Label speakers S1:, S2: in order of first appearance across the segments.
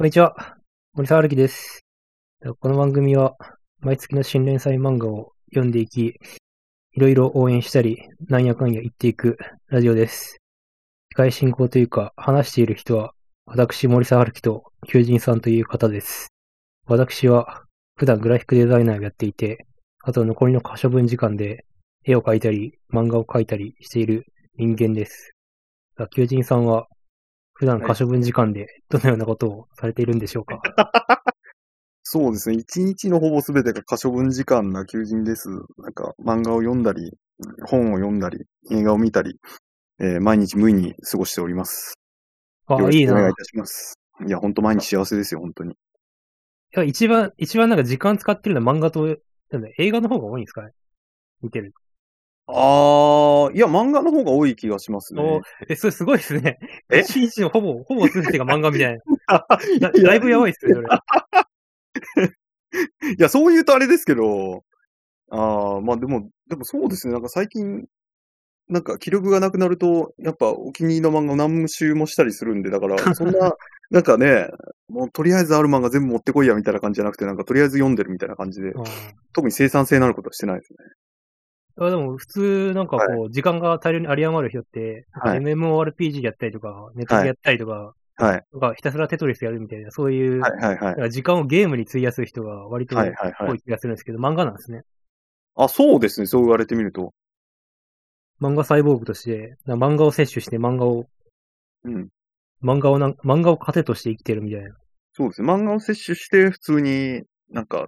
S1: こんにちは。森沢るきです。この番組は、毎月の新連載漫画を読んでいき、いろいろ応援したり、なんやかんや言っていくラジオです。司会進行というか、話している人は、私、森沢るきと、求人さんという方です。私は、普段グラフィックデザイナーをやっていて、あと残りの可処分時間で、絵を描いたり、漫画を描いたりしている人間です。さあ求人さんは、普段可処分時間でどのようなことをされているんでしょうか
S2: そうですね。一日のほぼすべてが可処分時間な求人です。なんか、漫画を読んだり、本を読んだり、映画を見たり、えー毎日無意に過ごしております。
S1: あ
S2: よろ
S1: い
S2: し
S1: い
S2: くお
S1: な。
S2: 願い
S1: い
S2: いたします。いや、ほんと毎日幸せですよ、本当に。
S1: や、一番、一番なんか時間使ってるのは漫画と、なんだ、映画の方が多いんですかね見てる。
S2: あー、いや、漫画の方が多い気がしますね
S1: お。え、それすごいですね。
S2: え
S1: 一日のほぼ、ほぼ全てが漫画みたい な。だ
S2: いや
S1: だいぶやばいっすね、それ。
S2: いや、そう言うとあれですけど、あー、まあでも、でもそうですね。なんか最近、なんか気力がなくなると、やっぱお気に入りの漫画を何周もしたりするんで、だから、そん な、なんかね、もうとりあえずある漫画全部持ってこいやみたいな感じじゃなくて、なんかとりあえず読んでるみたいな感じで、特に生産性のあることはしてないですね。
S1: うんあでも、普通、なんかこう、時間が大量に有り余る人って、
S2: はい
S1: MMORPG やったりとか、ネットでやったりとか、
S2: はい。
S1: とかひたすらテトリスやるみたいな、そういう、
S2: はいはいはい。
S1: なんか時間をゲームに費やす人が割と
S2: はい
S1: 多
S2: はいはい。
S1: い気がするんですけど、漫画なんですね。
S2: あ、そうですね。そう言われてみると。
S1: 漫画サイボーグとして、なんか漫画を摂取して漫画を
S2: うん。
S1: 漫画をなん、漫画を糧として生きてるみたいな。
S2: そうですね。漫画を摂取して、普通になんか、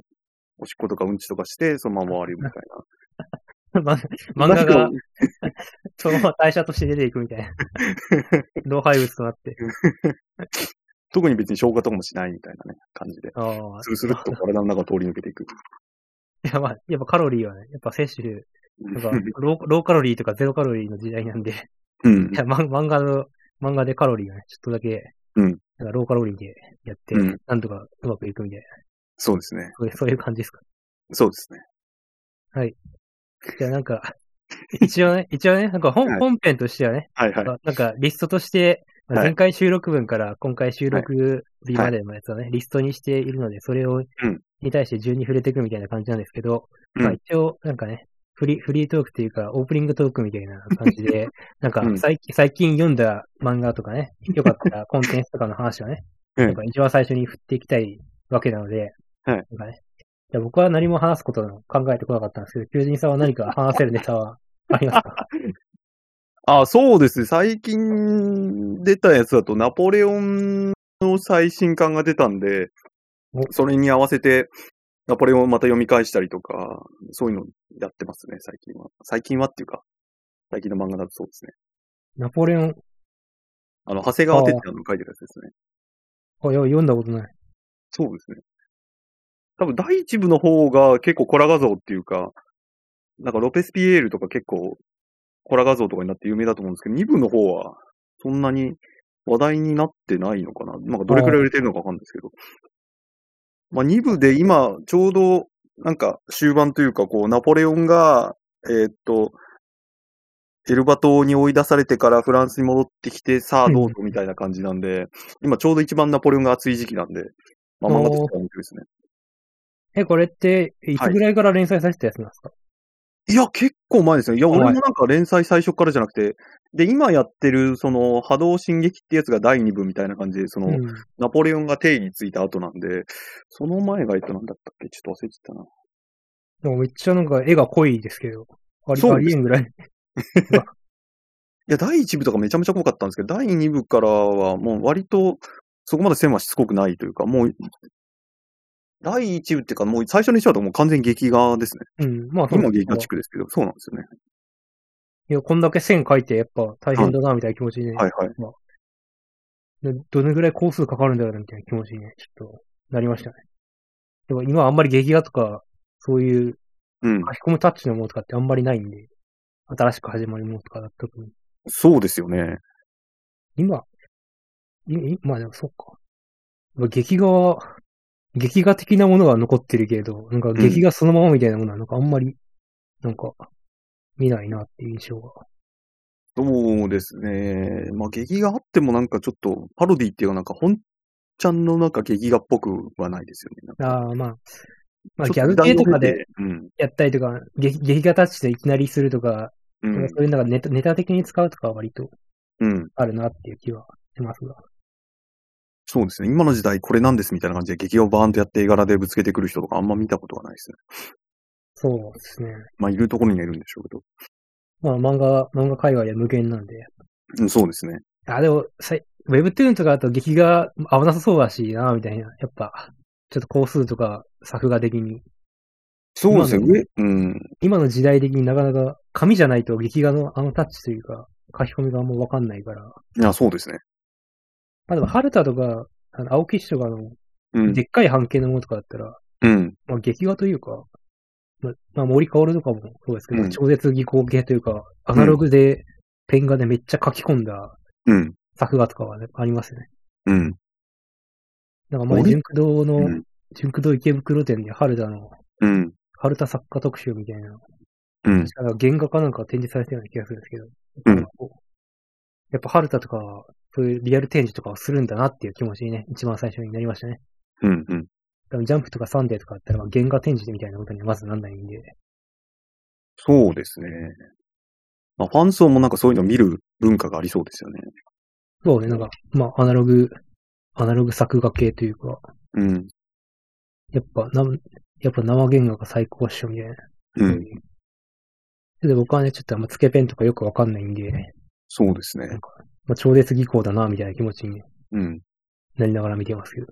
S2: おしっことかうんちとかして、そのまま終わりみたい
S1: 漫
S2: な。
S1: 漫画
S2: 確か
S1: が
S2: に
S1: そのまま代謝として出ていくみ たいな。老廃物となって。
S2: 特に別に消化とかもしないみたいなね、感じで。
S1: ああ。い
S2: スルスルっと体の中を通り抜けていく。
S1: や、まあ、やっぱカロリーはね、やっぱ摂取、なん かロー、ローカロリーとかゼロカロリーの時代なんで、
S2: うん
S1: い。や、ま、漫画の、漫画でカロリーがね、ちょっとだけ、
S2: うん
S1: なんかローカロリーでやって、
S2: うん
S1: なんとかうまくいくみたいな。
S2: そうですね。
S1: そういうそういう感じですか。
S2: そうですね。
S1: じゃあなん か、一応ね、一応ね、なんか本、
S2: はい
S1: 本編としてはね、
S2: はいはい。
S1: なんかリストとして、まあ
S2: はい
S1: 前回収録分から今回収録日までのやつはね、リストにしているので、それを、に対して順に触れていくみたいな感じなんですけど、
S2: うん
S1: まあ一応、なんかね、フリー、フリートークというか、オープニングトークみたいな感じ で、なんか
S2: うん
S1: 最近、最近読んだ漫画とかね、良かっ たコンテンツとかの話はね、
S2: うん
S1: なんか一番最初に振っていきたいわけなので、な
S2: はい
S1: んかね、じゃあ僕は何も話すことを考えてこなかったんですけど、求人さんは何か話せるネタはあり ますか
S2: あ、そうですね。最近出たやつだと、ナポレオンの最新刊が出たんで
S1: お、
S2: それに合わせて、ナポレオンをまた読み返したりとか、そういうのやってますね、最近は。最近はっていうか、最近の漫画だとそうですね。
S1: ナポレオン、
S2: あの、長谷川哲也の書いてるやつですね。
S1: あいや読んだことない。
S2: そうですね。多分第一部の方が結構コラ画像っていうか、なんかロペスピエールとか結構コラ画像とかになって有名だと思うんですけど、二部の方はそんなに話題になってないのかな。なんかどれくらい売れてるのかわかんないですけど。まあ二部で今ちょうどなんか終盤というかこうナポレオンが、えーっと、エルバ島に追い出されてからフランスに戻ってきて、さあどうぞみたいな感じなんで、今ちょうど一番ナポレオンが熱い時期なんで、まあ漫画としては面白いですね。
S1: え、これって、いつぐらいから連載させたやつなんですか、
S2: いや、結構前ですね。いや、
S1: はい
S2: 俺もなんか連載最初からじゃなくて、で、今やってる、その、波動進撃ってやつが第2部みたいな感じで、その、
S1: うん。
S2: ナポレオンが定義ついた後なんで、その前がえっと、なんだったっけちょっと忘れちゃったな。
S1: でもめっちゃなんか絵が濃いですけど、あり
S2: そうで
S1: あり
S2: す
S1: えんぐらい。
S2: いや、第1部とかめちゃめちゃ濃かったんですけど、第2部からはもう割と、そこまで線はしつこくないというか、もう、第1部っていうか、もう最初の1話ともう完全劇画ですね。
S1: うん。まあ、そう
S2: 今劇画地区ですけど、そうなんですよね。
S1: いや、こんだけ線描いてやっぱ大変だな、みたいな気持ちにね、
S2: はいはい。
S1: でどのぐらい工数かかるんだろうな、みたいな気持ちにね、ちょっと、なりましたね。でも今あんまり劇画とか、そういう
S2: うん
S1: 書。き込むタッチのものとかってあんまりないんで、新しく始まるものとかだったとに。
S2: そうですよね。
S1: 今、いいまあでもそっか。まあ劇画は、劇画的なものは残ってるけれど、なんか劇画そのままみたいなものはなんかあんまり、なんか、見ないなっていう印象が。
S2: そうですね。まあ、劇があってもなんかちょっとパロディっていうかなんか本ちゃんのなんか劇画っぽくはないですよね。
S1: ああ、まあ、まあ、
S2: ち
S1: ギ
S2: ょ
S1: ャ
S2: っ
S1: グ
S2: と
S1: 系とかで。
S2: うん。
S1: やったりとか、劇劇画タッチでいきなりするとか、
S2: うん。
S1: そういうのがネタネタ的に使うとかは割と
S2: うん。
S1: あるなっていう気はしますが。
S2: そうですね。今の時代これなんですみたいな感じで劇画をバーンとやって絵柄でぶつけてくる人とかあんま見たことがないですね。
S1: そうですね。
S2: まあ、いるところにはいるんでしょうけど。
S1: まあ漫画、漫画界隈では無限なんで。
S2: うん、そうですね。
S1: あ、でも、さい Webtoon とかだと劇が合わなさそうだしな、みたいな。やっぱ、ちょっと工数とか作画的に。
S2: そうですね。
S1: 今の
S2: 上うん。
S1: 今の時代的になかなか紙じゃないと劇画のあのタッチというか、書き込みがあんまわかんないから。ま
S2: いや、そうですね。
S1: あでも、春田とか、あの青木氏とかの、
S2: うん。
S1: でっかい半径のものとかだったら、
S2: うん。
S1: まあ、劇画というか、まあ、まあ、森薫とかもそうですけど、
S2: うん
S1: 超絶技巧系というか、アナログで、ペン画でめっちゃ書き込んだ
S2: うん。
S1: 作画とかは、ね、ありますね。
S2: うん。
S1: なんか前、
S2: 森
S1: 純駆動の、
S2: うん。
S1: 純駆動池袋店で春田の、
S2: うん。
S1: 春田作家特集みたいな、
S2: うん。
S1: なんか原画かなんか展示されてるような気がするんですけど、
S2: うん
S1: なんかこうやっぱ春田とか、そういうリアル展示とかをするんだなっていう気持ちにね、一番最初になりましたね。
S2: うん。うん。
S1: 多分ジャンプとかサンデーとかだったら、まあ原画展示みたいなことにはまずなんないんで、
S2: そうですね。まあ、ファン層もなんかそういうの見る文化がありそうですよね。
S1: そうね、なんか、まあ、アナログ、アナログ作画系というか、
S2: うん。
S1: やっぱ、なんやっぱ生原画が最高っしょ、みたいな。
S2: うん。
S1: で、僕はね、ちょっとあんまつけペンとかよくわかんないんで、
S2: そうですね。
S1: まあ、超絶技巧だな、みたいな気持ちに
S2: うん。
S1: なりながら見てますけど。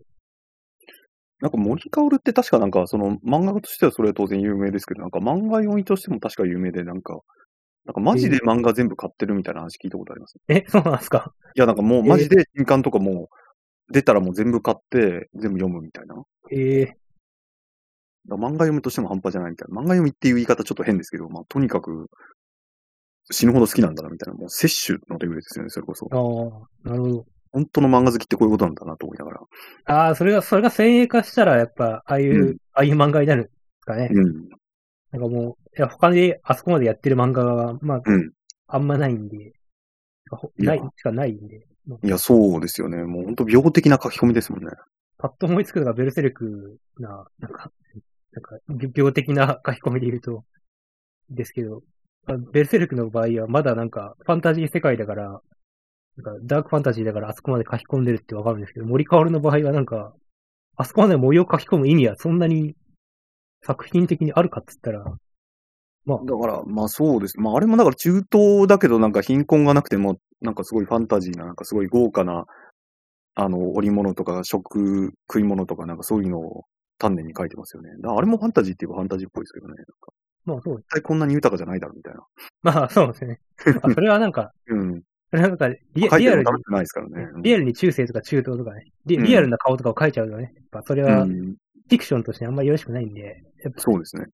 S2: なんか森かおるって確かなんかその漫画家としてはそれは当然有名ですけど、なんか漫画読みとしても確か有名で、なんか、なんかマジで漫画全部買ってるみたいな話聞いたことあります。
S1: え、そうなんですか
S2: いやなんかもう
S1: えー
S2: マジで新刊とかもう出たらもう全部買って全部読むみたいな。だか
S1: ええ
S2: ら漫画読みとしても半端じゃないみたいな。漫画読みっていう言い方ちょっと変ですけど、まあとにかく死ぬほど好きなんだなみたいな、もう摂取のレベルですよね、それこそ。
S1: ああ、なるほど。
S2: 本当の漫画好きってこういうことなんだなと思いながら。
S1: ああ、それが、それが先鋭化したら、やっぱ、ああいう、
S2: うん
S1: ああいう漫画になるんですかね。
S2: うん。
S1: なんかもう、いや、他であそこまでやってる漫画が、まあ、
S2: うん
S1: あんまないんで、ほ
S2: い
S1: な
S2: や
S1: い、しかないんで、
S2: いや、そうですよね。もう本当病的な書き込みですもんね。
S1: パッと思いつくのがベルセルクな、なんか、なんか、び病的な 書き込みで言うと、ですけど、あベルセルクの場合はまだなんか、ファンタジー世界だから、なんかダークファンタジーだからあそこまで書き込んでるってわかるんですけど、森かおるの場合はなんか、あそこまで模様を書き込む意味はそんなに作品的にあるかっつったら、
S2: だから、まあそうです。まああれもだから中東だけどなんか貧困がなくても、なんかすごいファンタジーな、なんかすごい豪華な、あの、織物とか食、食い物とかなんかそういうのを丹念に書いてますよね。だからあれもファンタジーって言えばファンタジーっぽいですけどね。なんか
S1: まあそうです。
S2: 絶対こんなに豊かじゃないだろうみたいな。
S1: まあそうです ね。あそれはなんか、
S2: うん。
S1: それはなんかリ、
S2: 書い
S1: リ
S2: て
S1: ア
S2: る
S1: ル
S2: の
S1: に
S2: ダメ、じゃないですからね。
S1: リアルに中世とか中東とかね、リリアルな顔とかを書いちゃうとね、やっぱそれは
S2: う
S1: フ
S2: ん。
S1: ィクションとしてあんまりよろしくないんで、
S2: そうですね。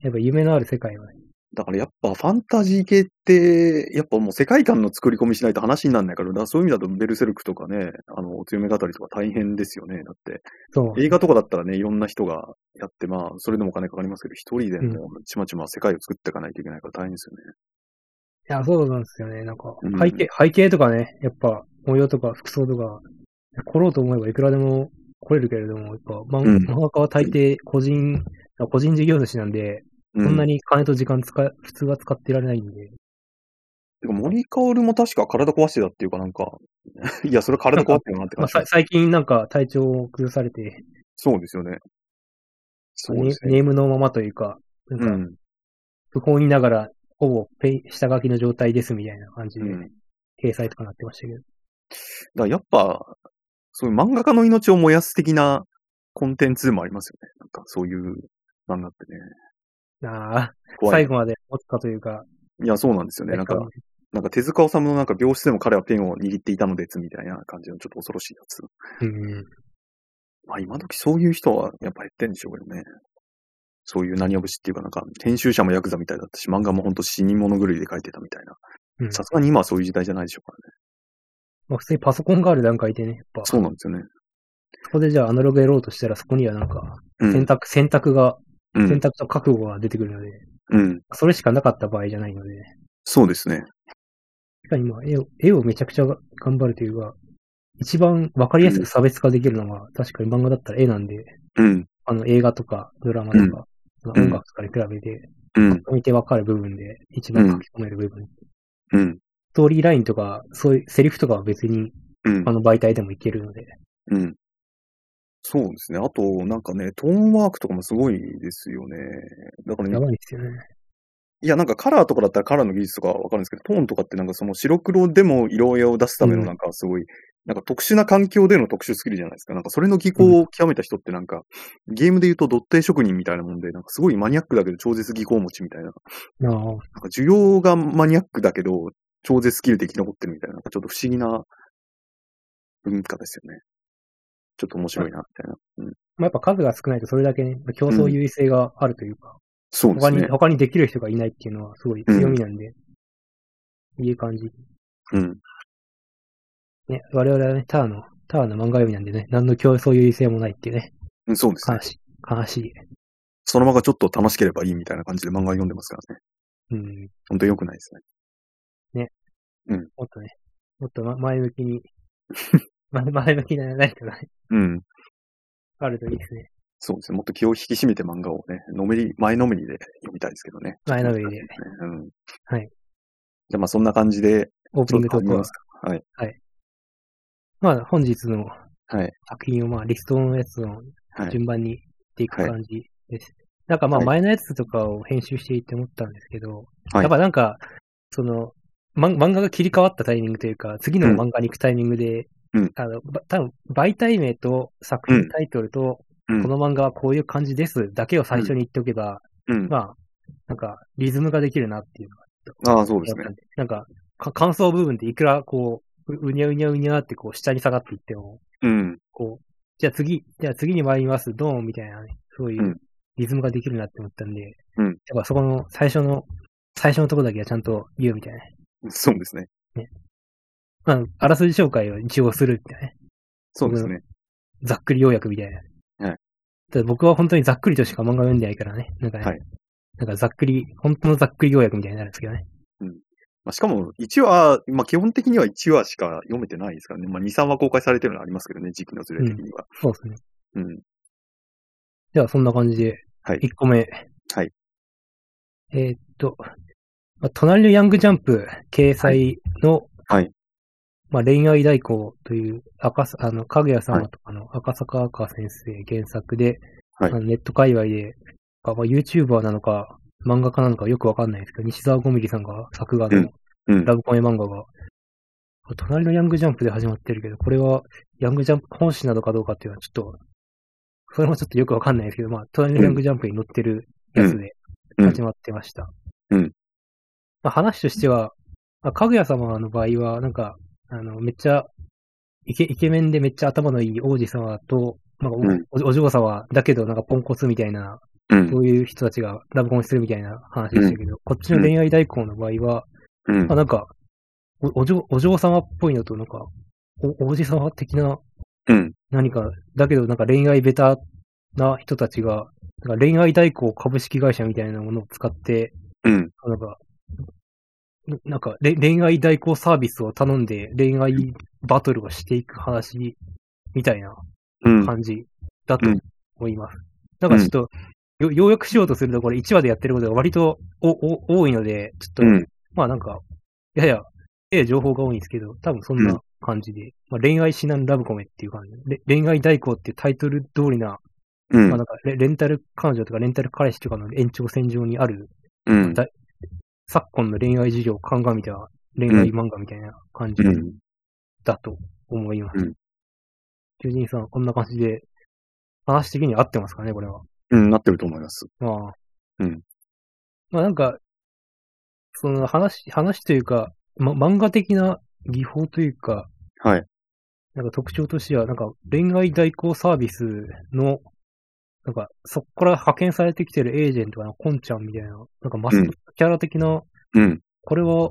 S1: やっぱ夢のある世界はね。
S2: だからやっぱファンタジー系って、やっぱもう世界観の作り込みしないと話にならないから、だからそういう意味だとベルセルクとかね、あの、お強め語りとか大変ですよね。だって、
S1: そう。
S2: 映画とかだったらね、いろんな人がやって、まあ、それでもお金かかりますけど、一人でもうちまちま世界を作っていかないといけないから大変ですよね。
S1: いや、そうなんですよね。なんか
S2: う、ん
S1: 背景、背景とかね、やっぱ、模様とか服装とか、来ろうと思えばいくらでも来れるけれども、やっぱ、漫
S2: うん
S1: 漫画家は大抵個人、個人事業主なんで、
S2: う
S1: そんな
S2: に。
S1: に金と時間使え、普通は使ってられないんで。
S2: てか森かおるも確か体壊してたっていうかなんか、いや、それ体壊してるなって
S1: ま
S2: 感
S1: あ、さ。
S2: じ
S1: 最近なんか体調を崩されて、
S2: そうですよね。そう
S1: ネ
S2: ですね。
S1: ネームのままというか、なん
S2: う
S1: か、
S2: ん。
S1: 不本意ながら、ほぼペン下書きの状態ですみたいな感じで、
S2: うん
S1: 掲載とかなってましたけど。
S2: だからやっぱ、そういう漫画家の命を燃やす的なコンテンツでもありますよね。なんかそういう漫画ってね。
S1: ああ、
S2: 怖い。
S1: 最後まで持ったというか、
S2: いや、そうなんですよね。なんか、なんか手塚治虫のなんか病室でも彼はペンを握っていたのですみたいな感じのちょっと恐ろしいやつ。
S1: うん。
S2: まあ今時そういう人はやっぱ減ってんでしょうけどね。そういう何を節っていうかなんか、編集者もヤクザみたいだったし、漫画もほんと死に物狂いで書いてたみたいな。
S1: うん
S2: さすがに今はそういう時代じゃないでしょうからね。
S1: まあ、普通にパソコンがある段階でね、やっぱ、そ
S2: そうなんですよね。
S1: こでじゃあアナログやろうとしたら、そこにはなんか、
S2: うん
S1: 選択、選択が、
S2: うん
S1: 選択と覚悟が出てくるので、
S2: うん。
S1: それしかなかった場合じゃないので、
S2: そうですね。
S1: 確かにまあ、絵を、絵をめちゃくちゃ頑張るというか、一番わかりやすく差別化できるのは、確かに漫画だったら絵なんで、
S2: うん。
S1: あの映画とかドラマとか、
S2: ん
S1: 音楽とかに比べて、
S2: うん。
S1: 見てわかる部分で、一番書き込める部分。
S2: うん。
S1: ストーリーラインとか、そういうセリフとかは別に、
S2: うん
S1: あ。の媒体でもいけるので、
S2: うん。そうですね。あと、なんかね、トーンワークとかもすごいですよね。だから
S1: や
S2: ね、
S1: ばいですよね。
S2: いや、なんかカラーとかだったらカラーの技術とかわかるんですけど、トーンとかってなんかその白黒でも色合いを出すための
S1: うん
S2: なんかすごい、なんか特殊な環境での特殊スキルじゃないですか。なんかそれの技巧を極めた人ってなんか、ゲームで言うとドッテ職人みたいなもんで、なんかすごいマニアックだけど超絶技巧持ちみたいな。
S1: ああ、
S2: なんか需要がマニアックだけど、超絶スキルで生き残ってるみたいな、なんかちょっと不思議な文化ですよね。ちょっと面白いな、みたいな。
S1: まあ、やっぱ数が少ないとそれだけね、競争優位性があるというか、
S2: そうで
S1: 他
S2: す
S1: に、
S2: ね。
S1: 他にできる人がいないっていうのはすごい強みなんで、いい感じ。
S2: うん。
S1: ね、我々はね、ターの、ターの漫画読みなんでね、何の競争優位性もないっていうね、
S2: うんそうですね
S1: 悲。しい、悲しい。
S2: その場がちょっと楽しければいいみたいな感じで漫画読んでますからね。
S1: うん、
S2: 本当に良くないですね。
S1: もっとね、もっとま前向き に、ま前向きな何かがね
S2: うん。
S1: あるといいですね。
S2: そうですね。もっと気を引き締めて漫画をね、のめり、前のめりで読みたいですけどね。
S1: 前のめりで。
S2: うん。
S1: はい。
S2: じゃあまあそんな感じで、
S1: オープニングトーク
S2: そう
S1: は
S2: で。すか。はい。
S1: まあ、本日の
S2: はい。
S1: 作品を、まあ、リストのやつを
S2: はい。
S1: 順番にっていく
S2: はい
S1: 感じです。なんかまあ
S2: はい
S1: 前のやつとかを編集していって思ったんですけど、
S2: はい
S1: やっぱなんか、その、ま、漫画が切り替わったタイミングというか、次の
S2: うん
S1: 漫画に行くタイミングで、
S2: うん
S1: あの、ば多分媒体名と作品
S2: うん
S1: タイトルと、
S2: うん
S1: この漫画はこういう感じですだけを最初に言っておけば、
S2: うん。
S1: まあ、なんかリズムができるなっていう
S2: ああ、そうです
S1: のが
S2: ね
S1: あった。んで、なんかか感想部分っていくらこう、ううにゃうにゃうにゃってこう下に下がっていっても、
S2: うん。
S1: こう、じゃあ次、じゃあ次に参ります、ドーンみたいなね、そういううんリズムができるなって思ったんで、
S2: うん
S1: やっぱそこの最初の、最初のとこだけはちゃんと言うみたいなね。
S2: そうですね。
S1: まあ、あらすじ紹介を一応するみたいなね。
S2: そうですね。
S1: ざっくり要約みたいな。
S2: はい
S1: ただ僕は本当にざっくりとしか漫画読んでないからね。なんかね、
S2: はい
S1: なんかざっくり、本当のざっくり要約みたいになるんですけどね。
S2: まあ、しかも、1話、まあ、基本的には1話しか読めてないですからね。まあ、2、3話公開されてるのはありますけどね、時期のずれ的には。
S1: そうですね。
S2: うん。
S1: じゃあそんな感じで、
S2: はい
S1: 1個目。
S2: はい。
S1: えーっと、まあ、隣のヤングジャンプ掲載の、
S2: はいはい
S1: まあ、恋愛代行という赤さ、あの、かぐや様とかの赤坂赤先生原作で、
S2: はい
S1: あのネット界隈で、まあ、YouTuber なのか、漫画家なのかよくわかんないですけど、西澤ゴミリさんが作画の
S2: うん。
S1: ラブコメ漫画が、隣のヤングジャンプで始まってるけど、これはヤングジャンプ本誌なのかどうかっていうのはちょっと、それもちょっとよくわかんないですけど、まあ、隣のヤングジャンプに載ってるやつで
S2: うん
S1: 始まってました。
S2: うん
S1: まあ、話としては、まあ、かぐや様の場合は、なんか、あの、めっちゃイケ、イケメンでめっちゃ頭のいい王子様と、なんかお,、
S2: うん
S1: お嬢様だけど、なんかポンコツみたいな、
S2: うん
S1: そういう人たちがラブコンするみたいな話でしたけど、こっちの恋愛代行の場合は、
S2: うん
S1: まあ、なんか、おお嬢お嬢様っぽいのと、なんか、お王子様的な
S2: うん。
S1: 何か、だけどなんか恋愛ベタな人たちが、なんか恋愛代行株式会社みたいなものを使って、
S2: うん。
S1: なんか、ななんかれ恋愛代行サービスを頼んで恋愛バトルをしていく話みたいな
S2: うん。
S1: 感じだと
S2: うん
S1: 思います。なんかちょっと、よ要約しようとすると、これ1話でやってることが割とおお多いので、ちょっと、
S2: うん。
S1: まあなんか、やや、ええ情報が多いんですけど、多分そんな感じで、まあ、恋愛指南ラブコメっていう感じで、れ恋愛代行っていうタイトル通りな、
S2: うん
S1: まあなんかレレンタル彼女とかレンタル彼氏とかの延長線上にある、
S2: うん。
S1: だ昨今の恋愛事情を鑑みた恋愛漫画みたいな感じ
S2: うん。
S1: だと思います。
S2: うん
S1: 求人さん、こんな感じで、話的に合ってますかね、これは。
S2: うん。なってると思います。
S1: まあ。
S2: うん。
S1: まあなんか、その話、話というか、ま、漫画的な技法というか、
S2: はい。
S1: なんか特徴としては、なんか恋愛代行サービスの、なんかそこから派遣されてきてるエージェントがコンちゃんみたいな、なんかマスコットキャラ的な、
S2: うん。
S1: これは、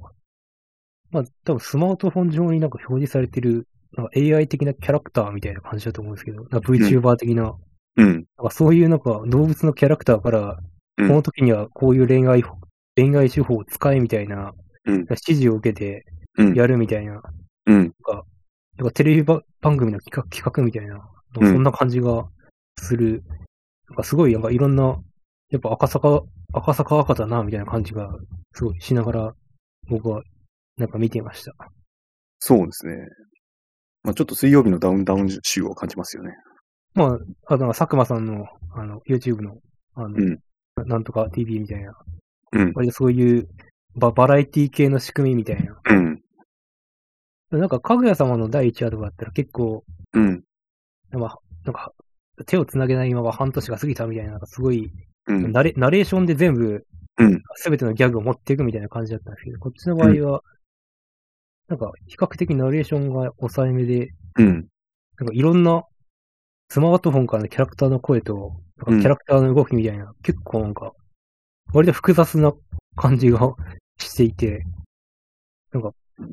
S1: まあ多分スマートフォン上になんか表示されてる、なんか AI 的なキャラクターみたいな感じだと思うんですけど、なんか VTuber 的な、
S2: うん。
S1: なんかそういうなんか動物のキャラクターから、
S2: うん
S1: この時にはこういう恋愛、恋愛手法を使えみたいな、
S2: うん
S1: 指示を受けて
S2: うん。
S1: やるみたいな、
S2: うん。
S1: なんかテレビば番組の企画、企画みたいな、
S2: うん
S1: そんな感じがする。なんかすごい、なんかいろんな、やっぱ赤坂、赤坂赤だな、みたいな感じが、すごいしながら、僕は、なんか見ていました。
S2: そうですね。まあ、ちょっと水曜日のダウンダウン集を感じますよね。
S1: まあ、あの、佐久間さんの、あの、YouTube の、あの、
S2: うん
S1: なんとか TV みたいな、
S2: うん
S1: 割とそういうバ、バラエティ系の仕組みみたいな。
S2: うん。
S1: なんか、かぐや様の第一話とかだったら結構、
S2: うん。
S1: なんか、なんか手をつなげないまま半年が過ぎたみたいな、なんかすごい、
S2: うん。
S1: ナレナレーションで全部
S2: うん、
S1: すべてのギャグを持っていくみたいな感じだったんですけど、こっちの場合は、なんか、比較的ナレーションが抑えめで、
S2: うん。
S1: なんかいろんなスマートフォンからのキャラクターの声と、な
S2: うんん
S1: かキャラクターの動きみたいな、結構なんか、割と複雑な感じが していて、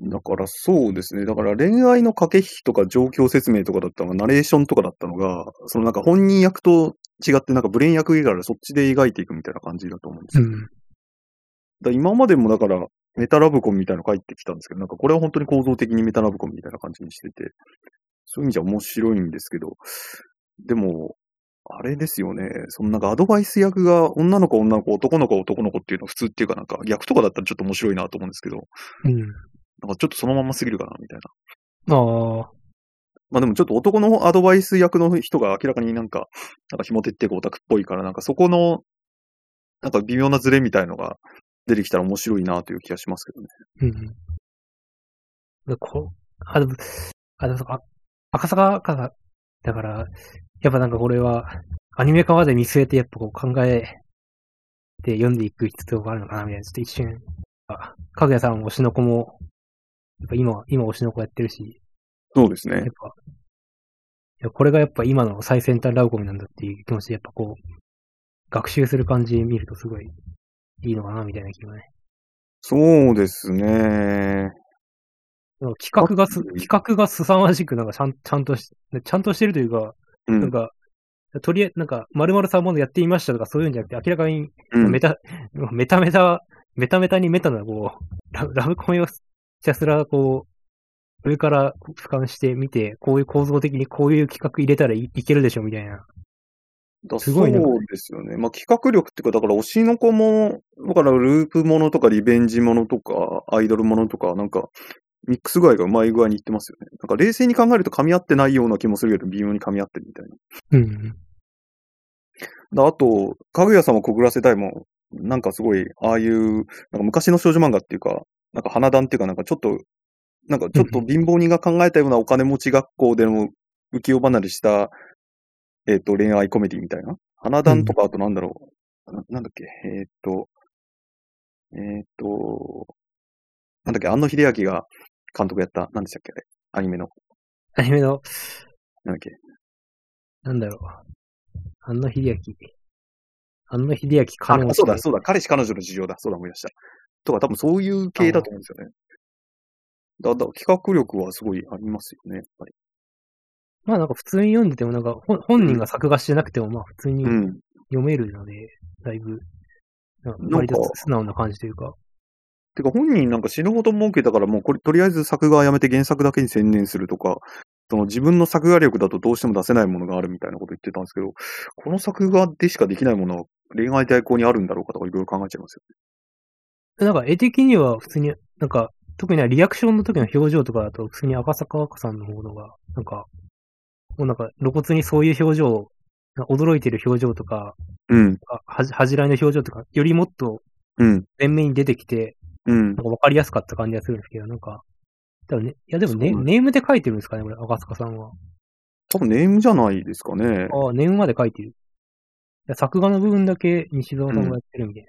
S2: だからそうですね。だから恋愛の駆け引きとか状況説明とかだったのが、ナレーションとかだったのが、そのなんか本人役と違ってなんかブレーン役以外そっちで描いていくみたいな感じだと思うんです
S1: う
S2: よ。
S1: ん。
S2: だから今までもだからメタラブコンみたいなの書いてきたんですけど、なんかこれは本当に構造的にメタラブコンみたいな感じにしてて、そういう意味じゃ面白いんですけど、でも、あれですよね。そのなんかアドバイス役が女の子女の子男の子男の子っていうのは普通っていうかなんか逆とかだったらちょっと面白いなと思うんですけど、
S1: うん。
S2: なんかちょっとそのまますぎるかなみたいな。
S1: ああ、
S2: まあでもちょっと男のアドバイス役の人が明らかになんか、なんか紐手っていくオタクっぽいから、なんかそこの、なんか微妙なズレみたいのが出てきたら面白いなという気がしますけどね。
S1: うん。でこあ、でも、あ、でもそっか、赤坂赤坂だから、やっぱなんかこれは、アニメ化まで見据えてやっぱこう考えて読んでいく必要があるのかなみたいな、ちょっと一瞬、あかぐやさん推しの子も、やっぱ今、今推しの子やってるし、
S2: そうですね
S1: やっ。ぱ、いやこれがやっぱ今の最先端ラブコメなんだっていう気持ちで、やっぱこう、学習する感じ見るとすごいいいのかなみたいな気がね。
S2: そうですね。
S1: なんか企画がす、
S2: うん
S1: 企画が凄まじく、なんかちゃん、ちゃんとし、ちゃんとしてるというか、
S2: う
S1: なん
S2: ん。
S1: か、とりあえず、なんか、〇〇さんものやっていましたとかそういうんじゃなくて、明らかに
S2: うん
S1: メタ、メタメタ、メタメタにメタな、こう、ララブ コメをひたすら、こう、上から俯瞰してみて、こういう構造的にこういう企画入れたらいいけるでしょ、みたいな。
S2: だ
S1: すごいな
S2: そうですよね。まあ企画力っていうか、だから推しの子も、だからループものとかリベンジものとか、アイドルものとか、なんか、ミックス具合がうまい具合にいってますよね。なんか冷静に考えると噛み合ってないような気もするけど、微妙に噛み合ってるみたいな。
S1: うん。
S2: だあと、かぐや様をくぐらせたいもん、なんかすごい、ああいう、なんか昔の少女漫画っていうか、なんか花壇っていうか、なんかちょっと、なんかちょっと貧乏人が考えたようなお金持ち学校での浮世離れした、えっ、と、恋愛コメディみたいな。花壇とか、あとなんだろう、ななんだっけ、えっ、と、えっ、と、なんだっけ、安野秀明が監督やった、なんでしたっけ、あれアニメの、
S1: アニメの、
S2: なんだっけ、
S1: なんだろう。安野秀明。安野秀明
S2: あ
S1: 金持、ち
S2: そうだ、そうだ、彼氏彼女の事情だ、そうだ、思い出した。とか、多分そういう系だと思うんですよね。だ、だ、企画力はすごいありますよね、やっぱり。
S1: まあなんか普通に読んでても、なんか本本人が作画してなくても、まあ普通に
S2: うん。
S1: 読めるので、だいぶ、なんか割と素直な感じというか。
S2: てか本人なんか死ぬほど儲けたから、もうこれ、とりあえず作画はやめて原作だけに専念するとか、その自分の作画力だとどうしても出せないものがあるみたいなこと言ってたんですけど、この作画でしかできないものは恋愛代行にあるんだろうかとかいろいろ考えちゃいますよ
S1: なんか絵的には普通に、なんか、特にリアクションの時の表情とかだと、普通に赤坂赤さんの方のが、なんか、もうなんか露骨にそういう表情を、なんか驚いてる表情とか、
S2: ね。
S1: あはじ恥じらいの表情とか、よりもっと
S2: うん。
S1: 前面に出てきて、
S2: うん。うん
S1: な。んか分かりやすかった感じがするんですけど、なんか、多分ね、いやでもね、
S2: そう
S1: ネームで書いてるんですかね、これ、赤坂さんは。
S2: 多分ネームじゃないですかね。
S1: ああ、ネームまで書いてる。いや作画の部分だけ西澤さんがやってるみたいな。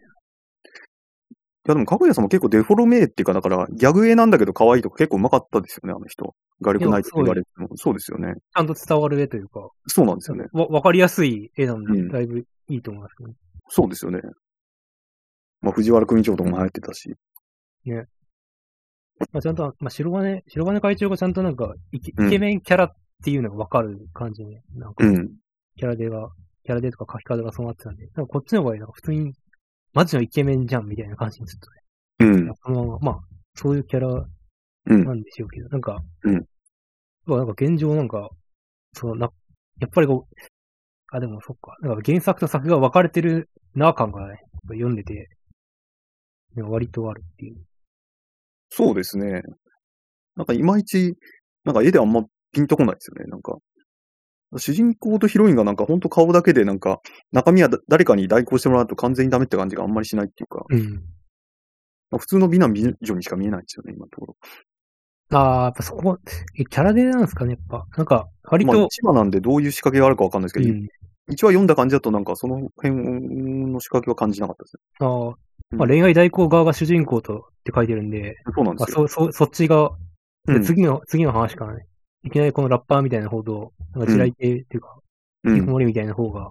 S2: いやでも、かぐやさんも結構デフォルメっていうか、だから、ギャグ絵なんだけど可愛いとか結構うまかったですよね、あの人。画力ないって言われても。そうですよね。
S1: ちゃんと伝わる絵というか、
S2: そうなんですよね。
S1: わ分かりやすい絵なん
S2: う
S1: で、
S2: ん
S1: だいぶいいと思いますけどね。
S2: そうですよね。まあ、藤原組長とかも流行ってたし。
S1: まあ、ちゃんと、まあ、白金、白金会長がちゃんとなんかイケ、
S2: うん
S1: イケメンキャラっていうのがわかる感じね。なんか
S2: う、ん。
S1: キャラでが、キャラでとか書き方がそうなってたんで、なんかこっちの場合、なんか普通に、マジのイケメンじゃんみたいな感じにちょっ
S2: うん。
S1: とね、そのまま、まあ、そういうキャラ
S2: うん
S1: な。んでしょうけど、なんか、
S2: うん
S1: まあなんか現状なんか、そのな、やっぱりこう、あ、でもそっか。なんか原作と作画分かれてるな感がね、読んでて、でも割とあるっていう。
S2: そうですね。なんかいまいち、なんか絵であんまピンとこないですよね、なんか。主人公とヒロインがなんかほんと顔だけでなんか中身はだ誰かに代行してもらうと完全にダメって感じがあんまりしないっていうか、
S1: うん。
S2: なんか普通の美男美女にしか見えないんですよね、今のところ。
S1: ああ、やっぱそこ、え、キャラでなんですかね、やっぱ。なんか、割
S2: まあ
S1: と、
S2: 千葉なんでどういう仕掛けがあるかわかんないです
S1: う
S2: けど、
S1: ん。
S2: 一話読んだ感じだとなんかその辺の仕掛けは感じなかったです
S1: あーまあ、恋愛代行側が主人公とって書いてるんで、
S2: ね。そうなん
S1: ま
S2: で
S1: あ、
S2: すよ。
S1: そ、そ、そっちが、
S2: う
S1: で
S2: ん
S1: 次の、次の話からね。いきなりこのラッパーみたいな方と、なんか地雷系っていうか、
S2: う
S1: 引きこ
S2: ん
S1: もりみたいな方が、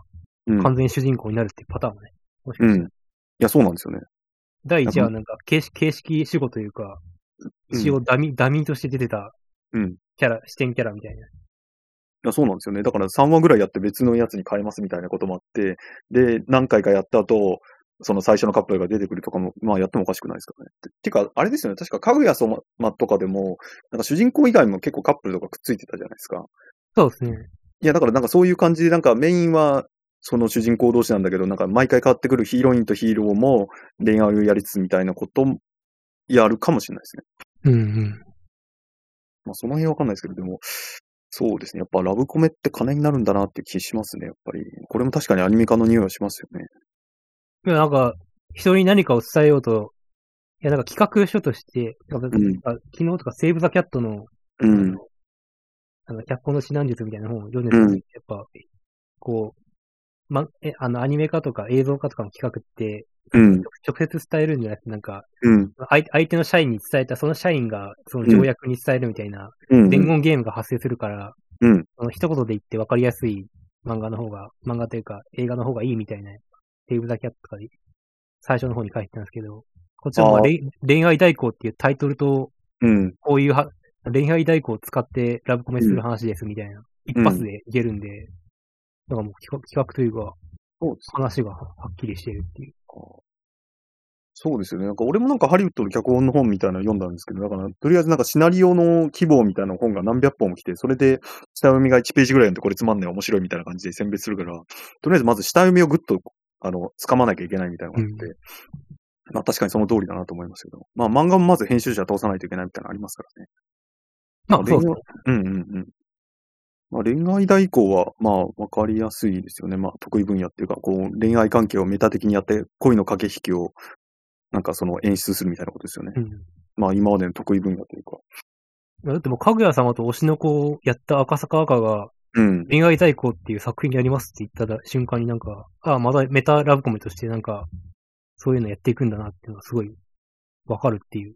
S2: うん
S1: 完全に主人公になるっていうパターンもね。もしか
S2: う
S1: し
S2: ん。
S1: た
S2: い
S1: ら
S2: や、そうなんですよね。
S1: 第1話はなんか、形式、形式主語というか、
S2: うん
S1: 一応ダミ、ダミーとして出てた
S2: うん。
S1: キャラ、視点キャラみたいな。
S2: いや、そうなんですよね。だから3話ぐらいやって別のやつに変えますみたいなこともあって、で、何回かやった後、その最初のカップルが出てくるとかも、まあやってもおかしくないですからね。ててか、あれですよね。確か、かぐや様とかでも、なんか主人公以外も結構カップルとかくっついてたじゃないですか。
S1: そうですね。
S2: いや、だからなんかそういう感じで、なんかメインは、その主人公同士なんだけど、なんか毎回変わってくるヒーロインとヒーローも恋愛をやりつつみたいなこともやるかもしれないですね。
S1: うんうん。
S2: まあその辺わかんないですけど、でも、そうですね。やっぱラブコメって金になるんだなって気しますね、やっぱり。これも確かにアニメ化の匂いはしますよね。
S1: でもなんか、人に何かを伝えようと、いや、なんか企画書として、なんか
S2: うん
S1: 昨日とかセーブ・ザ・キャットの、
S2: う
S1: あ
S2: ん
S1: の。あの、脚本の指南術みたいな本を読んでた時
S2: うん
S1: やっぱ、こう、ま、え、あの、アニメ化とか映像化とかの企画って、
S2: うん。
S1: 直接伝えるんじゃなくて、なんか、
S2: うん。
S1: 相相手の社員に伝えた、その社員がその条約に伝えるみたいな
S2: うん。
S1: 伝言ゲームが発生するから、
S2: うん
S1: その一言で言って分かりやすい漫画の方が、漫画というか映画の方がいいみたいな、テーブルだけあったかで、最初の方に書いてたんですけど、こっちはまあ
S2: あー
S1: 恋恋愛代行っていうタイトルと、
S2: うん。
S1: こういうは恋愛代行を使ってラブコメする話ですみたいな、一発でいけるんで、なんかもう企画企画というか、
S2: そうですね
S1: 話がははっきりしてるっていう。
S2: そうですよね。なんか俺もなんかハリウッドの脚本の本みたいなの読んだんですけど、だからとりあえずなんかシナリオの規模みたいな本が何百本も来て、それで下読みが1ページぐらいのとこれつまんない面白いみたいな感じで選別するから、とりあえずまず下読みをぐっと、あの、掴まなきゃいけないみたいなのがあって、まあ確かにその通りだなと思いましたけど、まあ漫画もまず編集者通さないといけないみたいなのありますからね。
S1: まあ、そう
S2: 恋愛うんうんうん。まあ、恋愛代行は、まあ、わかりやすいですよね。まあ、得意分野っていうか、こう、恋愛関係をメタ的にやって、恋の駆け引きを、なんかその演出するみたいなことですよね。
S1: うん。
S2: まあ、今までの得意分野というか。
S1: いやだってもう、かぐや様と推しの子をやった赤坂赤が、
S2: うん。
S1: 恋愛代行っていう作品でやりますって言った瞬間になんか、ああ、まだメタラブコメとしてなんか、そういうのやっていくんだなっていうのがすごいわかるっていう。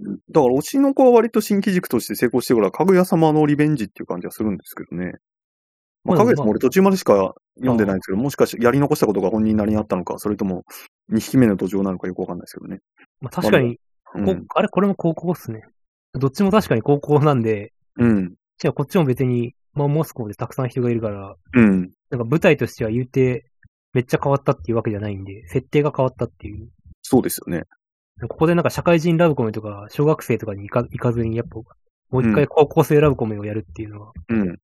S2: だから、推しの子は割と新規軸として成功してから、かぐや様のリベンジっていう感じはするんですけどね。
S1: ま
S2: まあ、
S1: あ
S2: かぐや様、
S1: まあ
S2: 俺途中までしか読んでないんですけど、もしかしてやり残したことが本人なりにあったのか、それとも、2匹目の土壌なのかよくわかんないですけどね。
S1: まあ確かに、こあれこれも高校っすね。どっちも確かに高校なんで、
S2: うん。うん。
S1: しかもこっちも別に、まあモスコーでたくさん人がいるから、
S2: うん。
S1: なんか舞台としては言うて、めっちゃ変わったっていうわけじゃないんで、設定が変わったっていう。
S2: そうですよね。
S1: ここでなんか社会人ラブコメとか、小学生とかに行か行かずに、やっぱ、もう一回高校生ラブコメをやるっていうのが、
S2: うん。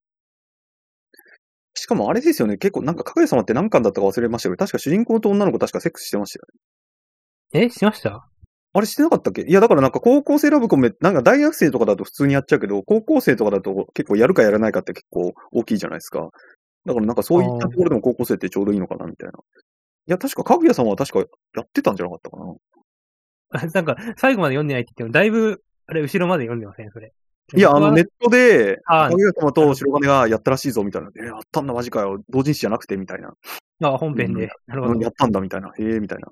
S2: しかもあれですよね、結構なんか、かぐや様って何巻だったか忘れましたけど、確か主人公と女の子確かセックスしてましたよね。
S1: えしました
S2: あれしてなかったっけいや、だからなんか高校生ラブコメ、なんか大学生とかだと普通にやっちゃうけど、高校生とかだと結構やるかやらないかって結構大きいじゃないですか。だからなんかそういったところでも高校生ってちょうどいいのかなみたいな。いや、確か、かぐや様は確かやってたんじゃなかったかな。
S1: あなんか、最後まで読んでないって言っても、だいぶ、あれ、後ろまで読んでません、それ。
S2: いや、あの、
S1: ね
S2: ネットで、
S1: あ
S2: かぐや様と白金がやったらしいぞみたいな。え、やったんだ、マジかよ。同人誌じゃなくてみたいな。
S1: あ、本編で。なるほ
S2: や
S1: ど
S2: っ。たんだみたいな。へえ、みたいな。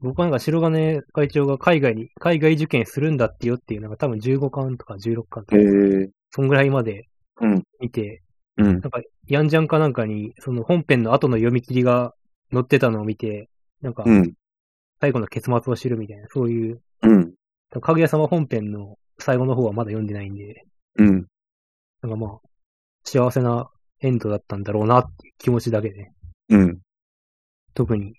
S1: 僕はなんか、白金会長が海外に、海外受験するんだってよっていう、なんか多分15巻とか16巻とか、
S2: え。
S1: そんぐらいまで
S2: うん。
S1: 見て、
S2: うん。
S1: なんか、ヤンジャンかなんかに、その本編の後の読み切りが載ってたのを見て、なんか、
S2: うん。
S1: 最後の結末を知るみたいな、そういう、
S2: うん。
S1: かぐや様本編の最後の方はまだ読んでないんで、
S2: うん。
S1: なんかまあ、幸せなエンドだったんだろうなっていう気持ちだけで。
S2: うん。
S1: 特に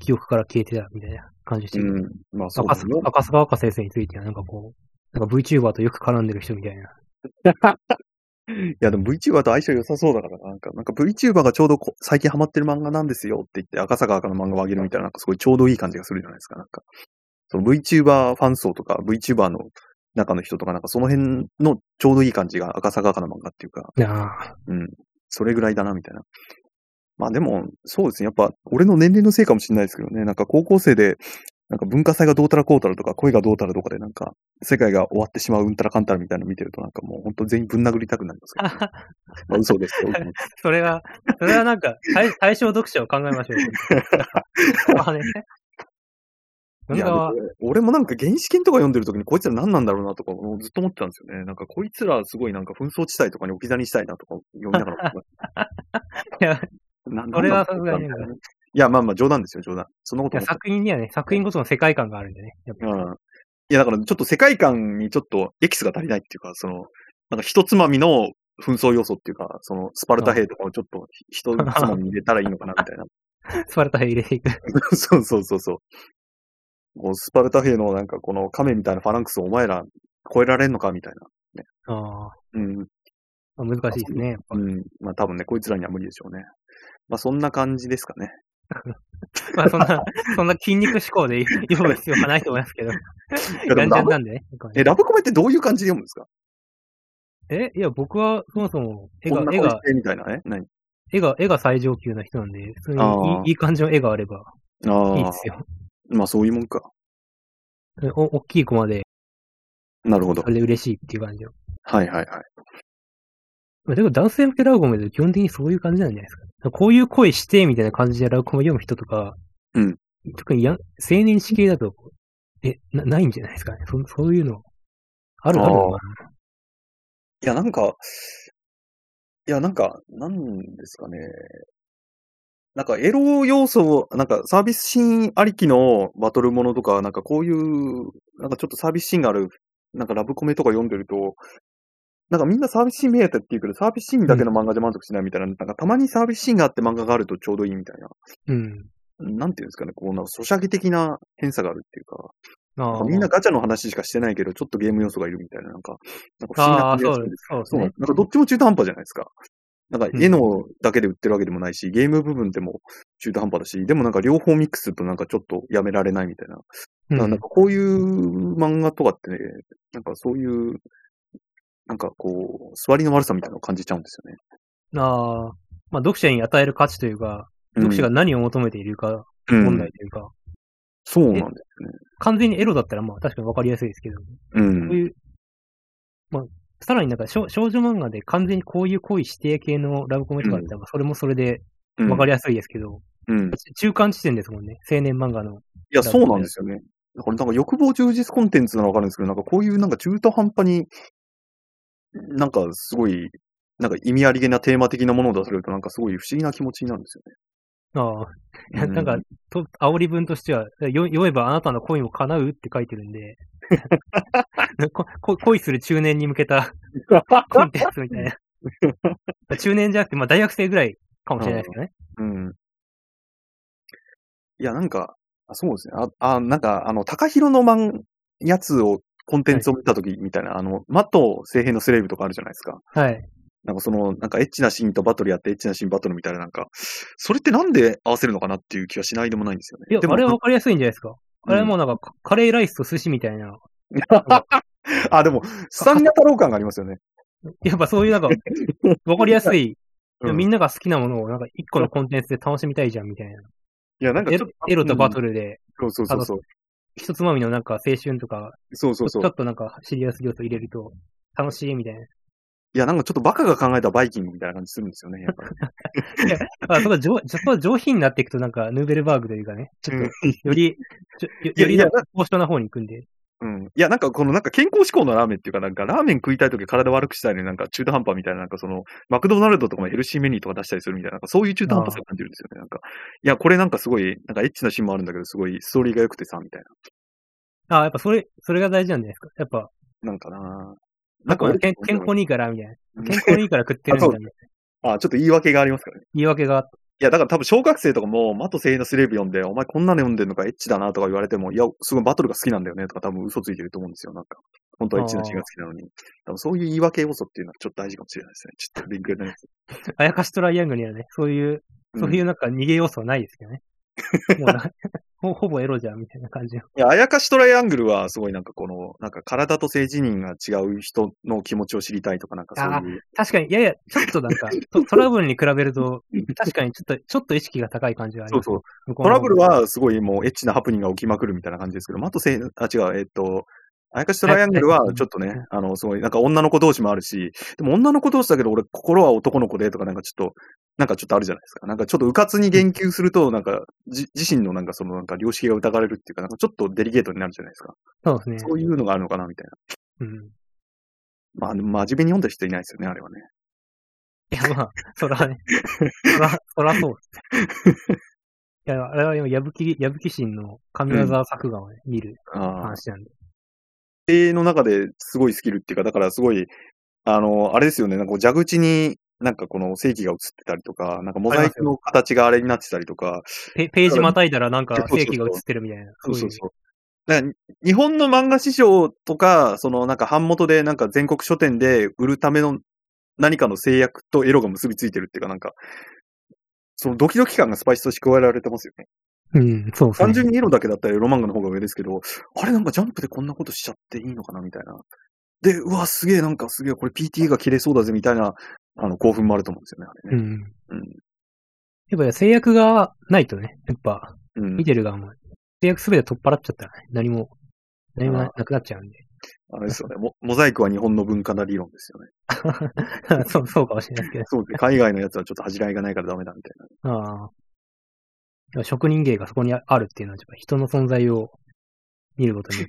S1: 記憶から消えてたみたいな感じして、
S2: うん。まあ、そう
S1: 赤
S2: ですね
S1: 坂赤坂赤先生についてはなんかこう、なんか VTuber とよく絡んでる人みたいな
S2: いや、でも VTuber と相性良さそうだから、なんか、なんか VTuber がちょうどこ最近ハマってる漫画なんですよって言って、赤坂赤の漫画をあげるみたいな、なんかすごいちょうどいい感じがするじゃないですか、なんか。その VTuber ファン層とか、VTuber の中の人とか、なんかその辺のちょうどいい感じが赤坂赤の漫画っていうか、
S1: なあ。
S2: うん、それぐらいだな、みたいな。まあでも、そうですね、やっぱ、俺の年齢のせいかもしれないですけどね、なんか高校生で、なんか文化祭がどうたらこうたらとか、恋がどうたらとかで、なんか、世界が終わってしまううんたらかんたらみたいなの見てると、なんかもう本当全員ぶん殴りたくなりますけど、 まあ嘘ですけど。僕も
S1: それは、それはなんか、対 対象読者を考えましょ う。まあね。
S2: い
S1: 漫
S2: や
S1: 画は、
S2: でも俺もなんか原始圏とか読んでる時にこいつら何なんだろうなとかもうずっと思ってたんですよね。なんかこいつらすごいなんか紛争地帯とかに置き去りにしたいなとか読みながら思っ て
S1: いや、
S2: ました。な
S1: それは
S2: なんだろうな
S1: さすがに
S2: いや、まあまあ冗談ですよ、冗談。そのこ
S1: い
S2: と
S1: や
S2: も。
S1: 作品にはね、作品ごとの世界観があるんでね。やっぱ
S2: うん。いや、だからちょっと世界観にちょっとエキスが足りないっていうか、その、なんか一つまみの紛争要素っていうか、そのスパルタ兵とかをちょっとひ一つまみ入れたらいいのかなみたいな。
S1: スパルタ兵入れていく。
S2: そうそうそうそう。こうスパルタ兵のなんかこの亀みたいなファランクスをお前ら超えられんのかみたいな。
S1: あ
S2: うん。
S1: あ、難しいですね。やっぱ
S2: うん。まあ多分ね、こいつらには無理でしょうね。まあそんな感じですかね。
S1: まあそんな、そんな筋肉志向で読む必要は ないと思いますけど。
S2: いやで
S1: ガンジャ
S2: もラ
S1: ン
S2: ブ
S1: なんでね。これね
S2: え、ラブコメってどういう感じで読むんですか
S1: え、いや、僕はそもそも絵
S2: こ
S1: が
S2: ん、な
S1: 絵
S2: 声し
S1: が、
S2: てみたいなね。何
S1: 絵が、絵が最上級な人なんで、普通に
S2: ああ
S1: いいいい感じの絵があればいい
S2: あ
S1: で
S2: あ
S1: すよ。
S2: まあそういうもんか。
S1: お、大きい子まで、
S2: なるほど
S1: そ。れで嬉しいっていう感じの。
S2: はいはいはい。
S1: まあ、でも男性向けラブコメで基本的にそういう感じなんじゃないですか。こういう声して、みたいな感じでラブコメ読む人とか、
S2: うん
S1: 特にやん青年誌系だと、え、な、ないんじゃないですかね。そそういうの。あるあるのか
S2: いやなんか、いやなんか、なんですかね。なんかエロ要素を、なんかサービスシーンありきのバトルものとか、なんかこういう、なんかちょっとサービスシーンがある、なんかラブコメとか読んでると、なんかみんなサービスシーン目当てって言うけど、サービスシーンだけの漫画じゃ満足しないみたいな、なんかたまにサービスシーンがあって漫画があるとちょうどいいみたいな。
S1: な。うん。
S2: なんていうんですかね、こう、なんか、ソシャゲ的な偏差があるっていうか、
S1: あ
S2: なん
S1: あ
S2: かみんなガチャの話しかしてないけど、ちょっとゲーム要素がいるみたいな、なんか、なんか不思議
S1: あ
S2: な
S1: あ、
S2: 感じが
S1: そ
S2: す
S1: うん
S2: る
S1: で。
S2: です
S1: そうです
S2: す。そう
S1: ね。
S2: なんかどっちも中途半端じゃないですか。なんか
S1: うん
S2: 絵のだけで売ってるわけでもないし、ゲーム部分でも中途半端だし、でもなんか両方ミックスするとなんかちょっとやめられないみたいな。
S1: う
S2: なん
S1: ん
S2: かこういう漫画とかってね、なんかそういう、なんかこう、座りの悪さみたいなのを感じちゃうんですよね。
S1: ああ、まあ、読者に与える価値というか、読者が何を求めているか、
S2: うん
S1: 問題というか、
S2: そうなんですよね。
S1: 完全にエロだったら、まあ、確かにわかりやすいですけど、こ
S2: うん
S1: う。いう、まあ、さらになんか少、少女漫画で完全にこういう恋指定系のラブコメとかだったら、まあそれもそれでわかりやすいですけど、
S2: うんうん
S1: 中間地点ですもんね、青年漫画の。
S2: いや、そうなんですよね。だからなんか欲望充実コンテンツならわかるんですけど、なんかこういうなんか中途半端に、なんかすごい、なんか意味ありげなテーマ的なものを出されると、なんかすごい不思議な気持ちになるんです
S1: あ
S2: よ
S1: あ、
S2: ね。
S1: なんか、と、煽り文としては、よ読めばあなたの恋も叶うって書いてるんで、 ここ恋する中年に向け たコンテンツみたいな。中年じゃなくて、まあ大学生ぐらいかもしれないですけどね。
S2: うん。うん。いや、なんか、あそうですね。あ、あなんか、あの、高弘のマンやつを、コンテンツを見たときみたいな、あの、マット聖兵のセレブとかあるじゃないですか。
S1: はい。
S2: なんかその、なんかエッチなシーンとバトルやって、エッチなシーンバトルみたいな、なんか、それってなんで合わせるのかなっていう気はしないでもないんですよね。
S1: いや、
S2: でも
S1: あれはわかりやすいんじゃないですか。あれはもうなんか、カレーライスと寿司みたいな。
S2: あ、でも、スタミナ太郎感がありますよね。
S1: やっぱそういう なんか、わかりやすい、
S2: うん
S1: みんなが好きなものをなんか一個のコンテンツで楽しみたいじゃんみたいな。
S2: いや、なんか
S1: エ
S2: ちょ
S1: ロ
S2: っと、
S1: エロとバ
S2: ル。
S1: トルで、
S2: そうそうそうそう。
S1: 一つまみのなんか青春とか、
S2: そうそうそう
S1: ちょ。っとなんかシリアス要素入れると楽しいみたいな。
S2: いや、なんかちょっとバカが考えたバイキングみたいな感じするんですよね、やっぱり。
S1: あそこ上、 そこ上品になっていくとなんかヌーベルバーグというかね、ちょっとより、ちょよ
S2: いや
S1: より
S2: いや
S1: なんか高尚な方に行くんで。
S2: うん。いや、なんかこのなんか健康志向のラーメンっていうか、なんかラーメン食いたいとき体悪くしたいのになんか中途半端みたいな、なんかその、マクドナルドとかもヘルシーメニューとか出したりするみたいな、なんかそういう中途半端さを感じるんですよね、なんか。いや、これなんかすごい、なんかエッチなシーンもあるんだけど、すごいストーリーが良くてさ、みたい
S1: あやっぱそれ、それが大事なんじゃないですか。やっぱ、
S2: な。なんかな
S1: なんか
S2: 俺
S1: 健健康にいいからみたいな。健康にいいから食ってるみたいな
S2: あ、ちょっと言い訳がありますからね
S1: 言い訳があっ
S2: いや、だから多分小学生とかも、マトセイのスレーブ読んで、お前こんなの読んでんのかエッチだなとか言われても、いや、すごいバトルが好きなんだよねとか多分嘘ついてると思うんですよ、なんか。本当は1の字が好きなのに。多分そういう言い訳要素っていうのはちょっと大事かもしれないですね。ちょっと勉強になります。
S1: あやかしトライアングルにはね、そういう、そういうなんか逃げ要素はないですけど ね。もうな ほほぼエロじゃんみたいな感じの。
S2: いや、あやかしトライアングルはすごいなんかこの、なんか体と性自認が違う人の気持ちを知りたいとかなんかそういう。
S1: 確かに、いやいや、ちょっとなんか、トトラブルに比べると、確かにちょっと、ちょっと意識が高い感じはあり
S2: そう
S1: ます。
S2: そう。
S1: 向こう
S2: ト
S1: の
S2: ラ
S1: 方が
S2: ブル、はすごいもうエッチなハプニングが起きまくるみたいな感じですけど、あとせい、あ、違う、えっと、あやかしトライアングルはちょっとね、あの、すごい、なんか女の子同士もあるし、でも女の子同士だけど俺心は男の子でとかなんかちょっと、なんかちょっとあるじゃないですか。なんかちょっと迂闊に言及すると、なんか、じ、自身のなんかそのなんか良識が疑われるっていうか、なんかちょっとデリゲートになるじゃないですか。
S1: そうですね。
S2: そういうのがあるのかなみたいな。
S1: うん。
S2: まあ、でも真面目に読んだ人いないですよね、あれはね。
S1: いや、まあ、そらね。そら、そらそうですね。いや、あれは今、矢吹、矢吹神の神業作画をね、見る
S2: ああ。
S1: 話なんで。
S2: 絵の中ですごいスキルっていうか、だからすごい、あの、あれですよね、なんかこう蛇口に、なんかこの正規が映ってたりとか、なんかモザイクの形があれになってたりとか、
S1: ペページまたいだらなんか
S2: そうそうそう
S1: 正規が映ってるみたいな。
S2: そうそう
S1: い
S2: そう。だから日本の漫画師匠とか、そのなんか版元でなんか全国書店で売るための何かの制約とエロが結びついてるっていうか、なんか、そのドキドキ感がスパイスとして加えられてますよね。
S1: うん、そうそう。
S2: 単純にエロだけだったらエロ漫画の方が上ですけど、あれなんかジャンプでこんなことしちゃっていいのかなみたいな。で、うわ、すげえ、なんかすげえ、これ PT が切れそうだぜみたいな、あの、興奮もあると思うんですよね、あれ
S1: う
S2: ね。
S1: ん。やっぱ制約がないとね、やっぱ、
S2: うん。
S1: 見てる側も、制約すべて取っ払っちゃったらね、何も、何もなくなっちゃうんで。
S2: あれですよねモ。モザイクは日本の文化だ理論ですよね。
S1: そう、そうかもしれないですけど
S2: そうですね。海外のやつはちょっと恥じらいがないからダメだみたいな。。
S1: ああ。職人芸がそこにあるっていうのは、やっぱ人の存在を見ることに。
S2: い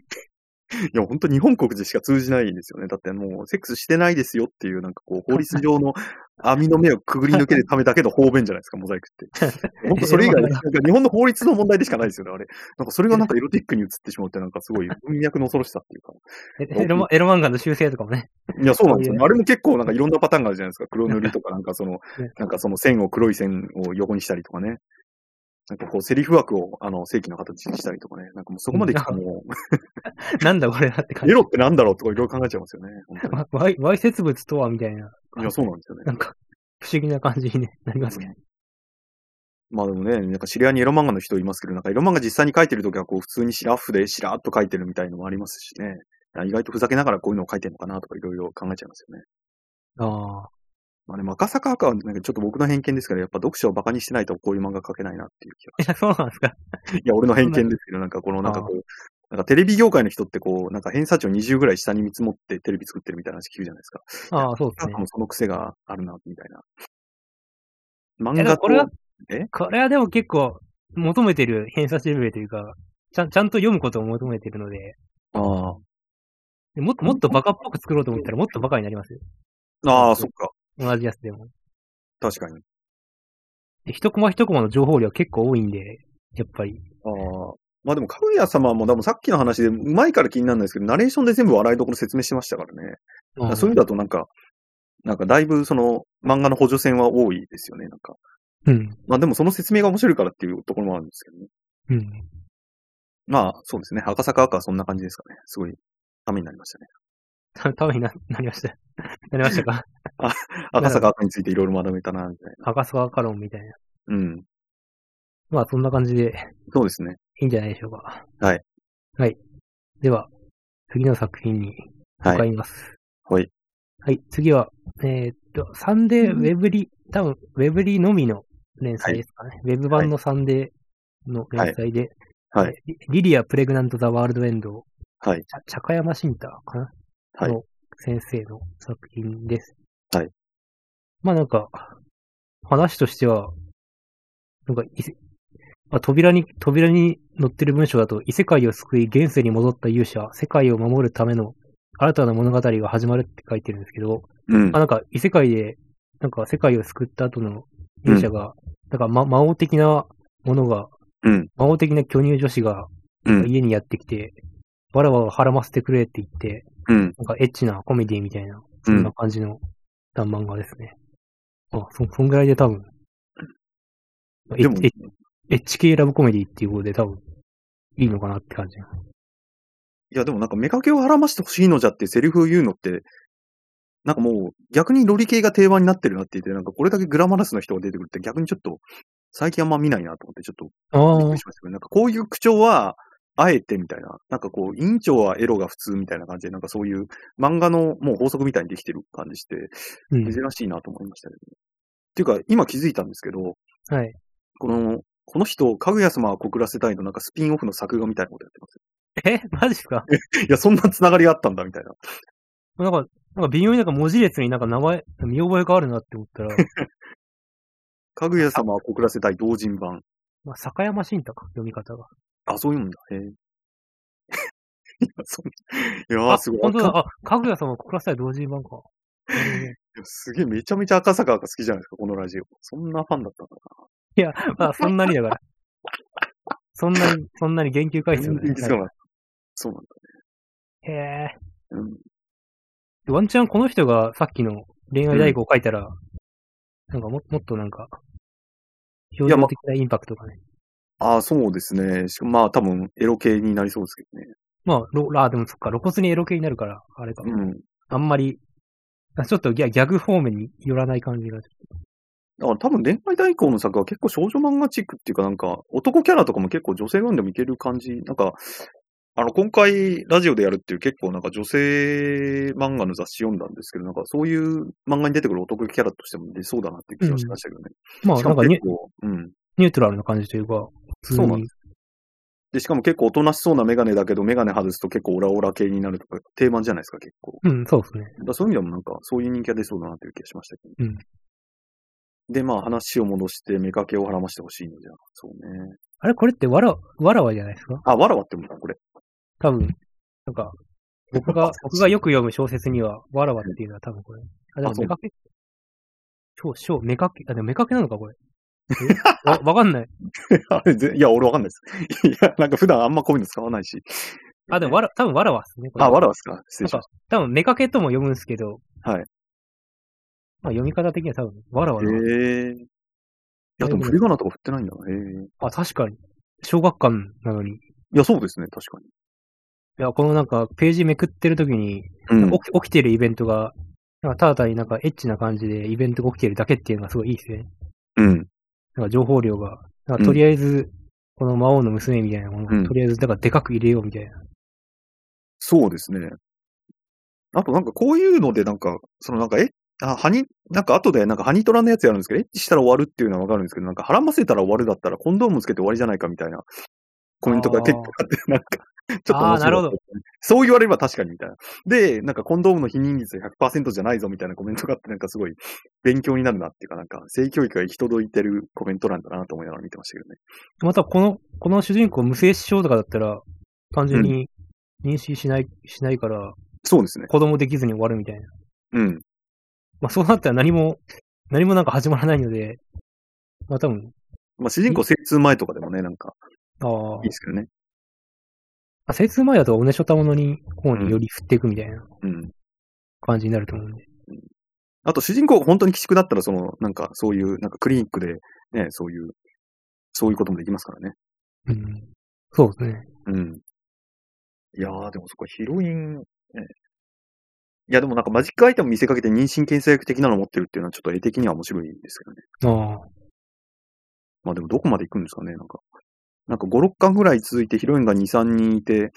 S2: や、本当日本国でしか通じないんですよね。だってもう、セックスしてないですよっていう、なんかこう、法律上 の網の目をくぐり抜けるためだけの方便じゃないですか、モザイク って。本当それ以外、なんか日本の法律の問題でしかないですよね、あれ。なんかそれがなんかエロティックに映ってしまうって、なんかすごい文脈の恐ろしさっていうか。
S1: エロマエロ漫画の修正とかもね、
S2: いや、そうなんですよ、ね。あれも結構なんかいろんなパターンがあるじゃないですか。黒塗りとか、なんかそ の、なんかその線を黒い線を横にしたりとかね。なんかこう、セリフ枠を、あの、正規の形にしたりとかね。なんかもうそこまで来たらも
S1: なんだこれだって感
S2: う、エ
S1: じ。
S2: ロってなんだろうとかいろいろ考えちゃいますよね。本当
S1: わわい、わいせつ物とはみたいな、
S2: にいや、そうなんですよね。
S1: なんか、不思議な感じにねなりますね。
S2: まあでもね、なんか知り合いにエロ漫画の人いますけど、なんかエロ漫画実際に書いてるときはこう普通にシラフでしらっと書いてるみたいのもありますしね。意外とふざけながらこういうのを書いてるのかなとかいろいろ考えちゃいますよね。
S1: ああ。
S2: まあでも赤坂赤はなんかちょっと僕の偏見ですから、やっぱ読者をバカにしてないとこういう漫画書けないなっていう気
S1: い
S2: が。
S1: や、そうなんですか。
S2: いや、俺の偏見ですけど、なんかこのなんかこう、なんかテレビ業界の人ってこう、なんか偏差値を20ぐらい下に見積もってテレビ作ってるみたいな話聞くじゃないですか。
S1: ああ、そうです
S2: なん
S1: ね
S2: かも。うその癖があるな、みたいな。
S1: い
S2: 漫
S1: やでも
S2: 画
S1: これは
S2: と、え、
S1: これはでも結構、求めてる偏差値レベルというか、ちゃん、ちゃんと読むことを求めてるので、
S2: ああ。
S1: もっともっとバカっぽく作ろうと思ったらもっとバカになりますよ。
S2: ああ、そっか。
S1: 同じやつでも。
S2: 確かに。
S1: で一コマ一コマの情報量結構多いんで、やっぱり。
S2: ああ。まあでも、かぐや様も、でもさっきの話で、うまいから気になるんですけど、ナレーションで全部笑いどころ説明してましたからね。だからそういう意味だとなんか、なんかだいぶその漫画の補助線は多いですよね、なんか。
S1: うん。
S2: まあでもその説明が面白いからっていうところもあるんですけどね。
S1: うん。
S2: まあそうですね。赤坂赤はそんな感じですかね。すごい、ためになりました
S1: た、
S2: ね。
S1: ためにな、なりました。 なりましたか
S2: 赤坂赤についていろいろ学べたな、みたい
S1: 赤坂カロンみたいな。
S2: な。うん。
S1: まあ、そんな感じで、
S2: そうですね。
S1: いいんじゃないでしょうか。
S2: はい。
S1: はい。では、次の作品に
S2: は
S1: 向か
S2: い。
S1: います。
S2: はい
S1: は
S2: はい。
S1: い、次は、えーっと、サンデーウェブリ、多分、ウェブリのみの連載ですかね。ウェブ版のサンデーの連載で、
S2: はいはい
S1: リリリア・プレグナント・ザ・ワールド・エンドを、
S2: はい
S1: ちゃ。茶山山慎太かな
S2: はい
S1: の先生の作品です。
S2: はい。
S1: まあなんか、話としては、なんか異世、まあ、扉に、扉に載ってる文章だと、異世界を救い、現世に戻った勇者、世界を守るための新たな物語が始まるって書いてるんですけど、
S2: うん
S1: まあ。なんか異世界で、なんか世界を救った後の勇者が、なんかま魔王的なものが、
S2: うん
S1: 魔王的な巨乳女子が
S2: うん。
S1: 家にやってきて、わらわをはらませてくれって言って、
S2: うん。
S1: なんかエッチなコメディみたいな、
S2: う
S1: そん
S2: ん
S1: な。感じの短漫画ですね。あ、そ、そんぐらいで多分。エ
S2: でも
S1: ッ、エッエッチ系ラブコメディっていうことで多分、いいのかなって感じ。
S2: いや、でもなんか、目かけをはらましてほしいのじゃってセリフを言うのって、なんかもう、逆にロリ系が定番になってるなって言って、なんかこれだけグラマラスの人が出てくるって逆にちょっと、最近あんま見ないなと思って、ちょっと
S1: あ
S2: びっく
S1: あ
S2: り、しましたけど、なんかこういう口調は、あえてみたいな、なんかこう、委員長はエロが普通みたいな感じで、なんかそういう漫画のもう法則みたいにできてる感じして、
S1: うん
S2: 珍。しいなと思いましたけどね。っていうか、今気づいたんですけど、
S1: はい。
S2: この、この人、かぐや様は告らせたいの、なんかスピンオフの作画みたいなことやってます
S1: えマジか
S2: よ。いや、そんなつながりがあったんだ、みたいな。
S1: なんか、なんか微妙になんか文字列になんか名前、見覚えがあるなって思ったら、
S2: かぐや様は告らせたい同人版。
S1: まあ、坂山慎太か、読み方が。
S2: あ、そういうんだ。へえ。 いや、そんいや
S1: あ、
S2: ー、すごい。
S1: 本当
S2: 赤
S1: だ。あ、かぐや様、ここら世代同人版か。
S2: いやすげえ、めちゃめちゃ赤坂が好きじゃないですか、このラジオ。そんなファンだったんだ
S1: まあ、そんなにだから。そんなに、そんなに言及回数が
S2: な。
S1: ね
S2: 全然気づかなかったそうなんだ。
S1: へえ。
S2: うん
S1: ワンチャンこの人がさっきの恋愛代行を書いたら、なんかももっとなんか、表情的なインパクトがね。
S2: ああ、そうですね。しかもまあ、多分、エロ系になりそうですけどね。
S1: まあ、ロあ、でもそっか、露骨にエロ系になるから、あれか。
S2: うん。
S1: あんまり、あちょっとギャギャグ方面に寄らない感じが。
S2: だから多分恋愛代行の作は結構少女漫画チックっていうかなんか男キャラとかも結構女性読んでもいける感じ。なんか、あの今回ラジオでやるっていう結構なんか女性漫画の雑誌読んだんですけど、なんかそういう漫画に出てくる男キャラとしても出そうだなっていう気がしましたけどね。
S1: まあ、
S2: しか
S1: なん
S2: も
S1: かニュ
S2: 結構、うん。
S1: ニュートラルな感じというか、普通
S2: そうなん
S1: に
S2: で。で、しかも結構おとなしそうなメガネだけどメガネ外すと結構オラオラ系になるとか定番じゃないですか結構。
S1: うん、そうですね。
S2: だからそういう意味でもなんか、そういう人気が出そうだなという気がしましたけど、
S1: うん
S2: で、まあ話を戻して、目かけをはらましてほしいのじゃ。そうね。
S1: あれこれってわら、わらわじゃないですか
S2: あ、わらわってもんだ、これ。、
S1: 多分、なんか、僕が 僕がよく読む小説には、わらわっていうのは多分これ。あ、でも
S2: あそう
S1: 目かけ超、超、目かけ、あ、でも目かけなのか これ。えわ、わかんない。
S2: あれぜいや、俺わかんないです。 いや、なんか普段あんまこういうの使わないし。
S1: あ、でも、わら、多分わらわですね。これ
S2: あ、わらわですか。失
S1: なん
S2: 礼しま
S1: か
S2: し、
S1: 多分、目かけとも読むんですけど。
S2: はい。
S1: まあ、読み方的には多分、わらわ
S2: た。
S1: だ。
S2: へえ。いや、でも振り仮名とか振ってないんだ。へえ。
S1: あ、確かに。小学館なのに。い
S2: いや、そうですね、確
S1: や、このなんか、ページめくってる時に、
S2: かに。うん。
S1: 起き起きてるイベントが、なんかただ単になんかエッチな感じでイベントが起きてるだけっていうのがすごいいいですね。
S2: うん。
S1: なんか情報量が。なんかとりあえず、この魔王の娘みたいなも
S2: う
S1: の
S2: ん
S1: を、とりあえず、だからでかく入れようみたいな。
S2: そうですね。あとなんかこういうのでなんか、そのなんか、え、あ、ハニ、なんか後でなんかハニトラのやつやるんですけど、エッチしたら終わるっていうのはわかるんですけど、なんかはらませたら終わるだったらコンドームつけて終わりじゃないかみたいなコメントが結構あって、なんか、 ちょっと
S1: あ
S2: 面白い
S1: ーなるほど
S2: そう言われれば確かにみたいな。で、なんかコンドームの否認率100%じゃないぞみたいなコメントがあって、なんかすごい勉強になるなっていうか、なんか性教育が行き届いてるコメントなんだなと思いながら見てましたけどね。
S1: また、この、この主人公無精子症とかだったら、単純に妊娠しない、しないから、
S2: そうですね。
S1: 子供できずに終わるみたいな。
S2: うん。
S1: まあ、そうなったら何も、何もなんか始まらないので、まあ、多分、
S2: まあ主人公精通前とかでもね、なんか
S1: あー
S2: いいですけどね。
S1: あ、精通前だとおねしょたものに、方により振っていくみたいな
S2: うん。
S1: 感じになると思うんで。
S2: あと主人公が本当に鬼畜だったら、その、なんかそういう、なんかクリニックで、ね、そういう、そういうこともできますからね。
S1: うん。そうですね。
S2: うん。いやー、でもそこヒロイン、ね。いや、でもなんかマジックアイテム見せかけて妊娠検査薬的なの持ってるっていうのはちょっと絵的には面白いんですけどね。
S1: ああ。
S2: まあでもどこまで行くんですかね、なんか。なんか5、6巻ぐらい続いてヒロインが2、3人いて、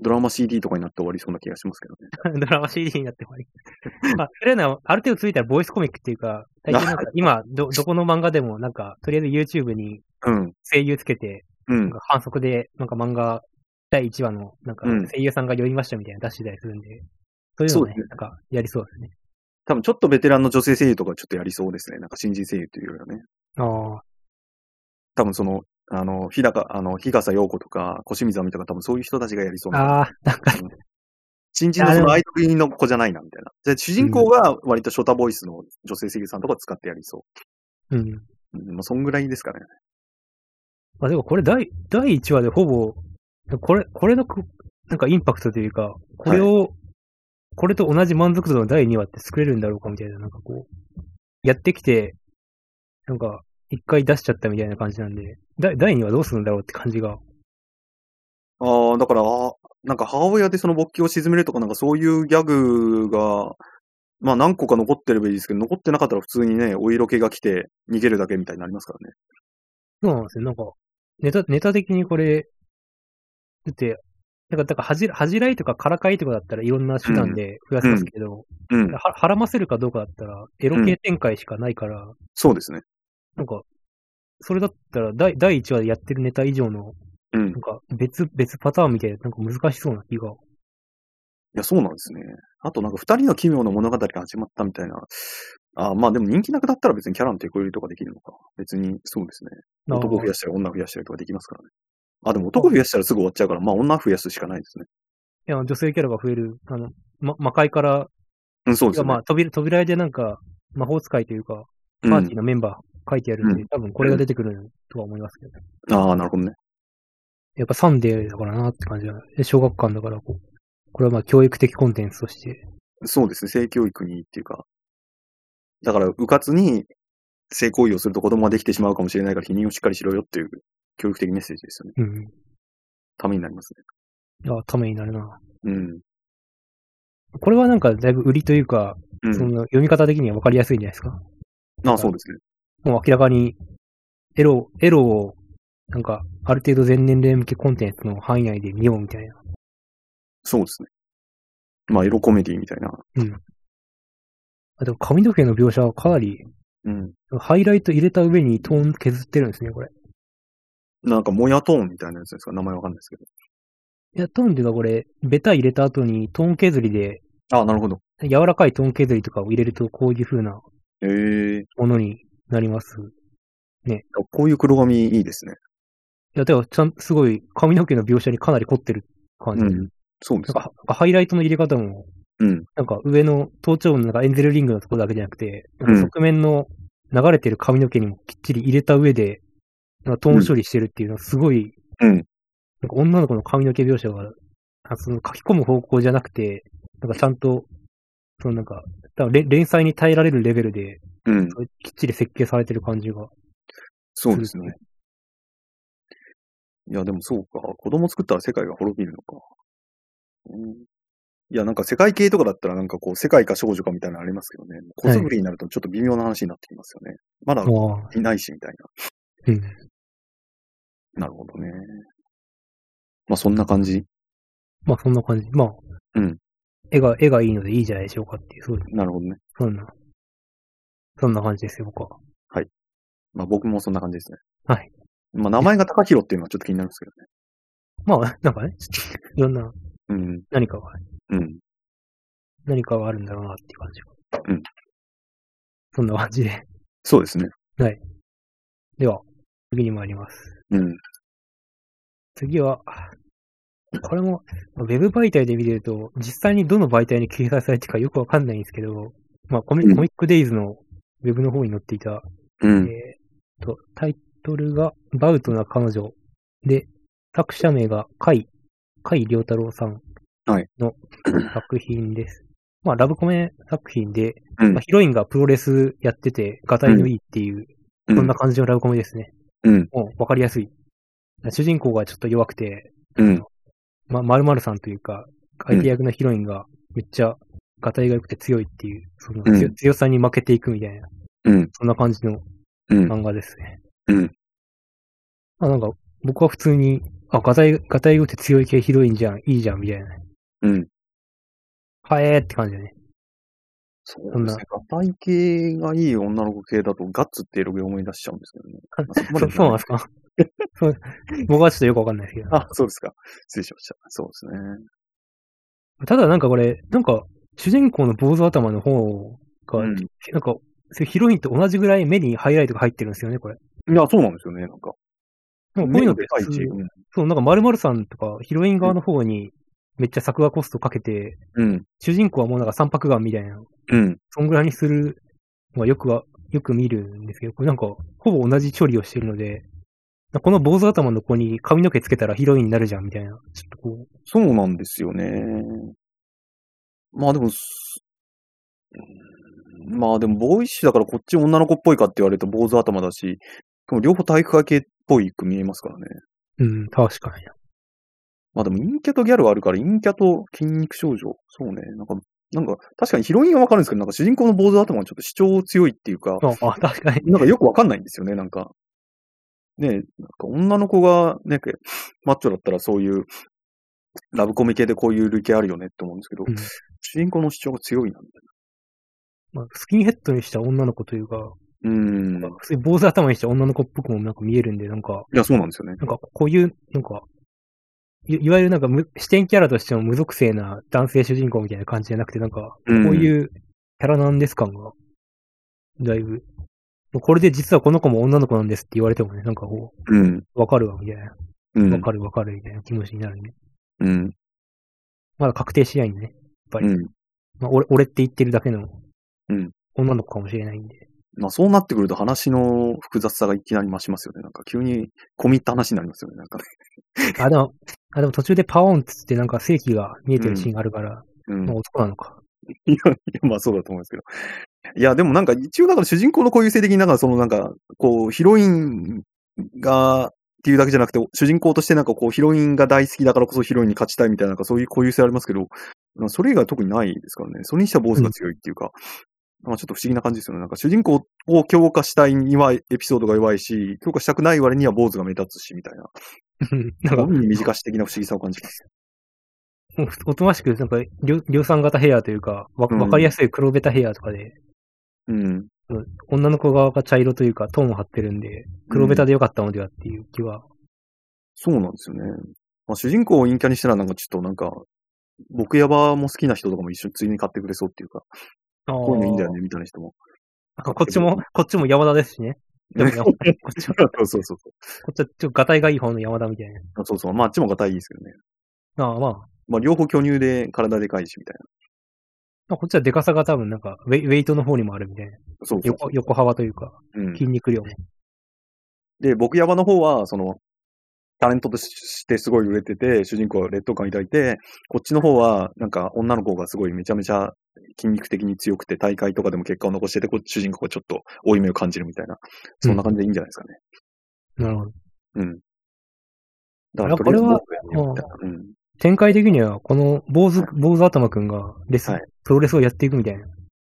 S2: ドラマ CD とかになって終わりそうな気がしますけどね。
S1: ドラマ CD になって終わり。まあ、それならある程度ついたらボイスコミックっていうか、大体なん か今、ど、どこの漫画でもなんか、とりあえず YouTube に
S2: うん。
S1: 声優つけて、
S2: うん
S1: なん。か反則で、なんか漫画第1話の、なんか
S2: うん
S1: 声優さんが読みましたみたいな出してたりするんで、そういうの
S2: そう
S1: を
S2: で
S1: ね
S2: すね、
S1: なんか、やりそうですね。
S2: 多分ちょっとベテランの女性声優とかちょっとやりそうですね。なんか新人声優というよりはね。
S1: ああ。
S2: 多分その、あの、日高、あの、日笠陽子とか、小清水亜美とか、多分そういう人たちがやりそう
S1: あ
S2: な。
S1: あ、なんか、
S2: 新人のそのアイドルの子じゃないな、みたいな。じゃあ主人公が割とショタボイスの女性声優さんとか使ってやりそ
S1: うん。
S2: う。うん、まあ、そんぐらいですかね。
S1: まあでもこれ第、第1話でほぼ、これ、これのく、なんかインパクトというか、これを、これと同じ満足度の第2話って作れるんだろうかみたいな、なんかこう、やってきて、なんか、一回出しちゃったみたいな感じなんで、だ第2話どうするんだろうって感じが、
S2: ああ、だから、あーなんか母親でその勃起を沈めるとかなんかそういうギャグが、まあ何個か残ってればいいですけど、残ってなかったら普通にね、お色気が来て逃げるだけみたいになりますからね。
S1: そうなんですよ。なんか、ネタ、ネタ的にこれ、だって、なんか、だから恥じ、恥じらいとかからかいとかだったらいろんな手段で増やせますけど、
S2: うん。
S1: ははらませるかどうかだったら、エロ系展開しかないから、
S2: そうですね。
S1: なんか、それだったら第、第1話でやってるネタ以上の、
S2: うん。い
S1: なんか、別、別パターンみたいな、なんか難しそうな気が。
S2: や、そうなんですね。あとなんか二人の奇妙な物語が始まったみたいな。あまあでも人気なくなったら別にキャラの手こ入れとかできるのか。別に、そうですね。男増やしたり女増やしたりとかできますからね。あ、でも男増やしたらすぐ終わっちゃうから、まあ女増やすしかないですね。
S1: いや、女性キャラが増える、あの、ま、魔界から、
S2: うん、そう
S1: い
S2: です
S1: や
S2: ね。
S1: まあ、扉、扉絵でなんか、魔法使いというか、パーティーのメンバー書いてあるんで、多分これが出てくるとは思いますけどね。
S2: うん、ああ、なるほどね。
S1: やっぱサンデーだからなって感じだな。で小学館だからこう、これはまあ教育的コンテンツとして。
S2: そうですね、性教育にっていうか。だから、うかつに性行為をすると子供ができてしまうかもしれないから、否認をしっかりしろよっていう教育的メッセージですよね。
S1: うん。
S2: ためになります
S1: あ、ためになるな。
S2: ね。うん。
S1: これはなんかだいぶ売りというか、
S2: うん
S1: その読み方的には分かりやすいんじゃないですか。
S2: ああ、そうですね。
S1: もう明らかに、エロ、エロを、なんか、ある程度全年齢向けコンテンツの範囲内で見ようみたいな。
S2: そうですね。まあ、エロコメディみたいな。
S1: あと、髪の毛の描写はかなり、
S2: うん。
S1: ハイライト入れた上にトーン削ってるんですね、これ。
S2: なんか、もやトーンみたいなやつですか名前わかんないですけ
S1: いや、トーンっていうかこれ、ベタ入れた後にトーン削りで、
S2: ど。ああ、なるほど。
S1: 柔らかいトーン削りとかを入れると、こういう風な
S2: ええ
S1: ものになります。
S2: こういう黒髪いいですね。
S1: いや、でも、ちゃん、すごい、髪の毛の描写にかなり凝ってる感じ。
S2: う
S1: なん
S2: ん。そうですね。
S1: か、ハイライトの入れ方も、
S2: うん。
S1: なんか上の頭頂部のなんかエンゼルリングのところだけじゃなくて、
S2: うん
S1: なんか側面の流れてる髪の毛にもきっちり入れた上で、なんかトーン処理してるっていうのはすごい、
S2: うん
S1: なんか女の子の髪の毛描写が、あその書き込む方向じゃなくて、なんかちゃんと、そのなんか、多分連連載に耐えられるレベルで、
S2: うん。
S1: きっちり設計されてる感じが。
S2: そうですね。いや、でもそうか。子供作ったら世界が滅びるのか。うん、いや、なんか世界系とかだったらなんかこう、世界か少女かみたいなのありますけどね。子作りになるとちょっと微妙な話になってきますよね。まだ
S1: ああ、
S2: いないしみたい
S1: うん。
S2: な。なるほどね。まあそんな感じ。
S1: まあそんな感じ。まあ、
S2: うん
S1: 絵が、絵がいいのでいいじゃないでしょうかっていう、そう
S2: なるほどね。
S1: そんな、そんな感じですよ、僕は。
S2: まあ僕もそんな感じですね。
S1: はい。
S2: まあ名前が高弘っていうのはちょっと気になるんですけ
S1: まあ、なんかね、 いろんな、
S2: どね。
S1: 何かが、
S2: うん。うん。
S1: 何かがあるんだろうなっていう感じが。
S2: うん。
S1: そんな感じで。
S2: そうですね。
S1: では、次に参ります。
S2: うん。
S1: 次は、これも、ウェブ媒体で見てると、実際にどの媒体に掲載されてるかよくわかんないんですけど、まあコミ、
S2: うん
S1: コミックデイズのウェブの方に載っていた、
S2: うん。
S1: えーっと、タイトルが、バウトな彼女で、作者名が甲斐、甲斐良太郎さん
S2: はい
S1: の作品 です。まあ、ラブコメ作品で、
S2: うん
S1: まあ、ヒロインがプロレスやってて、がたいのいいっていう、
S2: うん
S1: そんな感じのラブコメですね。
S2: うん。
S1: もう、わかりやすい。主人公がちょっと弱くて、
S2: うん。
S1: ま、まるさんというか、相手役のヒロインがめっちゃ、がたいが良くて強いっていう、その強,、
S2: うん
S1: 強さに負けていくみたいな、
S2: うん。
S1: そんな感じの
S2: うん。
S1: 漫画ですね。
S2: うん。
S1: まあなんか、僕は普通に、あ、ガタイ、ガタイ語って強い系ヒロインじゃん、いいじゃん、みたいな。
S2: うん。
S1: はえーって感じだね。
S2: そうですね。ガタイ系がいい女の子系だと、ガッツって色気思い出しちゃうんですけどね。まあそこまで
S1: そそうなんですか そう僕はちょっとよくわかんないですけど。
S2: あ、そうですか。失礼しました。そうですね。
S1: ただなんかこれ、なんか、主人公の坊主頭の方が、
S2: うん
S1: なんか、それヒロインと同じぐらい目にハイライトが入ってるんですよね、これ。
S2: いや、そうなんですよね。なんか。
S1: なんかこういうのって
S2: でかい
S1: 普
S2: し。
S1: 通
S2: うん
S1: そう、なんか丸々さんとかヒロイン側の方にめっちゃ作画コストかけて、
S2: うん。
S1: 主人公はもうなんか三白眼みたいな
S2: うん。
S1: そんぐらいにするのはよくは、よく見るんですけど、これなんか、ほぼ同じ処理をしてるので、この坊主頭の子に髪の毛つけたらヒロインになるじゃん、みたいな。ちょっとこう、
S2: そうなんですよね。まあでも、すうんまあでも、ボーイッシュだからこっち女の子っぽいかって言われると坊主頭だし、でも両方体育会系っぽいく見えますからね。
S1: うん、確かに。
S2: まあでも陰キャとギャルはあるから、陰キャと筋肉少女。そうね。なんか、なんか、確かにヒロインはわかるんですけど、なんか主人公の坊主頭はちょっと主張強いっていうか、
S1: ああ、確かに。
S2: なんかよくわかんないんですよね、なんか。ねえ、なんか女の子がね、けマッチョだったらそういう、ラブコミ系でこういう類型あるよねって思うんですけど、
S1: うん
S2: 主人公の主張が強いな、み
S1: まあ、スキンヘッドにした女の子というか、
S2: たいな。うん。い
S1: 普通に坊主頭にした女の子っぽくもなんか見えるんで、なんか、
S2: や、そうなんですよね。
S1: なんかこういう、なんか、いいわゆるなんか無視点キャラとしても無属性な男性主人公みたいな感じじゃなくて、なんか、こう
S2: うん
S1: いうキャラなんです感が、だいぶ、もうこれで実はこの子も女の子なんですって言われてもね、なんかこ
S2: うん。
S1: う、わかるわ、みたいな。
S2: うん。
S1: わかるわかる、みたいな気持ちになるね。
S2: うん。
S1: まだ確定しないんでね。ぱり
S2: うん。
S1: まあ、俺、俺って言ってるだけの
S2: うん、
S1: 女の子かもしれないんで。
S2: まあそうなってくると話の複雑さがいきなり増しますよね。なんか急に込み入った話になりますよね。なんかね。
S1: あ、でも、あ、でも途中でパオンっつってなんか正規が見えてるシーンがあるから、
S2: うん。
S1: まあ男なのか。
S2: いや、い やまあそうだと思うんですけど。いや、でもなんか一応だから主人公の固有性的に、なんかそのなんか、こう、ヒロインが、っていうだけじゃなくて、主人公としてなんかこう、ヒロインが大好きだからこそヒロインに勝ちたいみたいな、なんかそういう固有性ありますけど、なんかそれ以外は特にないですからね。それにしては坊主が強いっていうか、なんかちょっと不思議な感じですよね。なんか主人公を強化したいにはエピソードが弱いし、強化したくない割には坊主が目立つし、みたいな。
S1: なんか、
S2: ど
S1: も
S2: ういう短し的な不思議さを感じます。
S1: うおとなしく、なんか量、量産型ヘアというか、わ
S2: うん
S1: わかりやすい黒ベタヘアとかで、
S2: うん。
S1: 女の子側が茶色というか、トーンを張ってるんで、黒ベタでよかったのではっていう気は。
S2: そうなんですよね。まあ、主人公を陰キャにしたらなんかちょっとなんか、僕やばも好きな人とかも一緒についに買ってくれそうっていうか、
S1: あ
S2: こういうのいいんだよねみたいな人も。
S1: こっちも、こっちも山田ですしね。でもねこっちは、
S2: そう そうそうそう。
S1: こっちはちょっとガタイがいい方の山田みたい
S2: あそうそう。まああっちもがたいいですけどね。
S1: な。ああ、まあ、
S2: まあ両方巨乳で体でかいしみたい
S1: まあ、こっちはデカさが多分なんかウェイ、ウェイトの方にもあるみたいな。
S2: な。そうそう
S1: 横、横幅というか、
S2: うん、
S1: 筋肉量も。
S2: で、僕やばの方は、その、タレントとしてすごい売れてて、主人公は劣等感抱いて、こっちの方は、なんか女の子がすごいめちゃめちゃ筋肉的に強くて、大会とかでも結果を残してて、こ主人公がちょっと負い目を感じるみたいな、そんな感じでいいんじゃないですかね。
S1: なるほど。
S2: うん。だ
S1: いやこれは、
S2: もうやってみたいな
S1: 展開的には、この坊主、坊主頭くんがレス、
S2: はい
S1: プロレスをやっていくみたいな。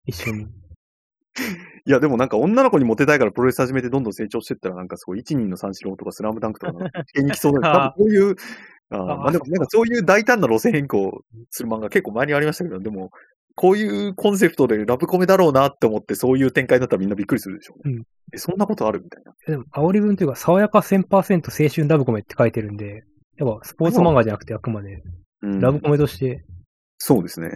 S1: 一緒に。
S2: いや、でもなんか女の子にモテたいからプロレス始めてどんどん成長してったら、なんかすごい、1、2の三四郎とかスラムダンクとかの、系に来そうだ
S1: あ あ
S2: な多分こういう、ああ
S1: ああ
S2: まあでもなんかそういう大胆な路線変更する漫画結構前にありましたけど、でも、こういうコンセプトでラブコメだろうなって思って、そういう展開だったらみんなびっくりするでしょうね。
S1: うん
S2: え、そんなことあるみたいな。
S1: でも、煽り文というか、爽やか1000%青春ラブコメって書いてるんで、やっぱスポーツ漫画じゃなくてあくまで、
S2: うん
S1: ラブコメとして、
S2: そうですね。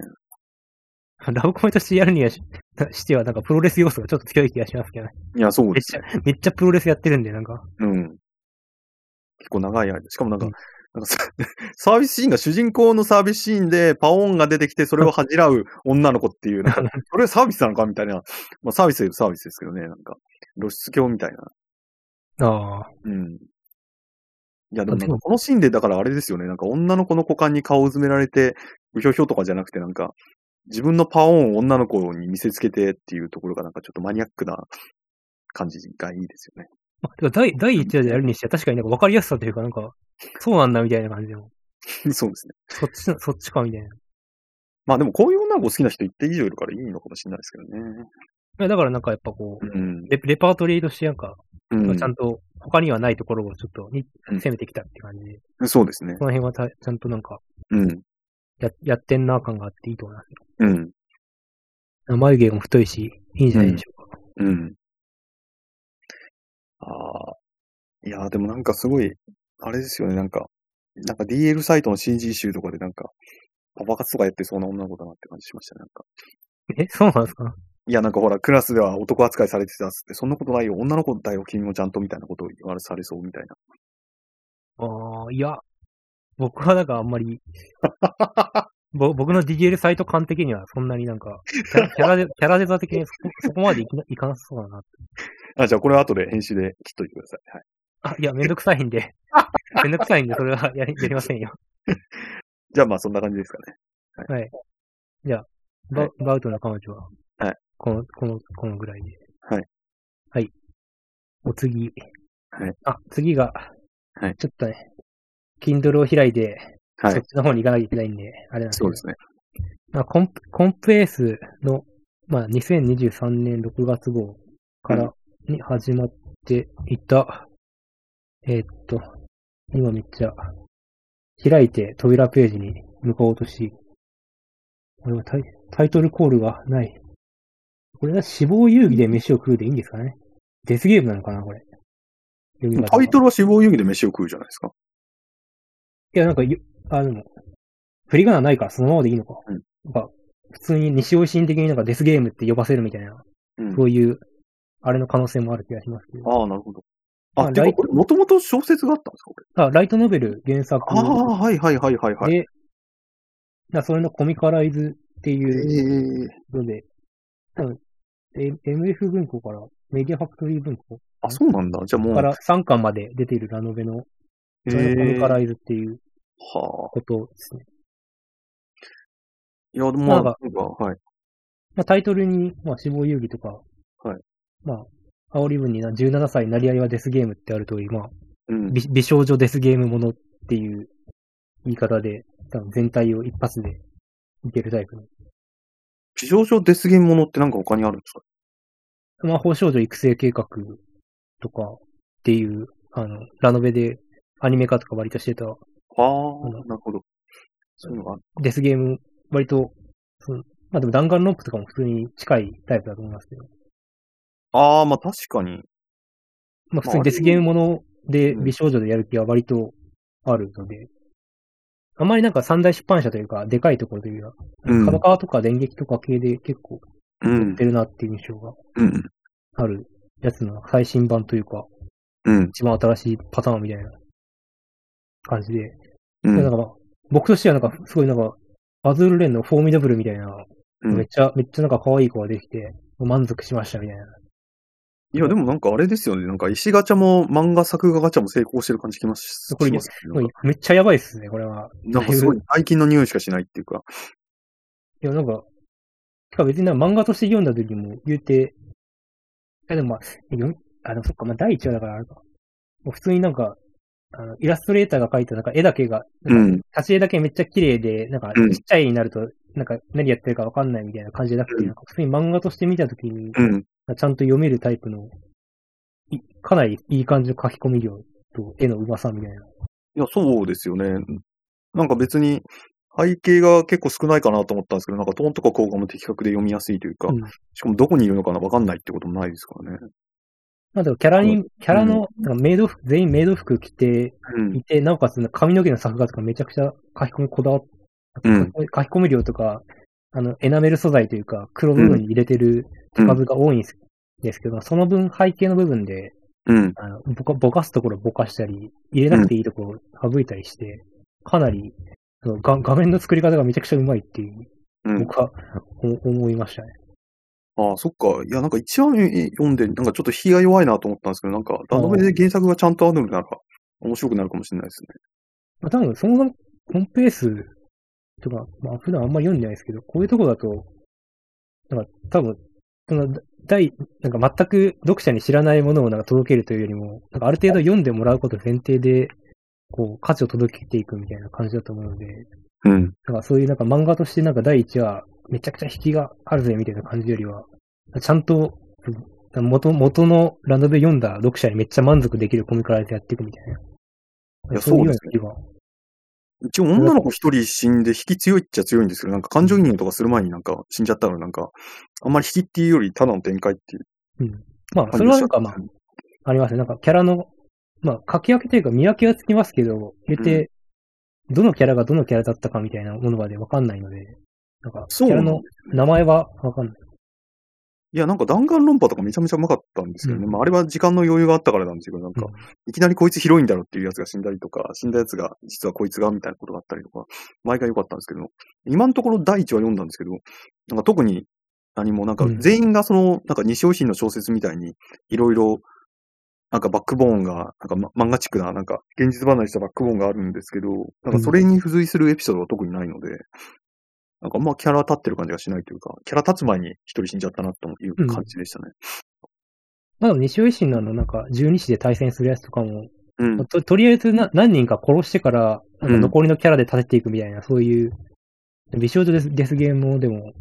S1: ラブコメとしてやるにはし、 してはなんかプロレス要素がちょっと強い気がしますけどね。
S2: いや、そう
S1: め
S2: で
S1: っ
S2: す
S1: ちゃ、めっちゃプロレスやってるんで、なんか。
S2: うん。結構長い間。しかもなんか、
S1: うん
S2: なんかさ サービスシーンが主人公のサービスシーンでパオーンが出てきてそれを恥じらう女の子っていう、なんか、 それはサービスなのかみたいな。まあサービスはサービスですけどね、なんか、露出狂みたいな。
S1: ああ。
S2: うん。いや、でもなん
S1: で
S2: か
S1: も
S2: このシーンでだからあれですよね、なんか女の子の股間に顔を詰められて、うひょひょとかじゃなくてなんか、自分のパオーンを女の子に見せつけてっていうところがなんかちょっとマニアックな感じがいいですよね。
S1: まあ、てか第、第1話でやるにしては確かになんか分かりやすさというか、なんか、そうなんだみたいな感じでも、
S2: そうですね。
S1: そっちの、そっちかみたいな。い
S2: まあでもこういう女の子好きな人一定以上いるからいいのかもしれないですけど
S1: やだからなんかやっぱこう、
S2: ね。
S1: レレパートリーとしてなんか、
S2: うん。
S1: ちゃんと他にはないところをちょっとに
S2: うん
S1: 攻めてきたって感じで、
S2: そうですね。
S1: この辺はたちゃんとなんか
S2: うん。
S1: や、やってんな感があっていいと思います
S2: うん。
S1: よ。眉毛も太いし、いいんじゃないでしょうか。
S2: うん。ああ。いやー、でもなんかすごい、あれですよね、なんか、なんか DL サイトの CG 集とかでなんか、パパ活とかやってそうな女の子だなって感じしましたね、なんか。
S1: え、そうなんですか
S2: いや、なんかほら、クラスでは男扱いされてたっつって、そんなことないよ、女の子だよ、君もちゃんとみたいなことを言わされそうみたいな。
S1: ああ、いや、僕はなんかあんま り、ぼ僕の DL サイト感的にはそんなになんか、キャラキャラでキャラデザ的にそこそこまでいきないかなさそうだな。
S2: あ、じゃあこれは後で編集で切っといてください。はい。
S1: あ、いや、めんどくさいん で、めんどくさいんで、それはやりやりませんよ。
S2: じゃあまあそんな感じですかね。
S1: バ,、
S2: はい
S1: バウトの彼女は、
S2: はい
S1: この、この、このぐらいで。
S2: はい。
S1: はい。お次。
S2: はい。
S1: あ、次が、
S2: はい
S1: ちょっとね、Kindle を開いて、
S2: はい
S1: そっちの方に行かなきゃいけないんで、あれなんですけ
S2: そう
S1: ど
S2: ですね。
S1: まあ、コンプ、コンプエースの、まあ、2023年6月号からに始まっていた、えーっと、今めっちゃ、開いて扉ページに向かおうとし、これはタイタイトルコールがない。これは死亡遊戯で飯を食うでいいんですかねデスゲームなのかなこれ。読み方が
S2: タイトルは死亡遊戯で飯を食うじゃないですか。
S1: いや、なんかよ、あ、でも、振り仮名ないからそのままでいいのか。
S2: うん
S1: なんか、普通に西尾維新的になんかデスゲームって呼ばせるみたいな、
S2: うん
S1: そういう、あれの可能性もある気がしますけど。
S2: ああ、なるほど。
S1: ま
S2: あ、
S1: あ
S2: て
S1: ラ
S2: か
S1: イト
S2: これ、もともと小説があったんですかこれ。
S1: あ、ライトノベル原作
S2: ああ、はいはいはいはいはい。
S1: で、なそれのコミカライズっていう
S2: ええ
S1: ので、多分、え MF 文庫からメディアファクトリー文庫
S2: あ、そうなんだ。じゃあもう。
S1: から3巻まで出ているラノベの、
S2: え
S1: それのコミカ
S2: は
S1: ライズっていう
S2: あ。
S1: ことですね。
S2: いや、でも、
S1: な
S2: まあ、
S1: んか
S2: なんか、はい。
S1: まあ、タイトルに、まあ、死亡遊戯とか、
S2: はい。
S1: まあ、煽り文にな17歳なり合いはデスゲームってある通り、まあ、
S2: うん。
S1: 美美少女デスゲームものっていう言い方で、多分全体を一発でいけるタイプの。
S2: 地上上デスゲームものってなんか他にあるんですか
S1: 魔法少女育成計画とかっていう、あの、ラノベでアニメ化とか割としてた
S2: ああ
S1: うん、
S2: なるほど。そういうのがある。
S1: デスゲーム、割と、そのまあでも弾丸ロップとかも普通に近いタイプだと思いますけど、
S2: ああ、まあ確かに。
S1: まあ普通にデスゲームもので
S2: うん
S1: 美少女でやる気は割とあるので、あんまりなんか三大出版社というか、でかいところというより
S2: う
S1: は、
S2: ん
S1: 角川とか電撃とか系で結構
S2: うん。
S1: 出るなっていう印象が
S2: うん。
S1: あるやつの最新版というか、
S2: うん。
S1: 一番新しいパターンみたいな感じで、
S2: う
S1: なん
S2: ん。
S1: かまあ僕としてはなんかすごいなんか、アズールレンのフォーミダブルみたいな、
S2: うん
S1: めっちゃ、めっちゃなんか可愛い子ができて、満足しましたみたいな。
S2: いや、でもなんかあれですよね。なんか石ガチャも漫画作画ガチャも成功してる感じきます。
S1: これ
S2: しますね
S1: すごいめっちゃやばいっすね、これは。
S2: なんかなんかす ごい最近の匂いしかしないっていうか。
S1: いや、なんか、てか別にな漫画として読んだ時も言うて、いやでもまあ、読みあ、でもそっか、まあ第一話だからあれか。もう普通になんか、あの、イラストレーターが描いたなんか絵だけが、なんか
S2: ん。
S1: 立ち絵だけめっちゃ綺麗で、なんかち
S2: うん
S1: っちゃい絵になると、なんか何やってるかわかんないみたいな感じじゃなくて、
S2: うん
S1: なんか普通に漫画として見た時に、
S2: うん。
S1: ちゃんと読めるタイプの、いかなりいい感じの書き込み量と絵のうまさみたいな。
S2: いや、そうですよね。なんか別に背景が結構少ないかなと思ったんですけど、なんかトーンとか効果も的確で読みやすいというか、
S1: うん
S2: しかもどこにいるのかなわかんないってこともないですからね。
S1: まあでもキャラに、キャラの、なんかメイド服、全員メイド服着て、
S2: うん。
S1: いて、なおかつ髪の毛の作画とかめちゃくちゃ書き込みこだわっ
S2: うん
S1: 書き込み量とか、あの、エナメル素材というか、黒部分に入れてる数が多いんです,、ですけど、その分背景の部分で、
S2: うん。
S1: あのぼかぼかすところぼかしたり、入れなくていいところを省いたりして、かなり、その画画面の作り方がめちゃくちゃうまいっていう、
S2: うん。
S1: 僕はお思いましたね。
S2: ああ、そっか。いや、なんか一話目読んで、なんかちょっと火が弱いなと思ったんですけど、なんか、ラノベで原作がちゃんとあるなら、面白くなるかもしれないですね。
S1: まあ、多分そのコンペースとか、まあ、普段あんまり読んでないですけど、こういうとこだと、なんか多分、その、第、なんか全く読者に知らないものをなんか届けるというよりも、なんかある程度読んでもらうこと前提で、こう、価値を届けていくみたいな感じだと思うので、
S2: うん。
S1: なんかそういうなんか漫画としてなんか第一話、めちゃくちゃ引きがあるぜみたいな感じよりは、ちゃんと、元、元のラノベ読んだ読者にめっちゃ満足できるコミカライズやっていくみたいな。
S2: い
S1: ういう
S2: や
S1: よ
S2: そう
S1: うな気が
S2: 一応女の子一人死んで、引き強いっちゃ強いんですけど、なんか感情移入とかする前になんか死んじゃったのなんか、あんまり引きっていうよりただの展開っていう
S1: まあ、そ
S2: 感じ
S1: れ
S2: で
S1: は
S2: し
S1: な
S2: た
S1: んかまあ、ありますね。なんかキャラの、まあ、書き分けというか見分けはつきますけど、言って、どのキャラがどのキャラだったかみたいなものまでわかんないので、なんか、キ
S2: そう
S1: ャ
S2: な
S1: ラ
S2: んだ
S1: の名前はわかんない。
S2: いや、なんか弾丸論破とかめちゃめちゃうまかったんですけどね。
S1: うん
S2: まあ、あれは時間の余裕があったからなんですけど、なんか
S1: うん、
S2: いきなりこいつ広いんだろっていうやつが死んだりとか、死んだやつが実はこいつがみたいなことがあったりとか、毎回良かったんですけど、今のところ第一話読んだんですけど、なんか特に何も、なんか
S1: うん
S2: 全員がその、なんか西尾維新の小説みたいに、いろいろ、なんかバックボーンが、なんかま漫画チックな、なんか現実離れしたバックボーンがあるんですけど、なんかそれに付随するエピソードは特にないので、なんかあんまキャラ立ってる感じがしないというか、キャラ立つ前に一人死んじゃったなという感じでしたね。
S1: まあ、でも西尾維新のあの、なんか、十二支で対戦するやつとかも、
S2: うん。
S1: まあととりあえずな何人か殺してから、なんか残りのキャラで立てていくみたいな、そういう、美少女デスデスゲームもでも、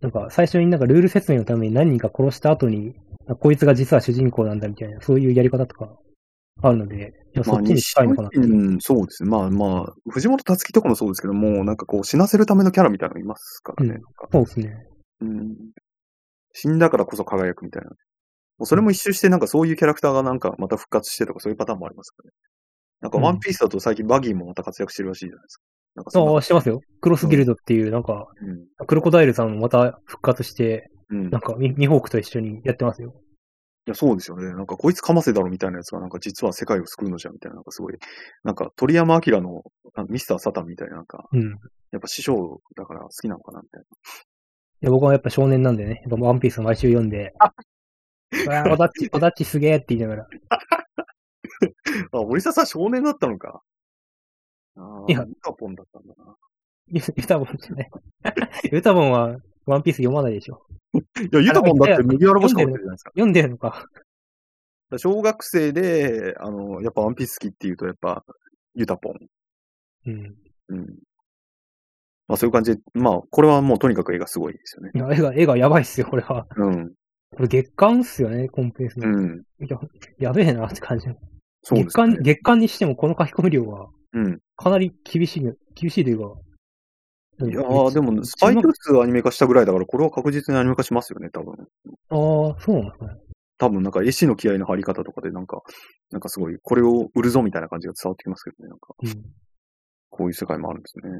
S1: なんか最初になんかルール説明のために何人か殺した後に、あこいつが実は主人公なんだみたいな、そういうやり方とかあるので、でもそっちに近いのかなって。
S2: うん、そうですね。まあまあ、藤本たつきとかもそうですけども、なんかこう死なせるためのキャラみたいなのいますからね。
S1: うん
S2: なんか
S1: そうですね。
S2: うん死んだからこそ輝くみたいな。もうそれも一周して、なんかそういうキャラクターがなんかまた復活してとかそういうパターンもありますからね。なんか
S1: うん
S2: ワンピースだと最近バギーもまた活躍してるらしいじゃないですか。なんかそんな
S1: そう、してますよ。クロスギルドっていう、なんか、クロコダイルさんもまた復活して、
S2: うん。うん。い
S1: なんかミ、ミホークと一緒にやってますよ。
S2: や、そうですよね。なんかこいつかませだろみたいなやつがなんか実は世界を救うのじゃみたいな、なんかすごい、なんか鳥山明のあのミスターサタンみたいな、なんか、
S1: うん。
S2: やっぱ師匠だから好きなのかなみたいな。
S1: で僕はやっぱ少年なんでね、やっぱワンピース毎週読ん で、うわーおだっち、おだっちすげーって言いながら。
S2: あ、森下さん少年だったのか。ああ、
S1: い
S2: い
S1: や
S2: や、ミカポンだったんだな。
S1: ユユタボンじゃない。 ユタボンはワンピース読まないでしょ。
S2: いや、ユタポンだって麦わら帽子かぶってるじゃないですか。
S1: 読んでるのか。
S2: 小学生で、あの、やっぱワンピース好きっていうと、やっぱ、ユタポン。
S1: うん。
S2: うん。まあそういう感じで、まあ、これはもうとにかく絵がすごいですよね。
S1: いや、絵が、絵がやばいっすよ、これは。
S2: うん。
S1: これ月間っすよね、コンペースの。
S2: うん。
S1: いや、やべえなって感じ。
S2: そうで
S1: 月
S2: すね
S1: 間、。月間にしてもこの書き込み量は
S2: うん。
S1: かなり厳しいね、厳しいというか。
S2: いやーでも、スパイ教室アニメ化したぐらいだから、これは確実にアニメ化しますよね、多分。
S1: ああ、そうなんですね。
S2: 多分、なんか、絵師の気合の張り方とかで、なんか、なんかすごい、これを売るぞみたいな感じが伝わってきますけどね、なんか、
S1: うん。
S2: こういう世界もあるんですね。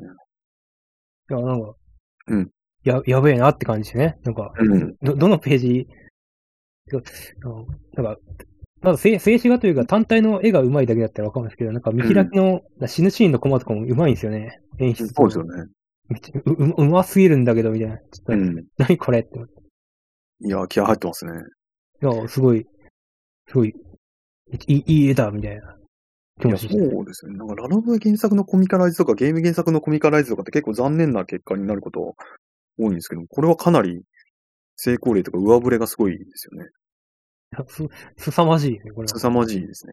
S1: いや、なんか、
S2: うん。
S1: や、やべえなって感じですね。なんか、
S2: うん。
S1: ど、どのページ、なんか、まず静、静止画というか単体の絵が上手いだけだったらわかるんですけど、なんか見開きの、死ぬシーンのコマとかも上手いんですよね。演出
S2: そうですよね。
S1: めっちゃう、う、うますぎるんだけど、みたいな。ちょ
S2: う
S1: っと、
S2: ん。
S1: 何これって思っ
S2: いやー、気合入ってますね。
S1: て。いや、すごい、すごい、いい、いい絵だ、みたいな。気
S2: い
S1: 持
S2: や
S1: ち
S2: そ
S1: でした。
S2: うですね。なんか、ラノベ原作のコミカライズとか、ゲーム原作のコミカライズとかって結構残念な結果になること多いんですけどこれはかなり成功例とか上振れがすごいですよね。
S1: す、すさまじいね、これは。
S2: 凄まじいですね。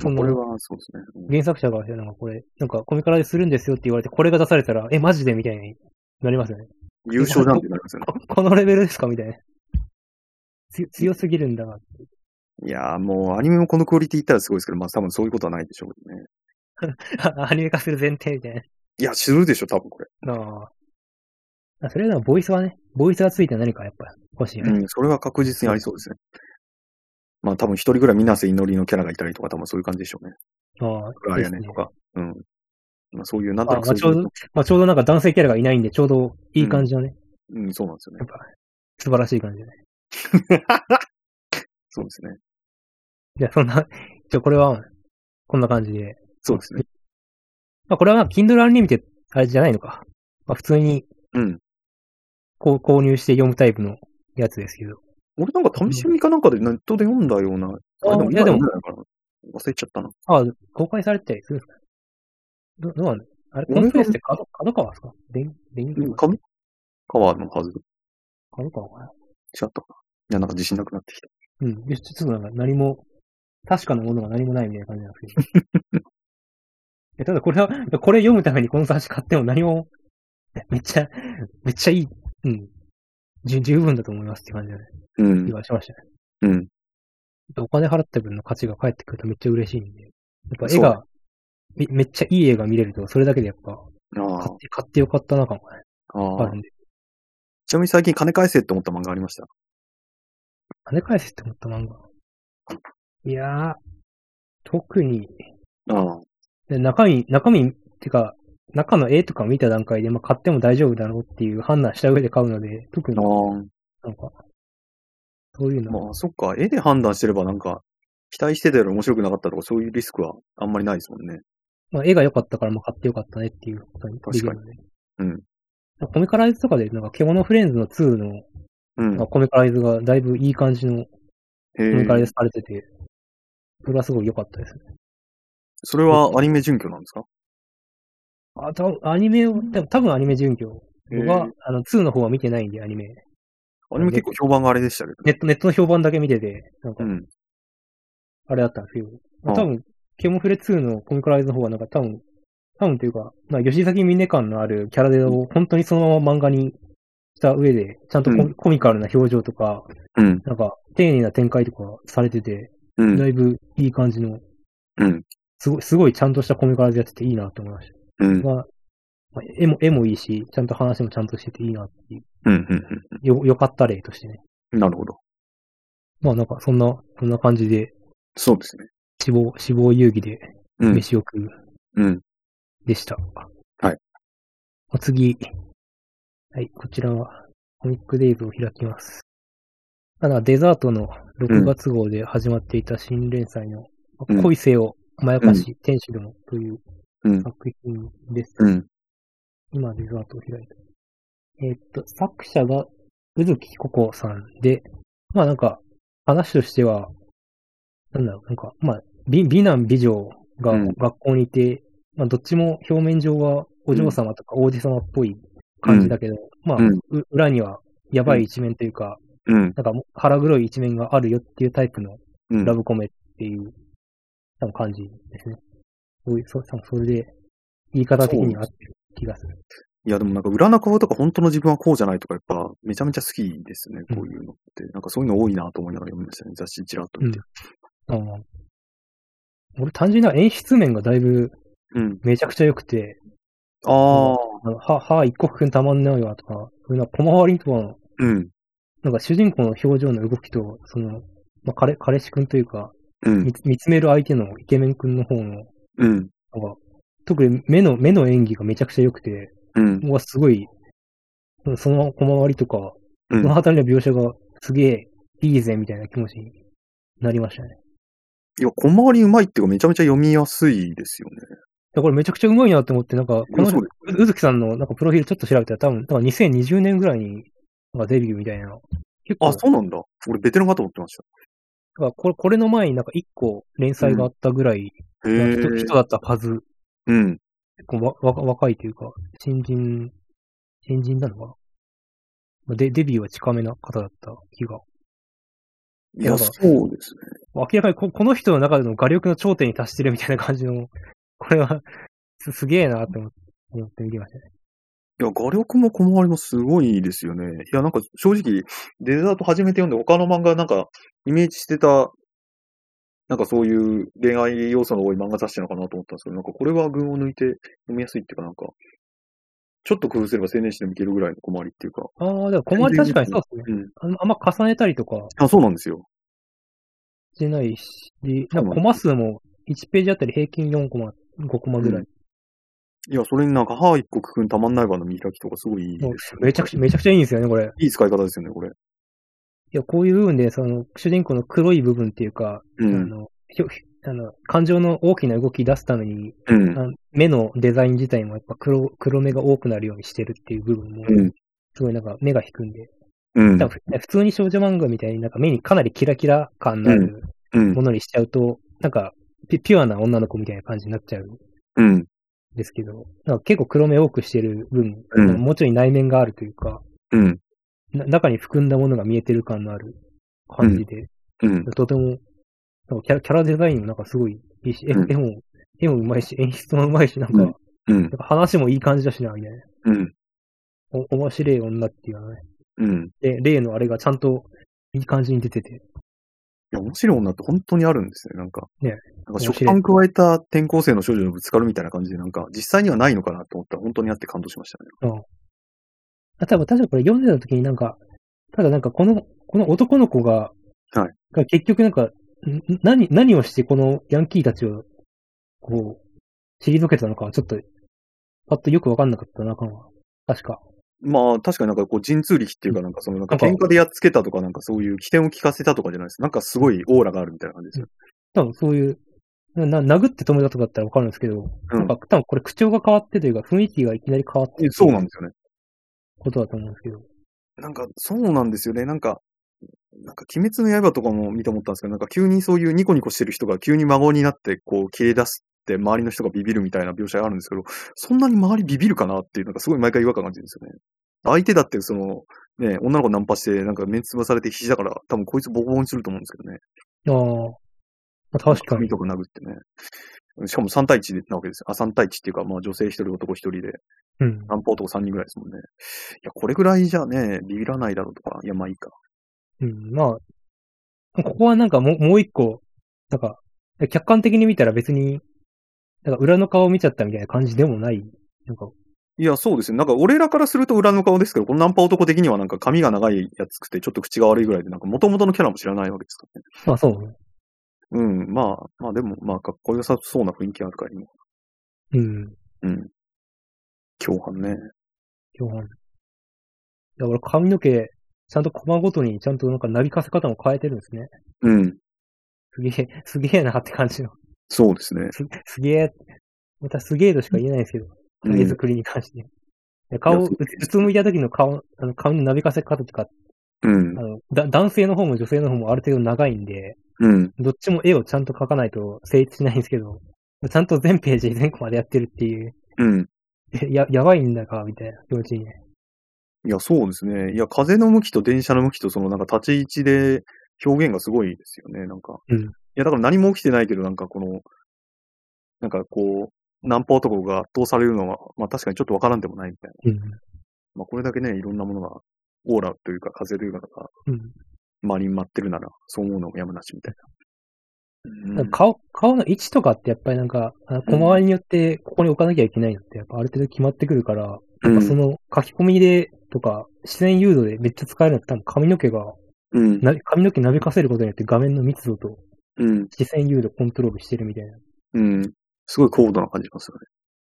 S1: そんな
S2: これはそうですね。うん
S1: 原作者が、なんかこれ、なんかコミカラでするんですよって言われて、これが出されたら、え、マジでみたいになりますよね。
S2: 優勝じゃんってなりますよね。
S1: こ このレベルですかみたいな。つ強すぎるんだな。
S2: いやーもうアニメもこのクオリティ言ったらすごいですけど、まあ多分そういうことはないでしょうけどね。
S1: アニメ化する前提みたい
S2: いや、知るでしょ、多分これ。
S1: な。ああ。それでもボイスはね、ボイスがついて何かやっぱ欲しいよね。
S2: うん、それは確実にありそうですね。まあ多分一人ぐらい水瀬祈りのキャラがいたりとか、多分そういう感じでしょうね。
S1: ああ。
S2: フライヤネとか。うん。まあそういう、なんと
S1: あ
S2: な
S1: あ
S2: く
S1: ま
S2: そ
S1: あ、
S2: うい
S1: ちょう
S2: う
S1: ど、まあ、ちょうどなんか男性キャラがいないんで、ちょうどいい感じのね、
S2: うん、そうなんですよね
S1: や。っぱ、素晴らしい感じだね。
S2: そうですね。
S1: いや、そんな、じゃこれは、こんな感じで。
S2: そうですね。
S1: まあ、これは、Kindle Unlimited、あれじゃないのか。まあ、普通に、
S2: うん。
S1: こう、購入して読むタイプのやつですけど。
S2: 俺なんか試し読みかなんかでネットで読んだような。あ、でも
S1: いや、
S2: 今
S1: でも
S2: 読ん、でないから忘れちゃったな。
S1: ああ、公開されてたりするんですかど、どうなんあれ、コ
S2: 俺
S1: ン
S2: が
S1: プレスって角、角川ですか電、電気
S2: カ川のはず。
S1: 角川かな
S2: 違ったかな。いや、なんか自信なくなってきた。
S1: うん。よし、ちょっとなんか何も、確かなものが何もないみたいな感じなんですけど。 えただこれは、これ読むためにこの雑誌買っても何も、めっちゃ、めっちゃいい、うん。十十分だと思いますって感じだね。
S2: うん
S1: 気。がしましたね。
S2: うん。
S1: お金払った分の価値が返ってくるとめっちゃ嬉しいんで。やっぱ絵
S2: そう
S1: が、めめっちゃいい絵が見れると、それだけでやっぱ、
S2: あ
S1: 買って、買ってよかったな感がね
S2: あ。あ
S1: あ
S2: あ
S1: るんで。
S2: ちなみに最近金返せって思った漫画ありました。
S1: 金返せって思った漫画。いやー、特に、
S2: ああ。
S1: で中身、中身、てか、中の絵とか見た段階で、まあ、買っても大丈夫だろうっていう判断した上で買うので、特に
S2: あ
S1: なんか、
S2: あ。
S1: そういうの、
S2: まあ、そっか。絵で判断してればなんか、期待してたより面白くなかったとか、そういうリスクはあんまりないですもんね。
S1: まあ、絵が良かったから、まあ、買ってよかったねっていうことにできるので。
S2: うん
S1: コミカライズとかで、なんか、獣フレンズの2の、
S2: うん
S1: まあ、。コミカライズがだいぶいい感じの
S2: へ
S1: コミカライ
S2: え。
S1: ズされてて、それはすごい良かったですね。
S2: それはアニメ準拠なんですか
S1: あ、多分アニメを、でも多分アニメ準拠。僕は、
S2: へえ
S1: あの、2の方は見てないんで、アニメ。
S2: アニメ結構評判があれでしたけど。
S1: ネット、ネットの評判だけ見てて、なんか
S2: う、ん。
S1: あれだったんですけど、まあ
S2: あ
S1: 多分、ケモフレ2のコミカライズの方はなんか多分、多分というか、まあ、吉崎峰感のあるキャラデーを本当にそのまま漫画にした上で、ちゃんとコ,、
S2: うん
S1: コミカルな表情とか、
S2: うん。
S1: なんか、丁寧な展開とかされてて、
S2: う
S1: だ
S2: ん。
S1: いぶいい感じの、
S2: うん。
S1: すごい、すごいちゃんとしたコミカライズやってていいなと思いました。
S2: うん。
S1: まあ、まあ絵も、絵もいいし、ちゃんと話もちゃんとしてていいなっていう、
S2: うん。
S1: よ、よかった例としてね。
S2: うん。なるほど。
S1: まあなんか、そんな、そんな感じで、
S2: そうですね。
S1: 死亡、死亡遊戯で
S2: うん。
S1: 飯を食う
S2: うん。
S1: でした。
S2: はい。
S1: お次。はい、こちらはコミックデイズを開きます。ただ、デザートの6月号で始まっていた新連載の、
S2: うん
S1: 恋せよ、まやかし、天使どもという
S2: うん
S1: 作品です。
S2: うん。
S1: 今、デザートを開いた。えーっと、作者が、宇月ココさんで、まあなんか、話としては、なんだろう、なんか、まあ、美美男美女が
S2: うん
S1: 学校にいて、まあどっちも表面上はお嬢様とか王子様っぽい感じだけど、まあ、
S2: うん
S1: う裏にはやばい一面というか、
S2: うん。
S1: なんかもう腹黒い一面があるよっていうタイプの
S2: うん。
S1: ラブコメっていう、多分感じですね。そういう、そう、多分それで、言い方的には合ってる気がする。
S2: いや、でもなんか裏の顔とか本当の自分はこうじゃないとか、やっぱめちゃめちゃ好きですね、こういうのって。なんかそういうの多いなと思いながら読みましたね、雑誌ちらっと見て。
S1: ああ俺単純な演出面がだいぶ
S2: うん。
S1: めちゃくちゃ良くて、
S2: ああ。
S1: あのは、は、一刻くんたまんないわとか、そういうのは小回りとかの、
S2: うん。
S1: なんか主人公の表情の動きと、その、まあ、彼、彼氏くんというか、
S2: うん
S1: 見。つ見つめる相手のイケメンくんの方の、なんか、
S2: うん。
S1: 特に目の、目の演技がめちゃくちゃ良くて、
S2: うん。
S1: うわ、すごい、うんその小回りとか、
S2: うん
S1: その辺りの描写がすげえいいぜ、みたいな気持ちになりましたね。
S2: いや、小回りうまいっていうか、めちゃめちゃ読みやすいですよね。
S1: だからめちゃくちゃうまいなって思って、なんか、こ
S2: いや
S1: の
S2: そうで
S1: うずきさんのなんかプロフィールちょっと調べたら多分、多分2020年ぐらいになんかデビューみたいな。結構、
S2: あ、そうなんだ。俺、ベテランかと思ってまし
S1: だからこれこれの前になんか1個連載があったぐらい
S2: た。
S1: な
S2: へえ
S1: 人,、。人だったはず。
S2: うん。
S1: 結構わわ若いというか、新人、新人なのかなまあで、デビューは近めな方だった気が。
S2: いや、
S1: なん
S2: そ
S1: か
S2: うですね。
S1: 明らかにここの人の中での画力の頂点に達してるみたいな感じの、これはすすげえなって思って思って見てましたね。
S2: いや、画力も小回りもすごいですよね。いや、なんか正直、デザート初めて読んで、他の漫画なんか、イメージしてた、なんかそういう恋愛要素の多い漫画雑誌なのかなと思ったんですけど、なんかこれは群を抜いて読みやすいっていうか、なんか、ちょっと工夫すれば青年誌でもいけるぐらいの小回りっていうか。
S1: ああ、でも困り確かにそうですね。
S2: うん。
S1: あんあんま重ねたりとか、
S2: あ、そうなんですよ。
S1: してないし、なん
S2: そ
S1: か
S2: うなんです
S1: コマ数も1ページあたり平均4コマ、5コマぐらい。
S2: いや、それになんか、歯一個くんたまんないわの見開きとかすごいいいで
S1: もう
S2: すよね。
S1: めちゃくちゃ、めちゃくちゃいいんですよね、これ。
S2: いい使い方ですよね、これ。
S1: いや、こういう部分で、その、主人公の黒い部分っていうか、
S2: う
S1: あ
S2: ん。
S1: の、ひょひあの感情の大きな動き出すために、
S2: うん
S1: あ。の目のデザイン自体もやっぱ黒、黒目が多くなるようにしてるっていう部分も、
S2: うん。
S1: すごいなんか目が引くんで、
S2: うん
S1: 多。分普通に少女漫画みたいになんか目にかなりキラキラ感のある
S2: うん
S1: も。のにしちゃうと、なんかピピュアな女の子みたいな感じになっちゃう
S2: うん。
S1: ですけど、なんか結構黒目多くしてる分、
S2: うん
S1: もうちょい内面があるというか、
S2: うん。
S1: な中に含んだものが見えてる感のある感じで、
S2: うん。
S1: とても、なんかキャラキャラデザインもなんかすごいいいし、絵
S2: うん
S1: 絵も、絵もうまいし、演出もうまいし、なんか、
S2: うんうん
S1: なん。か話もいい感じだしな、みたいな。
S2: うん。
S1: お、面白い女っていうのはね。
S2: うん。
S1: で、例のあれがちゃんといい感じに出てて、
S2: いや、面白い女って本当にあるんですね、なんか。
S1: ね
S2: なんか
S1: 面白い
S2: 食パン加えた転校生の少女のぶつかるみたいな感じで、なんか、実際にはないのかなと思ったら、本当にあって感動しましたね。
S1: あ、多分確かこれ読んでた時になんか、ただなんかこの、この男の子が、
S2: はい
S1: が結局なんか、ん何、何をしてこのヤンキーたちを、こう、退けたのかはちょっと、パッとよくわかんなかったな、かも確か。
S2: まあ、確かになんか、こう、神通力っていうか、なんか、その、なんか、
S1: なん
S2: 喧
S1: か
S2: 嘩でやっつけたとか、なんか、そういう起点を聞かせたとかじゃないです。なんか、すごいオーラがあるみたいな感じですよ。
S1: 多分そういう、な、な殴って止めたとかだったらわかるんですけど、
S2: うん
S1: なんか多分これ口調が変わってというか、雰囲気がいきなり変わってる
S2: そうなんですよね。
S1: ことだと思うんですけど。
S2: なんか、そうなんですよね。なんか、なんか、鬼滅の刃とかも見て思ったんですけど、なんか、急にそういうニコニコしてる人が急に孫になって、こう、切れ出すって、周りの人がビビるみたいな描写があるんですけど、そんなに周りビビるかなっていう、なんか、すごい毎回違和感感じるんですよね。相手だって、その、ね、女の子ナンパして、なんか、目つぶされて必死だから、多分こいつボコボコにすると思うんですけどね。
S1: ああ。まあ、確か
S2: 髪
S1: に。
S2: とか殴ってね。しかも3対1なわけですよ。あ、3対1っていうか、まあ女性1人、男1人で、
S1: うん。
S2: 南方とか3人ぐらいですもんね。いや、これぐらいじゃね、ビビらないだろうとか、いや、まあいいか。
S1: うん。まあ、ここはなんかもう、もう一個、なんか、客観的に見たら別に、なんか裏の顔を見ちゃったみたいな感じでもない。なんか、
S2: いや、そうですね。なんか俺らからすると裏の顔ですけど、このナンパ男的にはなんか髪が長いやつくて、ちょっと口が悪いぐらいで、なんか元々のキャラも知らないわけですからね。
S1: まあそうね。
S2: うん、まあ、まあでも、まあかっこよさそうな雰囲気あるから、今。
S1: うん。
S2: うん。共犯ね。
S1: 共犯。いや、俺髪の毛、ちゃんとコマごとに、ちゃんとなんかなびかせ方も変えてるんですね。
S2: うん。
S1: すげえ、すげえなって感じの。
S2: そうですね。
S1: すすげえ、またすげえとしか言えないんですけど、
S2: うん
S1: 絵作りに関して。で顔、
S2: いや
S1: う
S2: そう
S1: うつむいた時の顔、あの顔のなびかせ方とか、
S2: うん
S1: あ。のだ男性の方も女性の方もある程度長いんで、
S2: うん。
S1: どっちも絵をちゃんと描かないと成立しないんですけど、ちゃんと全ページ全コまでやってるっていう、
S2: うん。
S1: えや、やばいんだか、みたいな気持ちにね。
S2: いや、そうですね。いや、風の向きと電車の向きと、そのなんか立ち位置で表現がすごいですよね、なんか。
S1: うん
S2: いや、だから何も起きてないけど、なんかこの、なんかこう、ナンパ男が圧倒されるのは、まあ確かにちょっとわからんでもないみたいな。
S1: うん。
S2: まあこれだけね、いろんなものが、オーラというか風というかが
S1: うん
S2: 周りに舞ってるなら、そう思うのもやむなしみたいな。
S1: なんか顔、顔の位置とかってやっぱりなんか、あの小回りによってここに置かなきゃいけないのって、やっぱある程度決まってくるから、
S2: うん、
S1: その書き込みでとか、視線誘導でめっちゃ使えるのって多分髪の毛が、
S2: うん、
S1: な髪の毛なびかせることによって画面の密度と
S2: うん、
S1: 視線誘導コントロールしてるみたいな。
S2: うん。すごい高度な感じがす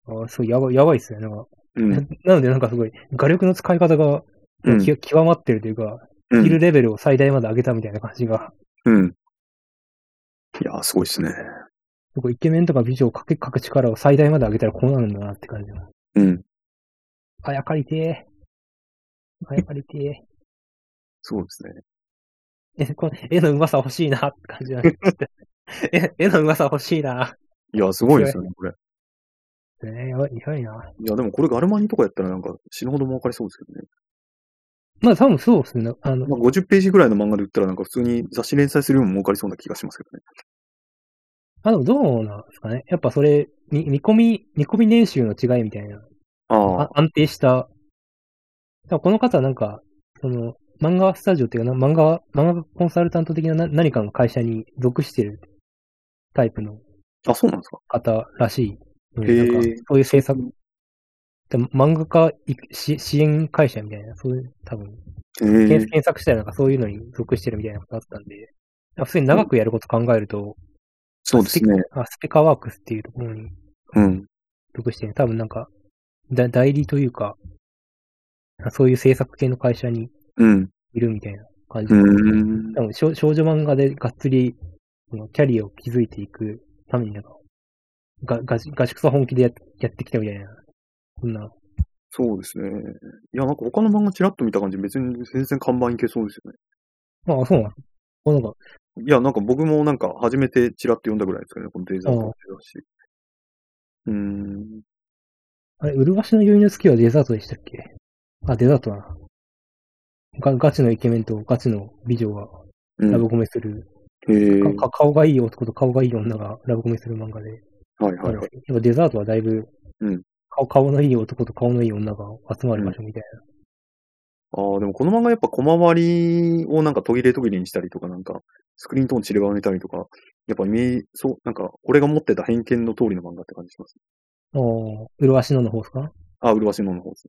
S1: ああ、すごいやばい、やばいっすね。なんか、
S2: るね。
S1: なのでなんかすごい、画力の使い方が、
S2: うん、
S1: き極まってるというか、
S2: うん、
S1: キルレベルを最大まで上げたみたいな感じが、
S2: うん。いや、すごいですね。
S1: すごいイケメンとか美女をかけ書く力を最大まで上げたらこうなるんだなって感じの。
S2: うん。
S1: あやかりてえ。あやかりてえ。
S2: そうですね。
S1: え、 この絵のうまさ欲しいなって感じなん です絵絵のうまさ欲しいな。
S2: いや、すごいですよね、これ。
S1: ねやばい、やばいな。
S2: いや、でもこれガルマニとかやったらなんか死ぬほど儲かりそうですけどね。
S1: まあ多分そうですね。あの、
S2: まあ、50ページぐらいの漫画で売ったらなんか普通に雑誌連載するよりも儲かりそうな気がしますけどね。
S1: あの、どうなんですかね。やっぱそれ、み見込み、見込み年収の違いみたいな。
S2: あ
S1: あ安定した。だからこの方はなんか、その、漫画スタジオっていうかな、漫画、漫画コンサルタント的なな何かの会社に属してるタイプの
S2: あ。あ、そうなんですか。
S1: 方らしいの
S2: へ
S1: で。
S2: ー
S1: なんか、そういう制作。で漫画家いし支援会社みたいな、そういう、多分、
S2: え
S1: 検検索したらなんかそういうのに属してるみたいなことあったんで、なんか普通に長くやること考えると、
S2: そうですね。
S1: あ、スペカワークスっていうところに
S2: うん。
S1: 属してる、多分なんか、だ代理というか、そういう制作系の会社に
S2: うん。
S1: いるみたいな感じ
S2: う
S1: で、
S2: ん。
S1: 多分少少女漫画でがっつり、そのキャリアを築いていくためになんか、がガチガチクソ本気でややってきたみたいな、そんな、
S2: そうですね。いや、なんか他の漫画チラッと見た感じ別に全然看板いけそうですよ
S1: まあそうなんです。こうなんか、
S2: ね。いや、なんか僕もなんか初めてチラッと読んだぐらいですけどね、このデザインのし。うん。
S1: あれ、うるわしの宵の月はデザートでしたっけあ、デザートだな。がガチのイケメンとガチの美女が
S2: うん
S1: ラブコメする、
S2: へえ。
S1: かか顔がいい男と顔がいい女がラブコメする漫画で、
S2: はいはい
S1: や
S2: は
S1: っ
S2: い。
S1: ぱデザートはだいぶ、
S2: うん
S1: 顔顔のいい男と顔のいい女が集まる場所みたい
S2: ああ、でもこの漫画やっぱ小回りをなんか途切れ途切れにしたりとか、なんかスクリーントーン散りばめたりとか、やっぱイメージ、そう、なんか俺が持ってた偏見の通りの漫画って感じします。
S1: な。おー麗しのの方ですか
S2: ああ、麗しのの方です。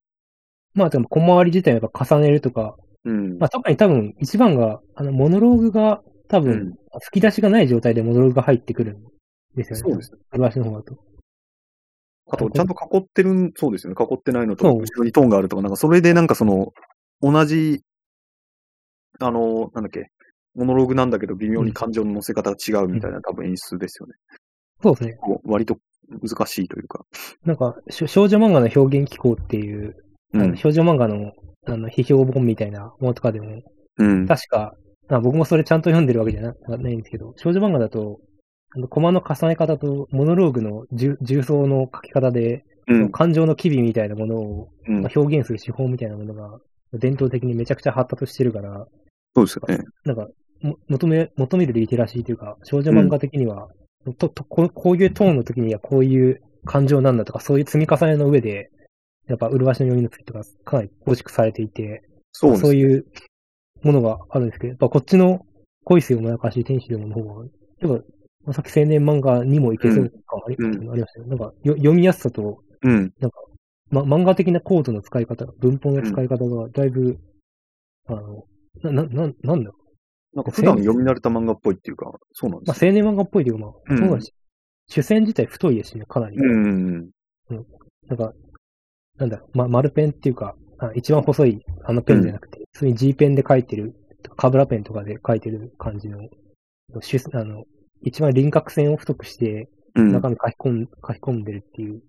S1: まあ、でも小回り自体はやっぱ重ねるとか、
S2: うん。
S1: まあ、特に多分一番が、あの、モノローグが多
S2: う
S1: 分、
S2: ん。
S1: 吹き出しがない状態でモノローグが入ってくるんですよね。
S2: そうですね。
S1: 麗しの方だと。
S2: あと、ちゃんと囲ってるん、そうですよね。囲ってないのと、
S1: そう
S2: 後ろにトーンがあるとか、なんかそれでなんかその、同じ、あの、なんだっけ、モノローグなんだけど微妙に感情の乗せ方が違うみたいな多分演出ですよね。
S1: そうですね。
S2: こう割と難しいというか。
S1: なんか、しょ少女漫画の表現機構っていう、あ
S2: う
S1: の
S2: ん。
S1: 少女漫画のあの批評本みたいなものとかでも、
S2: うん。
S1: 確か、まあ僕もそれちゃんと読んでるわけじゃなないんですけど、少女漫画だと、あのコマの重ね方とモノローグの重重層の書き方で、
S2: うん。
S1: 感情の機微みたいなものを、
S2: うん
S1: まあ、表現する手法みたいなものが、伝統的にめちゃくちゃ発達してるから、
S2: そうですよね。
S1: なんか、も求め、求めるリテラシーというか、少女漫画的には、ととこうこういうトーンの時にはこういう感情なんだとか、そういう積み重ねの上で、やっぱ、麗しの読みの時とか、かなり構築されていて、
S2: そうです
S1: そういうものがあるんですけど、やっぱこっちの恋せよもやかしい天使どもの方が、やっぱ、さっき青年漫画にもいけそう感はあり,、
S2: うん
S1: ありましたよ。なんかよ、読みやすさと、
S2: うん。
S1: ま、漫画的なコードの使い方、文法の使い方がだいぶ、あの、な、な、ななんだろ
S2: なんか普段読み慣れた漫画っぽいっていうか、そうなん
S1: う。
S2: で
S1: ますあ、青年漫画っぽいというか、ま
S2: う
S1: あ、
S2: ん
S1: そうだし、主戦自体太いですしね、かなり。
S2: よ。うん。うん
S1: なんか、なんだろう、ま、丸ペンっていうか、あ一番細いあのペンじゃなくて、普通に G ペンで書いてる、カブラペンとかで書いてる感じの、主あの、一番輪郭線を太くして、
S2: うん。
S1: 中身書き込ん,、書き込んでるっていう。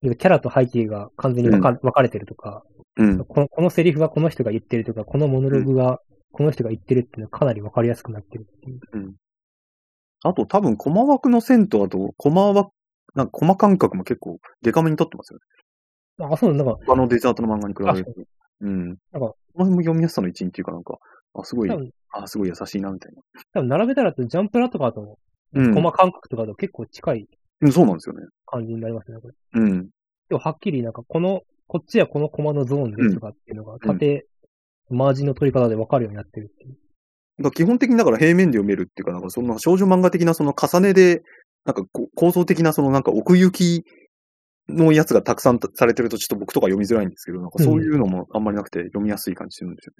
S1: キャラと背景が完全に分か,、分かれてるとか、
S2: うん。
S1: この、このセリフはこの人が言ってるとか、このモノログがこの人が言ってるっていうのはかなり分かりやすくなってるっていう。
S2: あと多分、コマ枠の線と、あと、コマ枠、なんかコマ感覚も結構、デカめに取ってますよね。
S1: あ、そうなんか、
S2: 他のデザートの漫画に比べ
S1: あ
S2: ると。うん。
S1: なんか
S2: この辺も読みやすさの一因っていうかなんか、あ、すごい
S1: 多、分、
S2: あ、すごい優しいな、みたい
S1: 多分並べたらとジャンプラとかと、
S2: な。うん。
S1: コマ感覚とかと結構近い
S2: うん、そうなんですよね。
S1: 感じになりますね、これ。
S2: うん。
S1: でもはっきりなんか、この、こっちはこのコマのゾーンですとかっていうのが、
S2: うん
S1: 縦、マージンの取り方で分かるようになってるっていう。
S2: だから基本的にだから平面で読めるっていうか、なんかその少女漫画的なその重ねで、なんかこう構造的なそのなんか奥行きのやつがたくさんされてるとちょっと僕とか読みづらいんですけど、なんかそういうのもあんまりなくて読みやすい感じするんですよ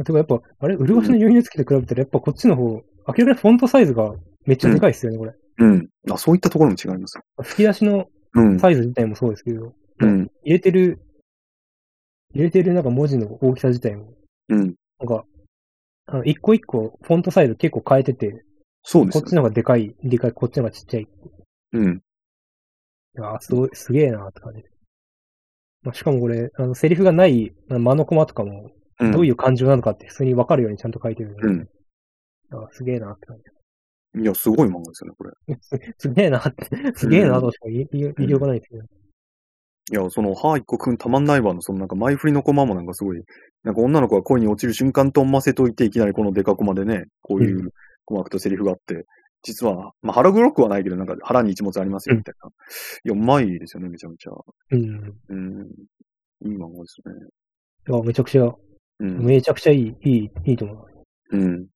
S2: ね。
S1: てかやっぱ、あれ、うるわしの余裕の月と比べたら、やっぱこっちの方、明らかにフォントサイズがめっちゃでかいですよね、これ。
S2: うん。あ、そういったところも違います。
S1: 吹き出しの
S2: うん。
S1: サイズ自体もそうですけど、
S2: うん。
S1: 入れてる、入れてるなんか文字の大きさ自体も、
S2: うん。
S1: なんか、あの、一個一個、フォントサイズ結構変えてて、
S2: そうで
S1: こっ
S2: すよ
S1: ち
S2: ね。
S1: の方がでかい、でかい、こっちの方がちっちゃい。
S2: うん。
S1: あーすごい、すげえなって感じで。まあ、しかもこれ、あの、セリフがない、あの間のコマとかも、
S2: うん
S1: どういう感情なのかって普通に分かるようにちゃんと書いてるので、
S2: うん
S1: あーすげえなって感じ。
S2: いや、すごい漫画ですよね、これ。
S1: すげえなって、すげえなとしか言い,、言い言いようがないですけど、
S2: いや、その、はーい、こくんたまんないわの、そのなんか前振りのコマもなんかすごい、なんか女の子が恋に落ちる瞬間と思わせといて、いきなりこのデカコマでね、こういううコマとセリフがあって、実は、まあ腹黒くはないけど、なんか腹に一物ありますよ、みたいな。いや、うまいですよね、めちゃめちゃ。
S1: うん。だ
S2: うん。いい漫画ですね。
S1: からめちゃくちゃ、
S2: うん。
S1: めちゃくちゃいい、いい、いいと思う。
S2: うん。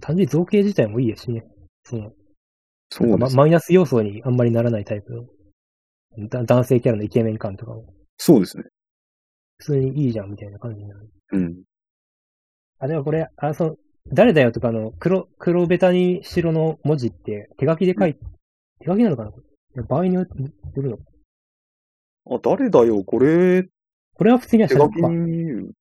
S1: 単純に造形自体もいいですしね。その、
S2: そうで。
S1: ますマイナス要素にあんまりならないタイプの、だ男性キャラのイケメン感とかも、
S2: そうですね。
S1: 普通にいいじゃんみたいな感じになる。
S2: うん。
S1: あ、でもこれ、あ、その、誰だよとかの黒、黒ベタに白の文字って手書きで書い、手書きなのかなこれ場合によってよるのか
S2: あ、誰だよ、これ、
S1: これは普通には
S2: 手
S1: 白
S2: 書
S1: と
S2: き
S1: か。
S2: に
S1: 普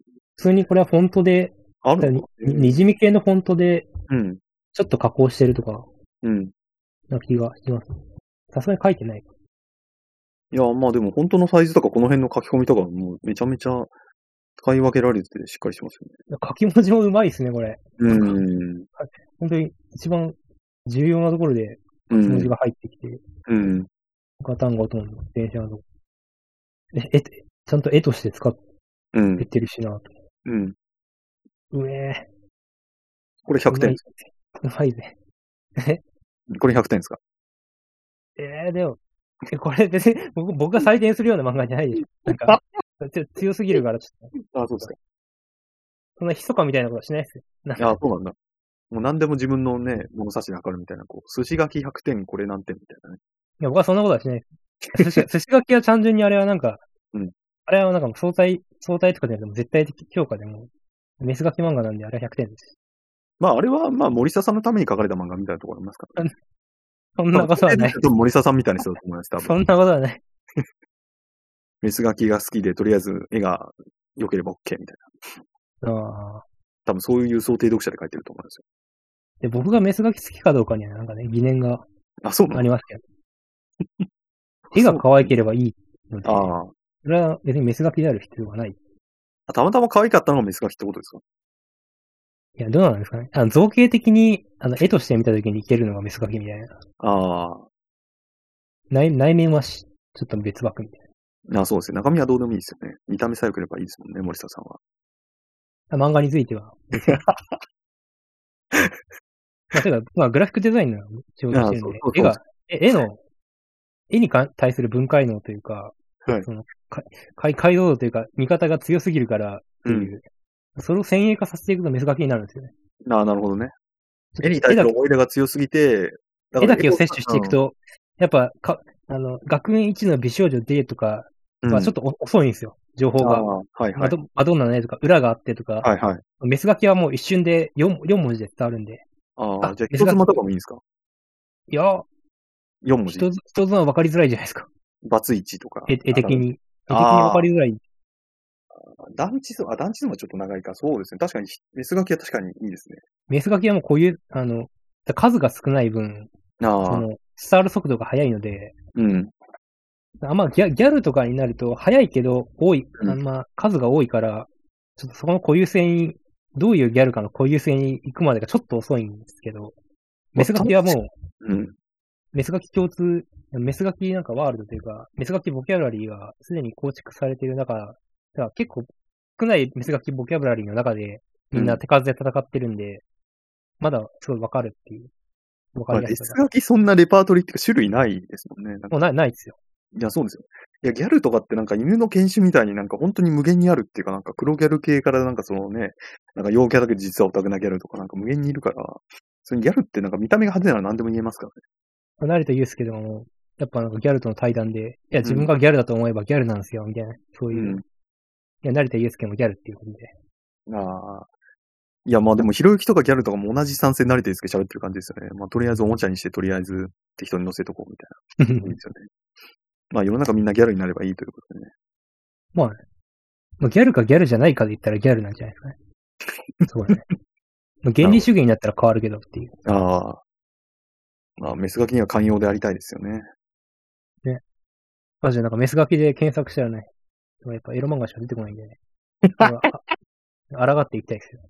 S1: 通にこれはフォントで、
S2: ある
S1: に
S2: のかね
S1: にじみ系のフォントで
S2: うん。
S1: ちょっと加工してるとか、
S2: うん。
S1: な気がします。さすがに書いてない。
S2: いや、まあでも本当のサイズとかこの辺の書き込みとかもうめちゃめちゃ使い分けられててしっかりしてます
S1: 書き文字もうまいですね、これ。
S2: よね。
S1: 本当に一番重要なところで
S2: うん。
S1: 文字が入ってきて、
S2: うん。
S1: 他単語とも電車の、え、え、ちゃんと絵として使っ
S2: うん
S1: て。ってるしなと。
S2: うん。
S1: うえ
S2: これ
S1: ー。
S2: 100点です。
S1: うまいぜ。
S2: これ100点ですか
S1: えー、でも、えこれ別に僕僕が採点するような漫画じゃないでしょ。なんか、ちょ強すぎるから、ちょっと、
S2: あ、そうですか。
S1: そんなひそかみたいなことはしないですよ。なん
S2: あ
S1: か、
S2: そうなんだ。もう何でも自分のね、物差しで測るみたいな、こう、寿司書き100点、これ何点みたいなね。
S1: いや僕はそんなことはしないです。 寿司寿司書きは単純にあれはなんか、
S2: うん
S1: あれはなんかもう相対、相対とかじゃなくても絶対的評価でも、メス書き漫画なんであれは100点です。
S2: まああれは、まあ森下さんのために書かれた漫画みたいなところありますからね。
S1: そんなことはない
S2: 多分。ちょっと森下さんみたいな人だと思います、多
S1: そ
S2: 分。
S1: んなことはない。
S2: メス書きが好きで、とりあえず絵が良ければ OK みたいな。
S1: ああ
S2: 多分そういう想定読者で書いてると思うんです
S1: で
S2: よ。
S1: 僕がメス書き好きかどうかにはなんかね、疑念が
S2: あ、そうな
S1: あ
S2: んだ。
S1: りますけど。絵が可愛ければいいので、
S2: ああ。
S1: それは別にメス書きである必要はない。
S2: たまたま可愛かったのがメスガキってことですか
S1: いや、どうなんですかね。あの造形的に、あの、絵として見たときにいけるのがメス書きみたいな。
S2: あ
S1: 内内面はし、ちょっと別枠みたい
S2: あ。あそうですね。中身はどうでもいいですよね。見た目さえ良ければいいですもんね、森下さんは。
S1: な。あ漫画については。まあ、てか、まあ、グラフィックデザインの仕事してるん
S2: ああ
S1: で
S2: そう、
S1: 絵
S2: そう
S1: が、え絵の、絵にか対する分解能というか、
S2: はい
S1: そのか解解像度というか、見方が強すぎるからっていう、それを先鋭化させていくとメス書きになるんですよね。
S2: ああ、なるほどね。絵に対する思い出が強すぎて、
S1: 絵
S2: だから
S1: だけを摂取していく、と、やっぱか、あの、学園一の美少女でとか、
S2: うん
S1: まあ、ちょっとお遅いんですよ、情報
S2: うん
S1: が。
S2: ああはいは
S1: マ
S2: い。
S1: ドマドンナの絵とか、裏があってとか、
S2: はいはい。
S1: メス書きはもう一瞬で 4, 四文字で伝わるんで、
S2: ああ、
S1: あ
S2: じゃあ、
S1: 別
S2: 人
S1: 学
S2: 妻とかもいいんですか
S1: いや、
S2: ?4 文字。
S1: 人人妻は分かりづらいじゃないです か、
S2: バツイチとか。
S1: 絵絵的
S2: に。
S1: に。絵的に
S2: あー
S1: 分かりづらい
S2: 団地層、あ、団地層はちょっと長いか。そうですね。確かに、メス書きは確かにいいですね。
S1: メス書きはもうこういう、あの、数が少ない分、そ
S2: ああ、
S1: の、伝わる速度が速いので、
S2: うん。
S1: あまあギャギャルとかになると、速いけど多い、
S2: うん
S1: あんま数が多いから、ちょっとそこの固有性に、どういうギャルかの固有性に行くまでがちょっと遅いんですけど、メス書きはもう、
S2: うん。
S1: メス書き共通、メス書きなんかワールドというか、メス書きボキャブラリーがすでに構築されている中、だから結構少ないメス書きボキャブラリーの中で、みんな手数で戦ってるんで、まだすごいわかるっていう。わか
S2: まあ、
S1: りや
S2: メ
S1: す
S2: ス
S1: さが。
S2: 書きそんなレパートリーっていうか種類ないですもんね。なんか
S1: もうない、ないですよ。
S2: いや、そうですよ。いや、ギャルとかってなんか犬の犬種みたいになんか本当に無限にあるっていうか、なんか黒ギャル系からなんかそのね、なんか陽キャだけど実はオタクなギャルとかなんか無限にいるから、それにギャルってなんか見た目が派手なら何でも言えますからね。
S1: 成田祐介でも、やっぱなんかギャルとの対談で、いや、自分がギャルだと思えばギャルなんですよ、みたいな。そういう。いや、成田祐介もギャルっていうことで。
S2: うん。ああ。いや、まあでも、ひろゆきとかギャルとかも同じ賛成に慣れてるんですけど喋ってる感じですよね。まあ、とりあえずおもちゃにして、とりあえず適当に乗せとこうみたいな。いいですよね。まあ、世の中みんなギャルになればいいということでね。
S1: まあ、ギャルかギャルじゃないかで言ったらギャルなんじゃないですかね。そうだ ね。まあ原理主義になったら変わるけどっていう。
S2: ああ。まあ、メス書きには寛容でありたいですよね。
S1: マジでなんかメス書きで検索したらね、でもやっぱエロ漫画しか出てこないんで ね。これはあらがっていきたいですよ。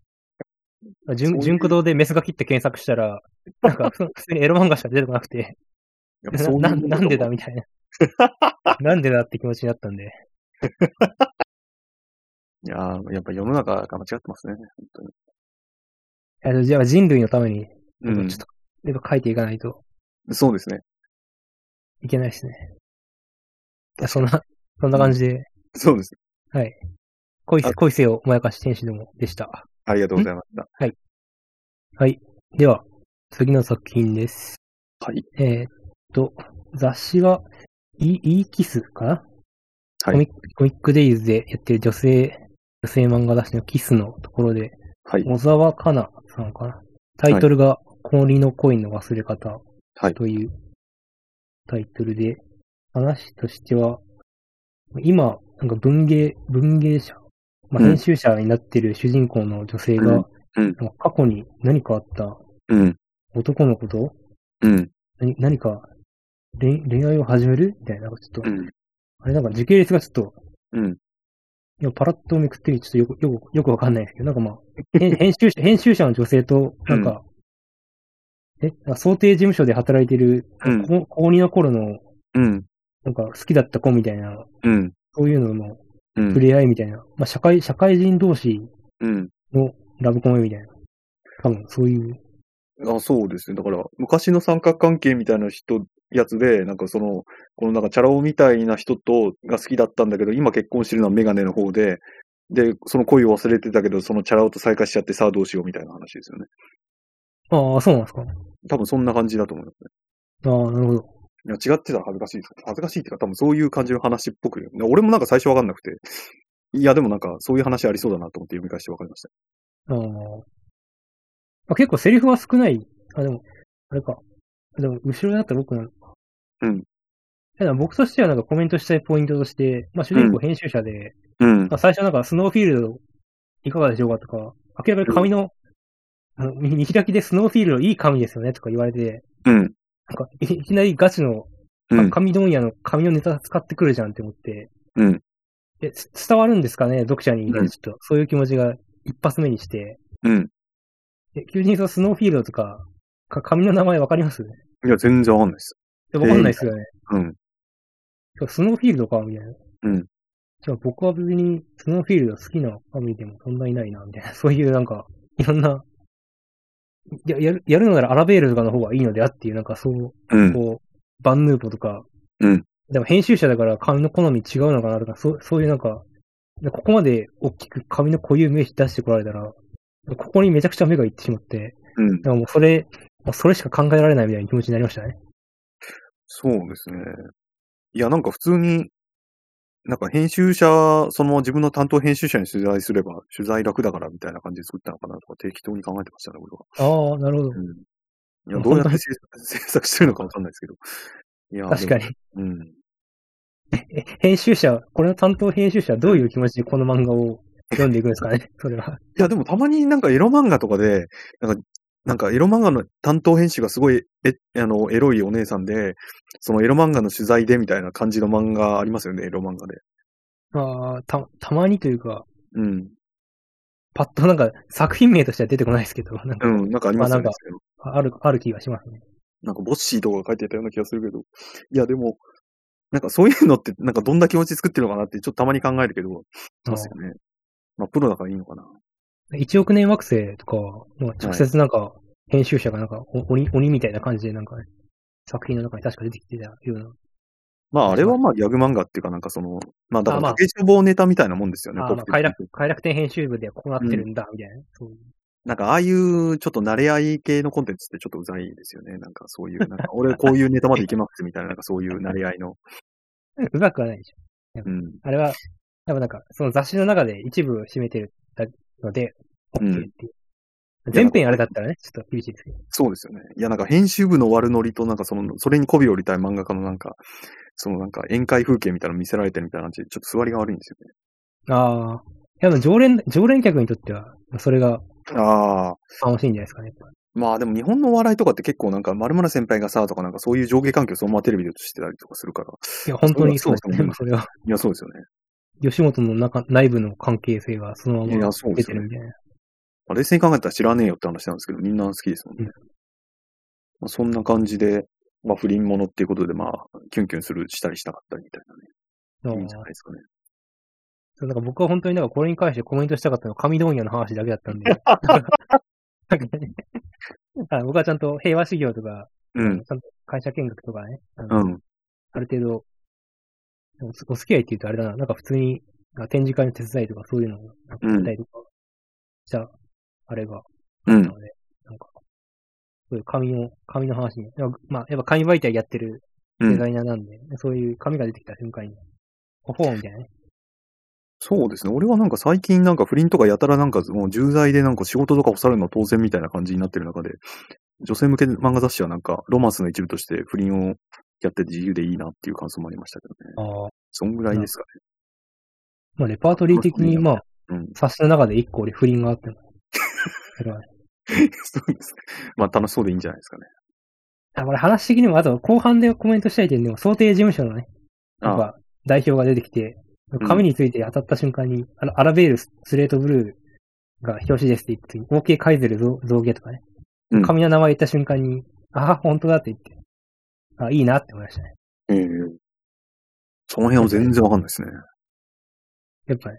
S1: あ
S2: そうい
S1: 純
S2: う
S1: 純駆動でメス書きって検索したら、なん かふ普通にエロ漫画しか出てこなくて、
S2: やっぱ
S1: な
S2: そういう
S1: な
S2: もの
S1: なんで
S2: と
S1: だみたいな。 なんでだって気持ちになったんで。
S2: いやーやっぱ世の中が間違ってますね。
S1: いやじゃあ人類のために、ちょっ
S2: うん。
S1: と、やっぱ書いていかないと
S2: そうですね。
S1: いけないですね。いやそんな、 そんな感じで、
S2: そうです。
S1: 恋せ
S2: あ
S1: 恋せよもやかし天使どもでした。
S2: ありがとうございました。
S1: では、次の作品です。
S2: はい。
S1: えーっと、雑誌は、イイーキスかな、
S2: はい
S1: コミックコミックデイズでやってる女性、女性漫画雑誌のキスのところで、
S2: はい。
S1: 小沢かなさんかなタイトルが、氷の恋の忘れ方
S2: はい
S1: というタイトルで、話としては、今、なんか文芸、文芸者、まあ、
S2: うん
S1: 編集者になってる主人公の女性が、
S2: うん
S1: なんか過去に何かあった
S2: うん。
S1: 男の子と
S2: うん。
S1: 何何か恋恋愛を始めるみたいな、なんかちょっと、
S2: うん。
S1: あれなんか時系列がちょっと、
S2: うん。
S1: 今パラッとめくってるちょっとよく、よく、よくわかんないですけど、なんかまあ、へん 編集者、編集者の女性と、なんか、え、なんか想定事務所で働いてる、
S2: うん
S1: こ高2の頃の、
S2: うん。
S1: なんか好きだった子みたいな、
S2: うん。
S1: そういうのの
S2: う
S1: 触
S2: ん。
S1: れ合いみたいな、まあ社会、社会人同士
S2: うん。
S1: のラブコメみたいな、多分そういう、
S2: あ、そうですね。だから、昔の三角関係みたいな人、やつで、なんかその、このなんかチャラ男みたいな人と、が好きだったんだけど、今結婚してるのはメガネの方で、で、その恋を忘れてたけど、そのチャラ男と再会しちゃって、さあどうしようみたいな話ですよね。
S1: ああ、そうなんですか。
S2: 多分そんな感じだと思いますね。
S1: ああ、なるほど。
S2: いや、違ってたら恥ずかしいです。恥ずかしいっていうか、多分そういう感じの話っぽく。俺もなんか最初わかんなくて。いや、でもなんかそういう話ありそうだなと思って読み返してわかりました。
S1: あーまあ、結構セリフは少ない。あ、でも、あれか。でも、後ろだったら僕なのか。
S2: うん。
S1: ただ僕としてはなんかコメントしたいポイントとして、まあ主人公編集者で、
S2: う
S1: ま。
S2: ん
S1: あ最初なんかスノーフィールドいかがでしょうかとか、明らかに髪の、あの、見見開きでスノーフィールドいい髪ですよねとか言われて、
S2: うん。
S1: なんかいいきなりガチの、
S2: うん。
S1: 髪問屋の髪のネタ使ってくるじゃんって思って、
S2: うん。
S1: え、つ伝わるんですかね読者に。ち
S2: う
S1: ょ
S2: ん
S1: っと、そういう気持ちが一発目にして、
S2: うん。
S1: え、急にそのスノーフィールドとか、か紙の名前わかりますい
S2: いや、全然わかんないです。
S1: やわかんないですよね。
S2: うん。
S1: スノーフィールドかみたいな。
S2: うん。
S1: じゃあ僕は別にス ノーフィールド好きなファミリーでもそんないないな、みたいな。そういうなんか、いろんなややるやるのならアラベールとかの方がいいのであっていう、なんかそう、
S2: うん。
S1: こう、バンヌーボとか、
S2: うん
S1: でも編集者だから髪の好み違うのかなとか、そうそういうなんか、でここまで大きく髪の固有名詞出してこられたら、ここにめちゃくちゃ目がいってしまって、
S2: うん。
S1: なんかもうそれ、もうそれしか考えられないみたいな気持ちになりましたね。
S2: そうですね。いや、なんか普通に、なんか編集者、その自分の担当編集者に取材すれば、取材楽だからみたいな感じで作ったのかなとか、適当に考えてましたね、俺は。
S1: ああ、なるほど。
S2: うん。いや、どうやって制 作制作してるのかわかんないですけど。いや、
S1: 確かに。
S2: でも。うん。
S1: 編集者、これの担当編集者はどういう気持ちでこの漫画を読んでいくんですか ね、それは。
S2: いや、でもたまになんかエロ漫画とかで、なんか、なんかエロ漫画の担当編集がすごい、え、あの、エロいお姉さんで、そのエロ漫画の取材でみたいな感じの漫画ありますよね、エロ漫画で。
S1: ああ、た、たまにというか、
S2: うん。
S1: パッとなんか作品名としては出てこないですけど、 なんか
S2: うん、なんかありますよ
S1: まあな
S2: ね。
S1: んかある、ある気がしますね。
S2: なんかボッシーとかが書いていたような気がするけど。いや、でも、なんかそういうのって、なんかどんな気持ちで作ってるのかなって、ちょっとたまに考えるけど、しますよね。まあ、プロだからいいのかな。
S1: 1億年惑星とかは、もう直接なんか、編集者がなんかお鬼、鬼みたいな感じでなんか、ね、作品の中に確か出てきてたような。
S2: まあ、あれはまあ、ギャグ漫画っていうかなんかその、まあ、だか
S1: あま
S2: ら、
S1: あ
S2: 竹消防ネタみたいなもんですよね、
S1: あー
S2: ポ
S1: まあ
S2: ップ
S1: 快楽、快楽天編集部ではこうなってるんだ、みたいな。そう いう
S2: なんか、ああいう、ちょっと慣れ合い系のコンテンツってちょっとうざいですよね。なんか、そういう、なんか、俺こういうネタまでいけますみたいな、なんかそういう慣れ合いの。
S1: うまくはないでしょ。
S2: うん。
S1: あれは、多分なんか、その雑誌の中で一部を占めてるので、OK っていう。全編あれだったらね、ちょっと厳しいですけど。
S2: そうですよね。いや、なんか、編集部の悪ノリと、なんか、その、それに媚びを売りたい漫画家のなんか、そのなんか、宴会風景みたいなの見せられてるみたいな感じで、ちょっと座りが悪いんですよ
S1: ああ。いや、でも常連、常連客にとっては、それが
S2: ね。ああ。
S1: 楽しいんじゃないですかね。
S2: まあ、でも日本のお笑いとかって結構なんか、〇〇先輩がさ、とかなんか、そういう上下関係をそのままテレビで映してたりとかするから。
S1: いや、本当にそうですね。
S2: そ
S1: それは、
S2: いや、そうですよね。
S1: 吉本の中、内部の関係性がその
S2: い
S1: ま
S2: や
S1: ま
S2: そうで
S1: 出
S2: す
S1: て
S2: よね
S1: るみたいな。
S2: まあ、冷静に考えたら知らねえよって話なんですけど、みんな好きですもんね。
S1: うん
S2: まあ、そんな感じで、まあ、不倫ものっていうことで、まあ、キュンキュンする、したりしたかったりみたいなね。いいんじゃないですかね。
S1: そうなんか僕は本当になんかこれに関してコメントしたかったのは神問屋の話だけだったん で。なんかねあ僕はちゃんと平和修行とか、
S2: うん。
S1: ちゃんと会社見学とかね、あの
S2: うん。
S1: ある程度、おお付き合いって言うとあれだな、なんか普通になんか展示会の手伝いとかそういうのをなんかやったりとかした、あれが
S2: う
S1: あった
S2: ん。
S1: ので、なんか、そういう紙の、紙の話に、なんかまあ、やっぱ紙媒体やってる
S2: う
S1: デ
S2: ん
S1: ザイナーなんで、そういう紙が出てきた瞬間に、ほほうみたいなね。
S2: そうですね。俺はなんか最近なんか不倫とかやたらなんかもう重罪でなんか仕事とか干されるのは当然みたいな感じになってる中で、女性向け漫画雑誌はなんかロマンスの一部として不倫をやってて自由でいいなっていう感想もありましたけどね。そんぐらいですか
S1: まあ、レパートリー的に、まあ、
S2: ね。うん。
S1: 冊子の中で一個俺不倫があっても、それはね
S2: そうですね。まあ楽しそうでいいんじゃないですかね。
S1: あこれ話的にも、あと後半でコメントしたい点でも、想定事務所のね、
S2: あ
S1: やっぱ代表が出てきて、
S2: ん
S1: 紙について当たった瞬間に、あのアラベールスレートブルーが表紙ですって言って、OK カイゼル造造形とかね
S2: うん。
S1: 紙の名前言った瞬間に、ああ、本当だって言って、あいいなって思いましたね。
S2: ええその辺は全然わかんないですね。
S1: やっぱね。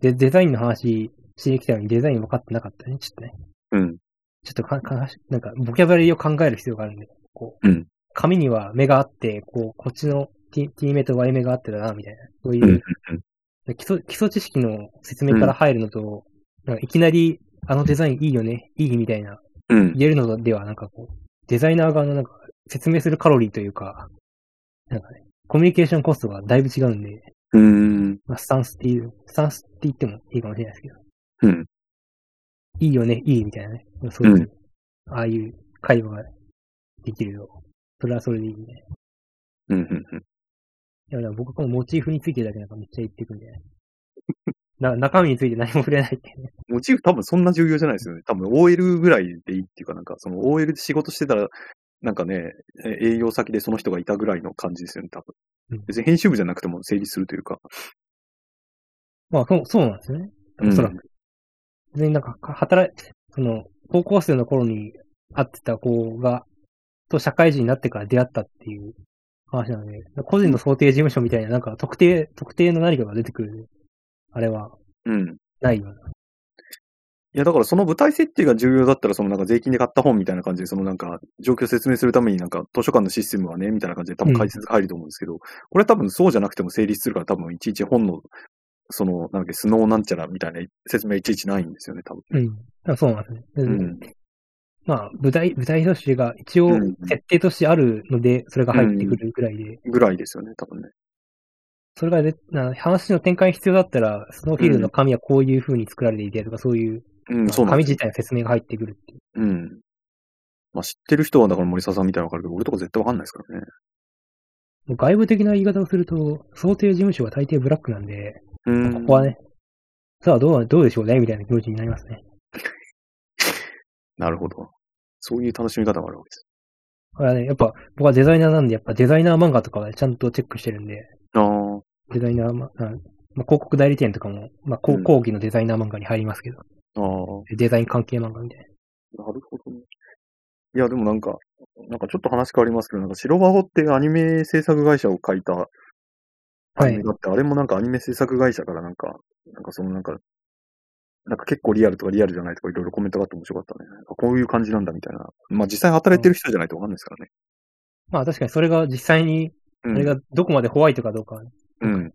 S1: で、デザインの話してきたのにデザイン分かってなかったね、ちょっとね。
S2: うん。
S1: ちょっとか、か、なんか、ボキャブラリーを考える必要があるんで、こう。
S2: うん
S1: 紙には目があって、こう、こっちの T, T 目と Y 目があってだな、みたいな。そうい
S2: うんうん
S1: う、基礎、基礎知識の説明から入るのと、なんかいきなり、あのデザインいいよね、いいみたいな、
S2: うん。
S1: 言えるのでは、なんかこう、デザイナー側のなんか、説明するカロリーというか、なんかね、コミュニケーションコストがだいぶ違うんで、
S2: うーん。
S1: まあ、スタンスっていう、スタンスって言ってもいいかもしれないですけど、
S2: うん。
S1: いいよね、いいみたいなね。そういう、ああいう会話ができると、それはそれでいいんで。い
S2: うん。うんうん
S1: や、でも僕はこのモチーフについてだけなんかめっちゃ言ってくんで。 な中身について何も触れないっていうね。
S2: モチーフ多分そんな重要じゃないですよね。多分 OL ぐらいでいいっていうかなんか、その OL で仕事してたら、なんかね、え営業先でその人がいたぐらいの感じですよね、多
S1: う
S2: 分
S1: ん。
S2: 別に編集部じゃなくても成立するというか。
S1: まあ、そう、そうなんですよね。
S2: う
S1: お
S2: ん
S1: そらく。別になんか、か働い、その、高校生の頃に会ってた子が、と社会人になってから出会ったっていう話なので、個人の想定事務所みたいな、なんか特定、特定の何かが出てくる、あれは
S2: うん。
S1: ないような。
S2: いや、だからその舞台設定が重要だったら、そのなんか税金で買った本みたいな感じで、そのなんか状況を説明するためになんか図書館のシステムはね、みたいな感じで多分解説が入ると思うんですけど、これは多分そうじゃなくても成立するから多分いちいち本の、その、なんだっけ、スノーなんちゃらみたいな説明いちいちないんですよね、多分。
S1: うん。あそうなんですね。
S2: う
S1: うん
S2: ん。
S1: まあ、舞台、舞台都市が一応
S2: うん
S1: 設定としてあるので、それが入ってくるぐらいで、
S2: ぐらいですよね、多分ね。
S1: それがでな話の展開に必要だったら、スノーフィールドの紙はこういう風に作られていてとか、そういう、
S2: うん、そうなん
S1: 紙
S2: です
S1: 自体の説明が入ってくるっていう。
S2: うん。まあ知ってる人はだから森沢さんみたいなわかるけど、俺とか絶対わかんないですからね。
S1: もう外部的な言い方をすると、想定事務所は大抵ブラックなんで、
S2: うん。
S1: ここはね、さあどう、どうでしょうねみたいな気持ちになりますね。
S2: なるほど。そういう楽しみ方があるわけです。
S1: これはね、やっぱ僕はデザイナーなんで、やっぱデザイナー漫画とかはねちゃんとチェックしてるんで、
S2: ああ。
S1: デザイナーま、あまあ、広告代理店とかも、まあ、
S2: う
S1: 高
S2: ん
S1: 校期のデザイナー漫画に入りますけど、
S2: ああ。
S1: デザイン関係漫画みたいな。
S2: なるほどね。いや、でもなんか、なんかちょっと話変わりますけど、なんか白バホってアニメ制作会社を書いたアニメだって、あれもなんかアニメ制作会社からなんか、なんかそのなんか、なんか結構リアルとかリアルじゃないとかいろいろコメントがあって面白かったね。なんかこういう感じなんだみたいな。まあ実際働いてる人じゃないとわかんないですからね。
S1: まあ確かにそれが実際に、
S2: う
S1: そ
S2: ん。
S1: れがどこまでホワイトかどうか、
S2: うん。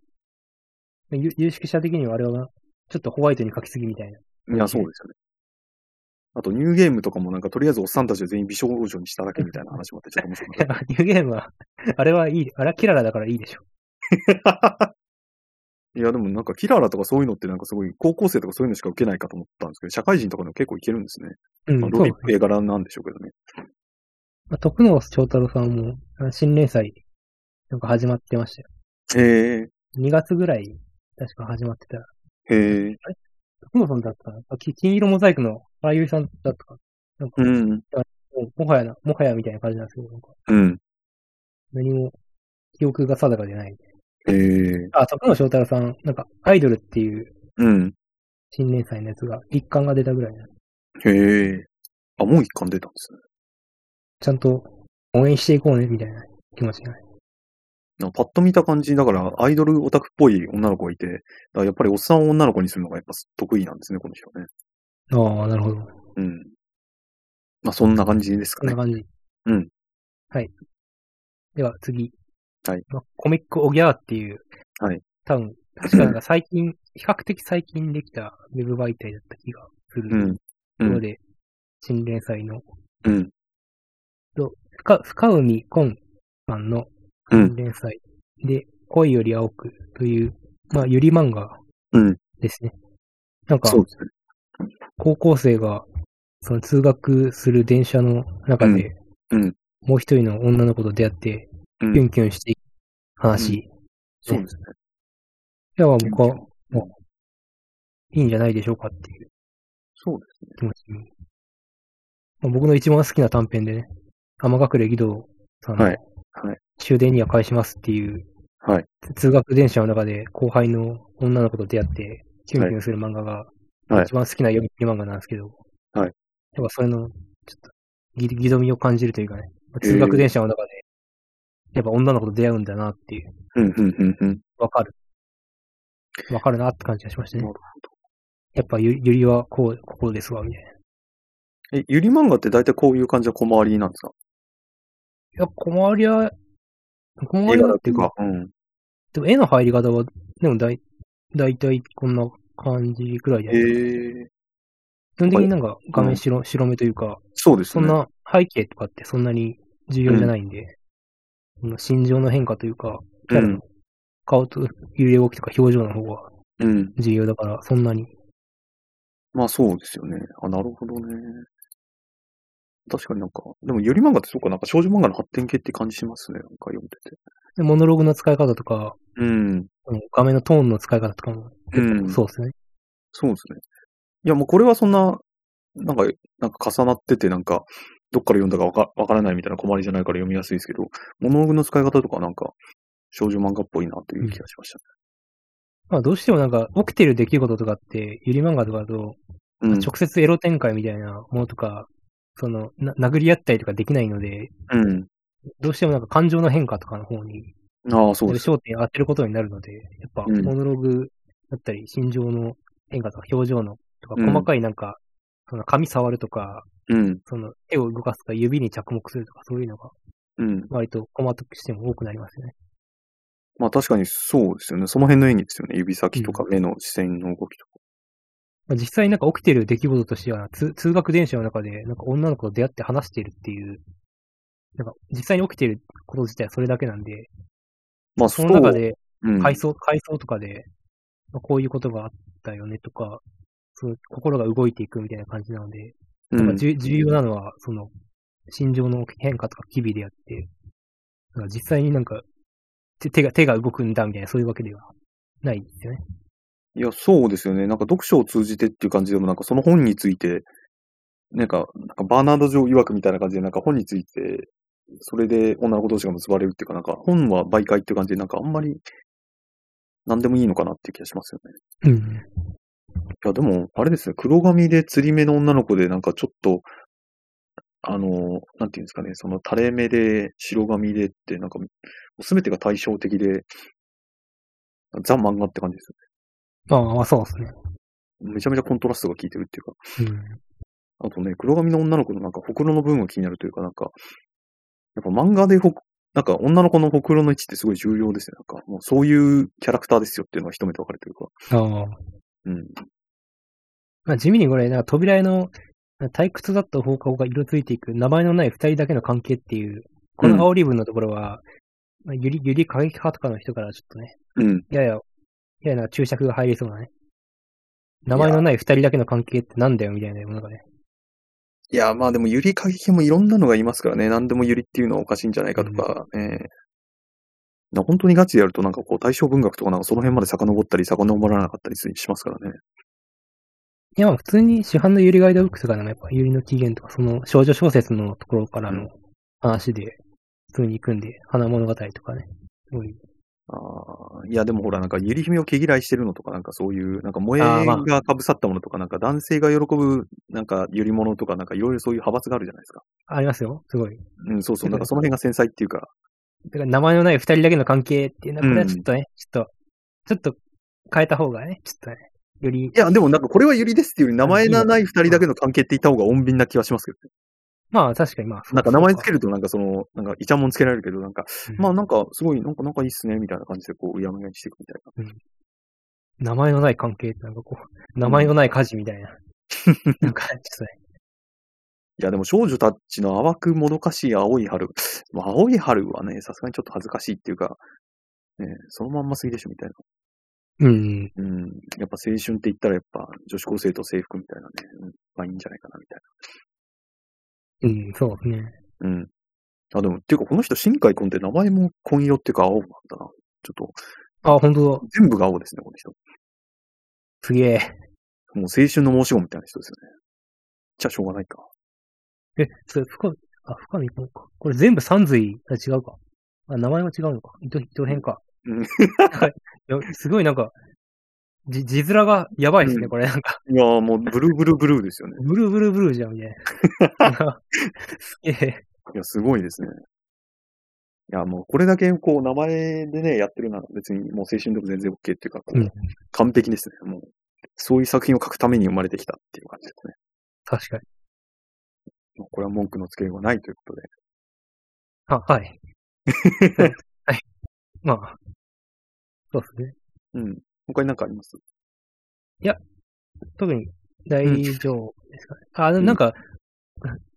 S1: 有有識者的にはあれは、ちょっとホワイトに書きすぎみたいな。
S2: いや、そうですよね。あと、ニューゲームとかもなんか、とりあえずおっさんたちを全員美少女にしただけみたいな話もあって、ちょっと面白 かっ
S1: ニューゲームは、あれはいい、あれはキララだからいいでしょ。
S2: た。いや、でもなんか、キララとかそういうのってなんかすごい、高校生とかそういうのしか受けないかと思ったんですけど、社会人とかでも結構いけるんですね。
S1: うん
S2: まあ、
S1: そ
S2: ロ
S1: う
S2: ビッ。プ絵柄なんでしょうけどね。
S1: まあ、徳野翔太郎さんも、あの新連載、なんか始まってましたよ。
S2: へ
S1: 2月ぐらい、確か始まってた。
S2: え、へえ、
S1: 徳野さんだったかなあき金色モザイクのあゆいさんだったか
S2: うん、
S1: なもうもはやな、もはやみたいな感じなんですけど、なんか
S2: うん、
S1: 何も記憶が定かでない。
S2: へえ、
S1: あ、徳野翔太郎さん、なんか、アイドルっていう
S2: うん、
S1: 新連載のやつが、一巻が出たぐらいなんで
S2: へえ。あ、もう一巻出たんですね。
S1: ちゃんと応援していこうね、みたいな気持ちが。
S2: なんかパッと見た感じ、だから、アイドルオタクっぽい女の子がいて、だからやっぱりおっさんを女の子にするのがやっぱ得意なんですね、この人はね。
S1: ああ、なるほど。
S2: うん。まあ、そんな感じです
S1: こ
S2: か
S1: ん
S2: ね
S1: な。感じ。
S2: うん。
S1: はい。では次。
S2: はい
S1: まあ。コミックオギャーっていう。
S2: はい。
S1: 多分、確かなんか最近、比較的最近できたウェブ媒体だった気がす
S2: う
S1: る
S2: ん。う
S1: の
S2: ん。
S1: で、新連載の
S2: うん。
S1: 深深海昆さんの
S2: うん
S1: 連載で、恋より青くという、まあ、ゆり漫画
S2: うん
S1: ですね。なんか
S2: そ、うですね。
S1: 高校生が、その通学する電車の中で、
S2: うんうん
S1: もう一人の女の子と出会って、
S2: うん
S1: キュンキュンしていく話。い
S2: そうですね。
S1: や、まあ僕は、もう、いいんじゃないでしょうかっていう
S2: そうで
S1: 気持ちに。まあ僕の一番好きな短編でね、天隠れ義堂さんの
S2: はいはい
S1: 終電には返しますっていう、
S2: はい
S1: 通学電車の中で後輩の女の子と出会って、キュンキュンする漫画が、
S2: はい
S1: 一番好きな読み漫画なんですけど、や
S2: はい
S1: っぱそれの、ちょっと、ぎぎどみを感じるというかね、通学電車の中で、やっぱ女の子と出会うんだなっていう、
S2: すね。うん、うん、うん、うん。
S1: わかる。わかるなって感じがしましたね
S2: なるほ。
S1: やっぱゆ、ゆりはこう、ここですわ、みたいな。
S2: え、ゆり漫画って大体こういう感じの小回りなんですか
S1: いや、小回りは、小回りはっていうか、。
S2: うん。
S1: でも絵の入り方は、でもだい、だいたいこんな感じくらい
S2: へ
S1: で、
S2: え。
S1: 基本的になんか画面白,、白目というか、
S2: そうです
S1: そ
S2: ね。
S1: んな背景とかってそんなに重要じゃないんで、その心情の変化というか、キャラの顔と揺れ動きとか表情の方が
S2: うん。うん。
S1: 重要だから、そんなに。
S2: まあそうですよね。あ、なるほどね。確かになんか、でもゆり漫画ってそうか、なんか少女漫画の発展系って感じしますね。なんか読んでて。
S1: でモノローグの使い方とか、
S2: うん。
S1: その画面のトーンの使い方とかも、
S2: うん。
S1: そうですね。
S2: そうですね。いや、もうこれはそんな、なんか、なんか重なってて、なんか、どっから読んだかわかわからないみたいな困りじゃないから読みやすいですけど、モノログの使い方とかなんか、少女漫画っぽいなという気がしました
S1: まあどうしてもなんか起きてる出来事とかって、ゆり漫画とかだと、
S2: ね。
S1: 直接エロ展開みたいなものとか、その、な殴り合ったりとかできないので、
S2: うん。
S1: どうしてもなんか感情の変化とかの方に、
S2: うん。ああ、そうです。
S1: 焦点を当てることになるので、やっぱ、
S2: うん
S1: モノログだったり、心情の変化とか、表情の、とか、
S2: うん
S1: 細かいなんか、その紙触るとか、
S2: うん。
S1: その手を動かすとか指に着目するとかそういうのが
S2: うん。
S1: 割とコマとしても多くなりますよね。
S2: まあ確かにそうですよね。その辺の演技ですよね。指先とか目の視線の動きとか。
S1: まあ、実際なんか起きてる出来事としては、通通学電車の中でなんか女の子と出会って話しているっていう、なんか実際に起きてること自体はそれだけなんで、
S2: まあ
S1: その中、で
S2: そううん、
S1: 階層、階層とかで、まあこういうことがあったよねとか、そう心が動いていくみたいな感じなので、
S2: うん
S1: まあ重重要なのは、その、心情の変化とか機微であって、だから実際になんか、手手が、手が動くんだみたいな、そういうわけではないですよね。
S2: いや、そうですよね。なんか読書を通じてっていう感じでも、なんかその本について、なんか、なんかバーナード・ジョー曰くみたいな感じで、なんか本について、それで女の子同士が結ばれるっていうか、なんか本は媒介っていう感じで、なんかあんまり、なんでもいいのかなっていう気がしますよね。
S1: うん。
S2: いや、でも、あれですね、黒髪で釣り目の女の子で、なんかちょっと、あの、なんていうんですかね、その垂れ目で、白髪でって、なんか、すべてが対照的で、ザ漫画って感じです
S1: まあまあ、そうですね。
S2: よね。めちゃめちゃコントラストが効いてるっていうか。
S1: うん。
S2: あとね、黒髪の女の子のなんか、ほくろの部分が気になるというか、なんか、やっぱ漫画でほく、なんか女の子のほくろの位置ってすごい重要ですね。なんか、もうそういうキャラクターですよっていうのが一目でわかるというか。
S1: ああ。
S2: うん。
S1: まあ、地味にこれ、なんか扉絵の退屈だった放課後が色づいていく、名前のない二人だけの関係っていう、この青リブンのところは、まあ、ゆり、ゆり過激派とかの人からちょっとね、
S2: うん。
S1: やや、ややな注釈が入りそうなね。名前のない二人だけの関係ってなんだよみたいな、なんかね。
S2: いや、まあでも、ゆりかげもいろんなのがいますからね。何でもゆりっていうのはおかしいんじゃないかとか、ね。な本当にガチでやると、なんかこう、対象文学とかなんかその辺まで遡ったり、遡らなかったりしますからね。
S1: いや、まあ普通に市販のユリガイドブックスがなんかやっぱユリの起源とか、その少女小説のところから
S2: う
S1: の話で、普通に行くんで、花物語とかね。すごい。
S2: ああ、いや、でもほら、なんか、ゆり姫を毛嫌いしてるのとか、なんかそういう、なんか、萌え
S1: あーまあ
S2: がかぶさったものとか、なんか、男性が喜ぶ、なんか、ゆり物とか、なんか、いろいろそういう派閥があるじゃないですか。
S1: ありますよ。すごい。
S2: うん、そうそう、なんか、その辺が繊細っていうか、
S1: だから名前のない二人だけの関係っていうのは、これはちょっとね、ちょっと、ちょっと変えた方がね、ちょっとね、より
S2: い、や、でもなんか、これはゆりですっていうより、名前のない二人だけの関係って言った方が穏便な気はしますけどね。
S1: まあ確かにまあ、
S2: なんか、名前つけ
S1: る。
S2: ると、なんか、その、なんか、イチャモンつけられるけど、なんか、
S1: うん
S2: まあ、なんか、すごい、なんか、なんかいいっすね、みたいな感じで、こう、うやむやにしていくみたいな。
S1: 名前のない関係ってなんかこう、名前のない家事みたいな。なんか、ちょっとね、
S2: いや、でも、少女たちの淡くもどかしい青い春。 まあ、青い春はね、さすがにちょっと恥ずかしいっていうか、ね、そのまんますぎでしょ、みたいな。
S1: うん。
S2: うん。やっぱ青春って言ったらやっぱ女子高生と制服みたいなね、うん、まあいいんじゃないかなみたい
S1: うん、そうですね。
S2: な。うん。あ、でも、っていうかこの人、新海君って名前も紺色っていうか青なんだな。ちょっ
S1: あ、本当だ
S2: と、。全部が青ですね、この人。
S1: すげえ。
S2: もう青春の申し子みたいな人ですよね。じゃあしょうがないか。
S1: え、それ、深、あ、深見君か。これ全部三髄あ違うか。あ、名前は違うのか。糸、糸編か。
S2: うん
S1: はいいやすごいなんか、じ、字面がやばいですね、
S2: うん
S1: これ。なんか、
S2: いやーもうブルーブルーブルーですよね。
S1: ブルーブルーブルーじゃん、み たいな。すげえ。
S2: いや、すごいですね。いや、もうこれだけこう名前でね、やってるなら別にもう青春でも全然 OK っていうか、こう
S1: うん
S2: 完璧ですね。もう、そういう作品を書くために生まれてきたっていう感じですね。
S1: 確かに。
S2: まあこれは文句のつけようがないということで。
S1: あ、はい。 はい。まあ、そうですね。
S2: うん。他に何かあります
S1: 特に大丈夫ですかね。あ、でもなんか、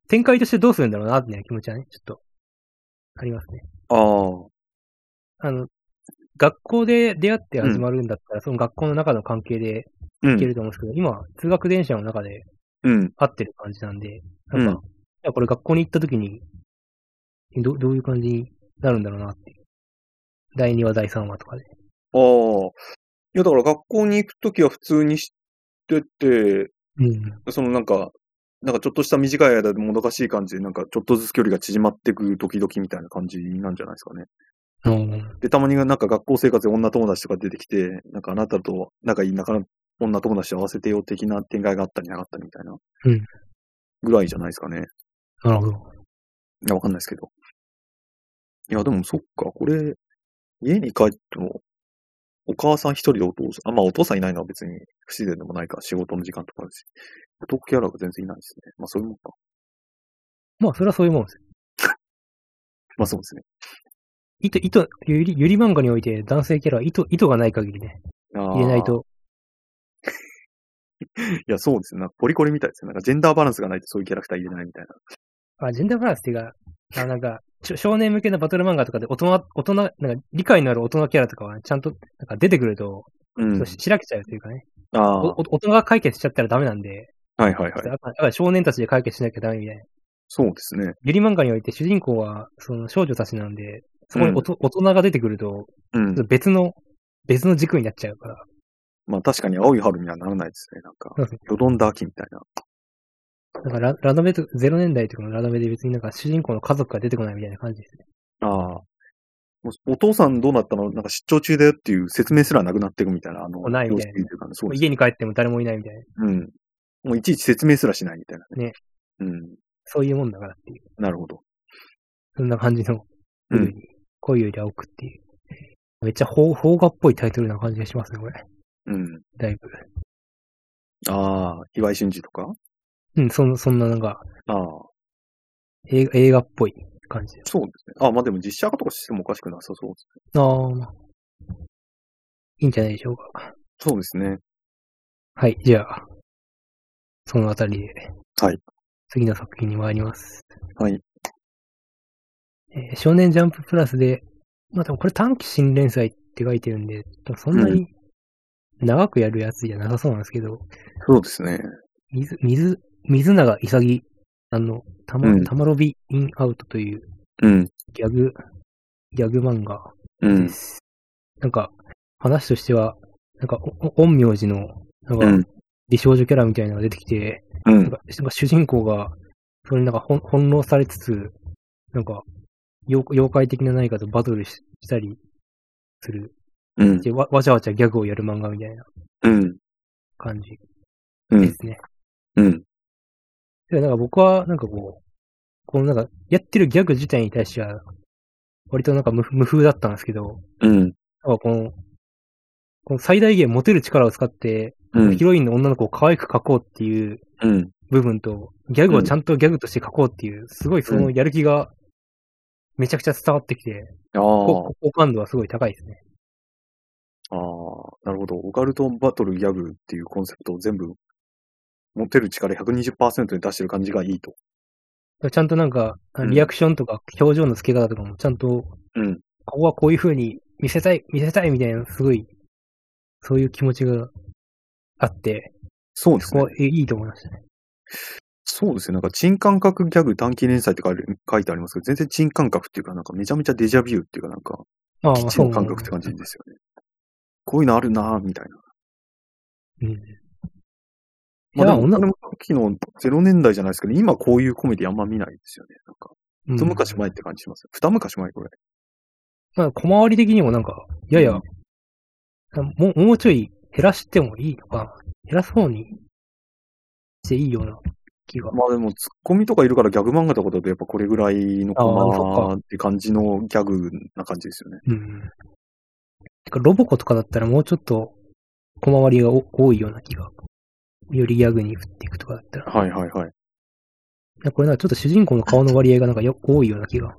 S1: 展開としてどうするんだろうな、っていう気持ちはね、ちょっと、ありますね。
S2: ああ。
S1: あの、学校で出会って始まるんだったら、その学校の中の関係で
S2: う
S1: いけ
S2: ん。
S1: ると思うんですけど、今、通学電車の中で
S2: うん。
S1: 会ってる感じなんで、
S2: う
S1: なん
S2: ん
S1: か、いやこれ学校に行った時に、どどういう感じになるんだろうなっていう。第2話、第3話とかで。
S2: ああ。いや、だから学校に行くときは普通にしてて、
S1: うん。
S2: そのなんか、なんかちょっとした短い間でもどかしい感じで、なんかちょっとずつ距離が縮まっていく時々みたいな感じなんじゃないですかね。で、たまになんか学校生活で女友達とか出てきて、なんかあなたと仲いい仲の女友達と合わせてよ的な展開があったりなかったりみたいな。
S1: うん
S2: ぐらいじゃないですかね。
S1: なるほど。
S2: いや、わかんないですけど。いや、でもそっか、これ、家に帰っても、お母さん一人でお父さん、あ、まあお父さんいないのは別に不自然でもないか、仕事の時間とかあるし。男キャラが全然いないですね。まあそういうもんか。
S1: まあ、それはそういうもんですよ。
S2: まあそうですね。
S1: 糸、糸、ゆり、ゆり漫画において男性キャラは糸、糸がない限りね、
S2: 入
S1: 入れない。と、
S2: いや、そうですね。なんかポリコレみたいですね。なんかジェンダーバランスがないとそういうキャラクター入れないみたいな。
S1: あ、ジェンダーバランスっていうか、あなんか、しょ少年向けのバトル漫画とかで大人、大人、なんか理解のある大人キャラとかは、ちゃんと、なんか出てくると、
S2: うん
S1: そうししらけちゃうというかね、
S2: ああ。
S1: お
S2: は
S1: お大人が解決しちゃったらダメなんで、
S2: いはいはい。
S1: だからだから少年たちで解決しなきゃダメみたいな。
S2: そうですね。
S1: ゆり漫画において主人公は、その少女たちなんで、そこにおと、大人が出てくると、
S2: うん。
S1: 別の、別の軸になっちゃうから。
S2: まあ確かに青い春にはならないですね。なんか
S1: そうそう、
S2: よどんだ秋みたいな。
S1: だからラ、ラノベと、ゼロ年代とかのラノベで別になんか主人公の家族が出てこないみたいな感じですね。
S2: ああ。もうお父さんどうなったのなんか出張中だよっていう説明すらなくなっていくみたいな、あの、
S1: ないみたいな
S2: 様式とうかねそうです
S1: 家に帰っても誰もいないみたいな。
S2: うん。もういちいち説明すらしないみたいな
S1: ね
S2: うん。
S1: そういうもんだからっていう。
S2: なるほど。
S1: そんな感じの、
S2: うん
S1: 夜に恋より青くっていう。めっちゃ邦邦画っぽいタイトルな感じがしますね、これ。
S2: うん。
S1: だいぶ。
S2: ああ、岩井俊二とか
S1: うん、そんそんななんか
S2: ああ、
S1: 映画、映画っぽい感じです。
S2: そうですね。ああ、まあでも実写化とかしてもおかしくなさそうですね。
S1: ああ、まあいいんじゃないでしょうか。
S2: そうですね。
S1: はい、じゃあ、そのあたりで、
S2: はい。
S1: 次の作品に参ります。
S2: はい。
S1: えー少年ジャンププラスで、まあ、でもこれ短期新連載って書いてるんで、そんなに長くやるやつじゃなさそうなんですけど、
S2: そうですね。
S1: 水、水、水永潔さんのたま、
S2: うん
S1: たまろびインアウトという
S2: うん。
S1: ギャグ、ギャグ漫画
S2: う
S1: で
S2: ん。
S1: す。なんか、話としては、なんか、おお陰陽師の、なん
S2: う
S1: か、
S2: ん。
S1: 美少女キャラみたいなのが出てきて、
S2: う
S1: なん
S2: ん。
S1: かなんか主人公が、それになんかほん翻弄されつつ、なんか、妖妖怪的な何かとバトルししたりする。
S2: うん。
S1: でわ、わちゃわちゃギャグをやる漫画みたいな
S2: うん。
S1: 感じ
S2: う
S1: で
S2: ん。
S1: すね。
S2: うん。
S1: でなんか僕は、なんかこう、このなんか、やってるギャグ自体に対しては、割となんか無無風だったんですけど、
S2: うん。
S1: なんかこの、この最大限持てる力を使って、
S2: うん
S1: ヒ。ロインの女の子を可愛く描こうっていう
S2: うん。
S1: 部分と、ギャグをちゃんとギャグとして書こうっていう、すごいそのやる気が、めちゃくちゃ伝わってきて、
S2: ああ。
S1: こ好感度はすごい高いですね。
S2: ああ、なるほど。オカルトバトルギャグっていうコンセプトを全部、持てる力120%に出してる感じがいいと。
S1: ちゃんとなんか、
S2: ん
S1: リアクションとか表情の付け方とかもちゃんと、
S2: うん。
S1: ここはこういう風に見せたい、見せたいみたいな、すごい、そういう気持ちがあって、
S2: そうです
S1: そ
S2: ね
S1: こ。はいいと思いましたね。
S2: そうですね。なんか、新感覚ギャグ短期連載って書いて書いてありますけど、全然新感覚っていうか、なんかめちゃめちゃデジャビューっていうか、なんか、
S1: ああ
S2: 基地の感覚って感じですよね。こういうのあるなぁ、みたいな。
S1: うん。
S2: まあ、
S1: い
S2: で
S1: や
S2: も、
S1: 女
S2: 俺もさっきのゼロ年代じゃないですけど、今こういうコメディあんま見ないですよね。なんか、
S1: うん
S2: 一昔前って感じしますよ。二昔前これ。
S1: まあ、小回り的にもなんか、いやいや、
S2: うん
S1: もう、もうちょい減らしてもいいのかな。減らす方にしていいような気が。
S2: まあでも、ツッコミとかいるからギャグ漫画とかだとやっぱこれぐらいのコ
S1: あー
S2: マって感じのギャグな感じですよね。
S1: うん。てか、ロボコとかだったらもうちょっと小回りがお多いような気が。よりギャグに振っていくとかだったら。
S2: はいはいはい。
S1: いやこれなんかちょっと主人公の顔の割合がなんかよ多いような気が。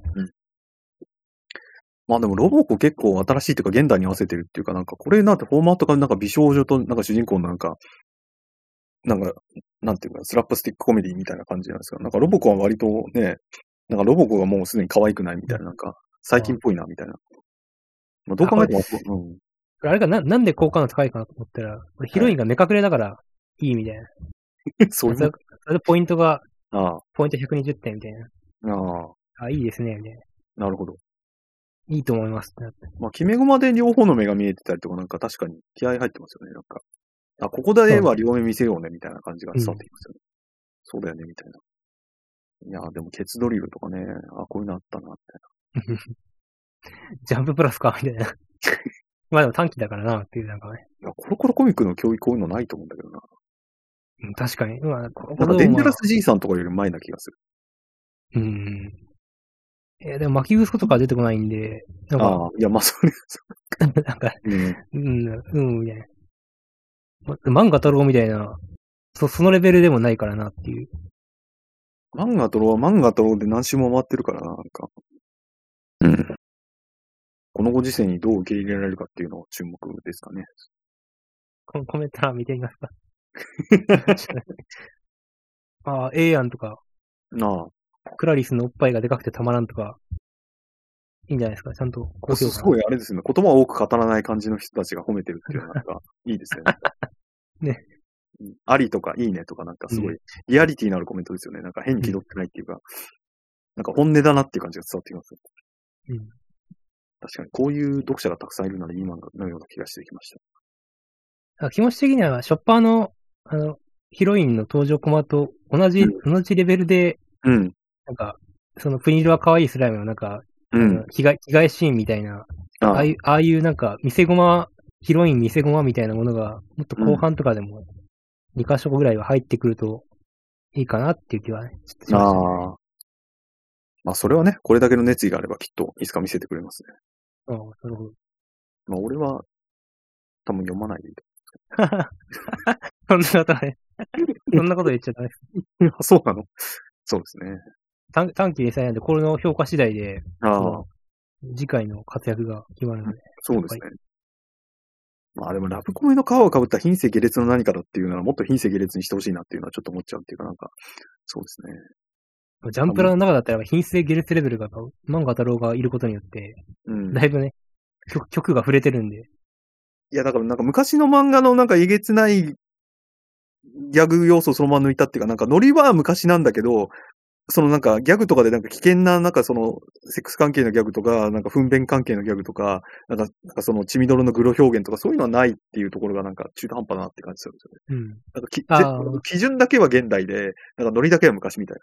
S2: まあでもロボコ結構新しいっていうか現代に合わせてるっていうかなんかこれなんてフォーマットがなんか美少女となんか主人公のなんか、なんか、なんていうかスラップスティックコメディみたいな感じなんですけど、なんかロボコは割とね、なんかロボコがもうすでに可愛くないみたいななんか最近っぽいなみたいな。まあどう考えても、うん。
S1: あれがな、なんで効果が高いかなと思ったら、これヒロインが目隠れだからいいみたいな。
S2: そういう
S1: それ
S2: もん
S1: でそれでポイントが、
S2: あ
S1: ポイント120点みたいな。
S2: あ、ああ、
S1: あ、いいですね、みたいな。
S2: なるほど。
S1: いいと思いますってなって。
S2: まあ、決め駒で両方の目が見えてたりとか、なんか確かに気合入ってますよね、なんか。あ、ここでは両目見せようね、みたいな感じが伝わってきますよね。そうだよね、みたいな。いやー、でもケツドリルとかね、あ、こういうのあったな、み
S1: ジャンププラスか、みたいな。 まあでも短期だからな、っていう、なんかね。
S2: たいな。いや、コロコロコミックの教育こういうのないと思うんだけどな。
S1: うん確かに。まあ、ここ
S2: なんか
S1: で
S2: デン
S1: も
S2: ジャ
S1: まあ
S2: ラス G さんとかより前な気がす
S1: う
S2: る。
S1: ん。えーでも巻きぐすことかは出てこないんで、なんか、
S2: ああ、いや、まあ、それ、
S1: なんか、
S2: うん、
S1: うん、うん、みたいな。ま漫画太郎みたいな、そ、そのレベルでもないからなっていう。
S2: 漫画とろは漫画とろで何周も回ってるからな、なんか、
S3: うん。
S2: このご時世にどう受け入れられるかっていうのを注目ですかね。
S1: ココメント欄見てみます か。ああ、ええやんとか、
S2: なあ。
S1: クラリスのおっぱいがでかくてたまらんとか、いいんじゃないですか。ちゃんと高評
S2: す
S1: 価。
S2: ごいあれですね。言葉を多く語らない感じの人たちが褒めてるっていうのはなんか、いいですよ ね。
S1: ね
S2: うん。ありとかいいねとかなんかすご
S1: う
S2: い、リアリティのあるコメントですよね。なんか変に気取ってないっていうか、なんか本音だなっていう感じが伝わってきます。
S1: うん。
S2: 確かに、こういう読者がたくさんいるならいい漫画のような気がしてきました。
S1: あ気持ち的には、ショッパーの、あの、ヒロインの登場コマと同じ、同じレベルで、
S2: うん。
S1: なんか、そのプニルは可愛いスライムのなんか、
S2: う
S1: あ
S2: ん
S1: の。被害、被害シーンみたいな、
S2: あ
S1: ああいう、ああいうなんか、見せ駒、ヒロイン見せ駒みたいなものが、もっと後半とかでも、2箇所ぐらいは入ってくると、いいかなっていう気はね、ちょっとしましたね
S2: ああ。まあ、それはね、これだけの熱意があればきっといつか見せてくれますね。
S1: うんなるほど。
S2: まあ、俺は、多分読まないでいい
S1: そんなことね。そんなこと言っちゃダメです。
S2: と。あ そうなのそうですね。
S1: 短短期連載なんで、これの評価次第で、
S2: ああ、
S1: 次回の活躍が決まるので。
S2: そうですね。まあ、でもラブコメの皮をかぶった品性下劣の何かだっていうなら、もっと品性下劣にしてほしいなっていうのはちょっと思っちゃうっていうか、なんか、そうですね。
S1: ジャンプラの中だったら、品質下劣レベルが、漫画太郎がいることによって、
S2: うん。
S1: だいぶね、曲曲が触れてるんで。
S2: いや、だからなんか昔の漫画のなんかえげつないギャグ要素をそのまま抜いたっていうか、なんかノリは昔なんだけど、そのなんかギャグとかでなんか危険な、なんかそのセックス関係のギャグとか、なんか糞便関係のギャグとか、なんかなんかその血みどろのグロ表現とかそういうのはないっていうところがなんか中途半端だなって感じするんですよね。
S1: うん。
S2: なんかき
S1: あー
S2: ぜ基準だけは現代で、なんかノリだけは昔みたいな。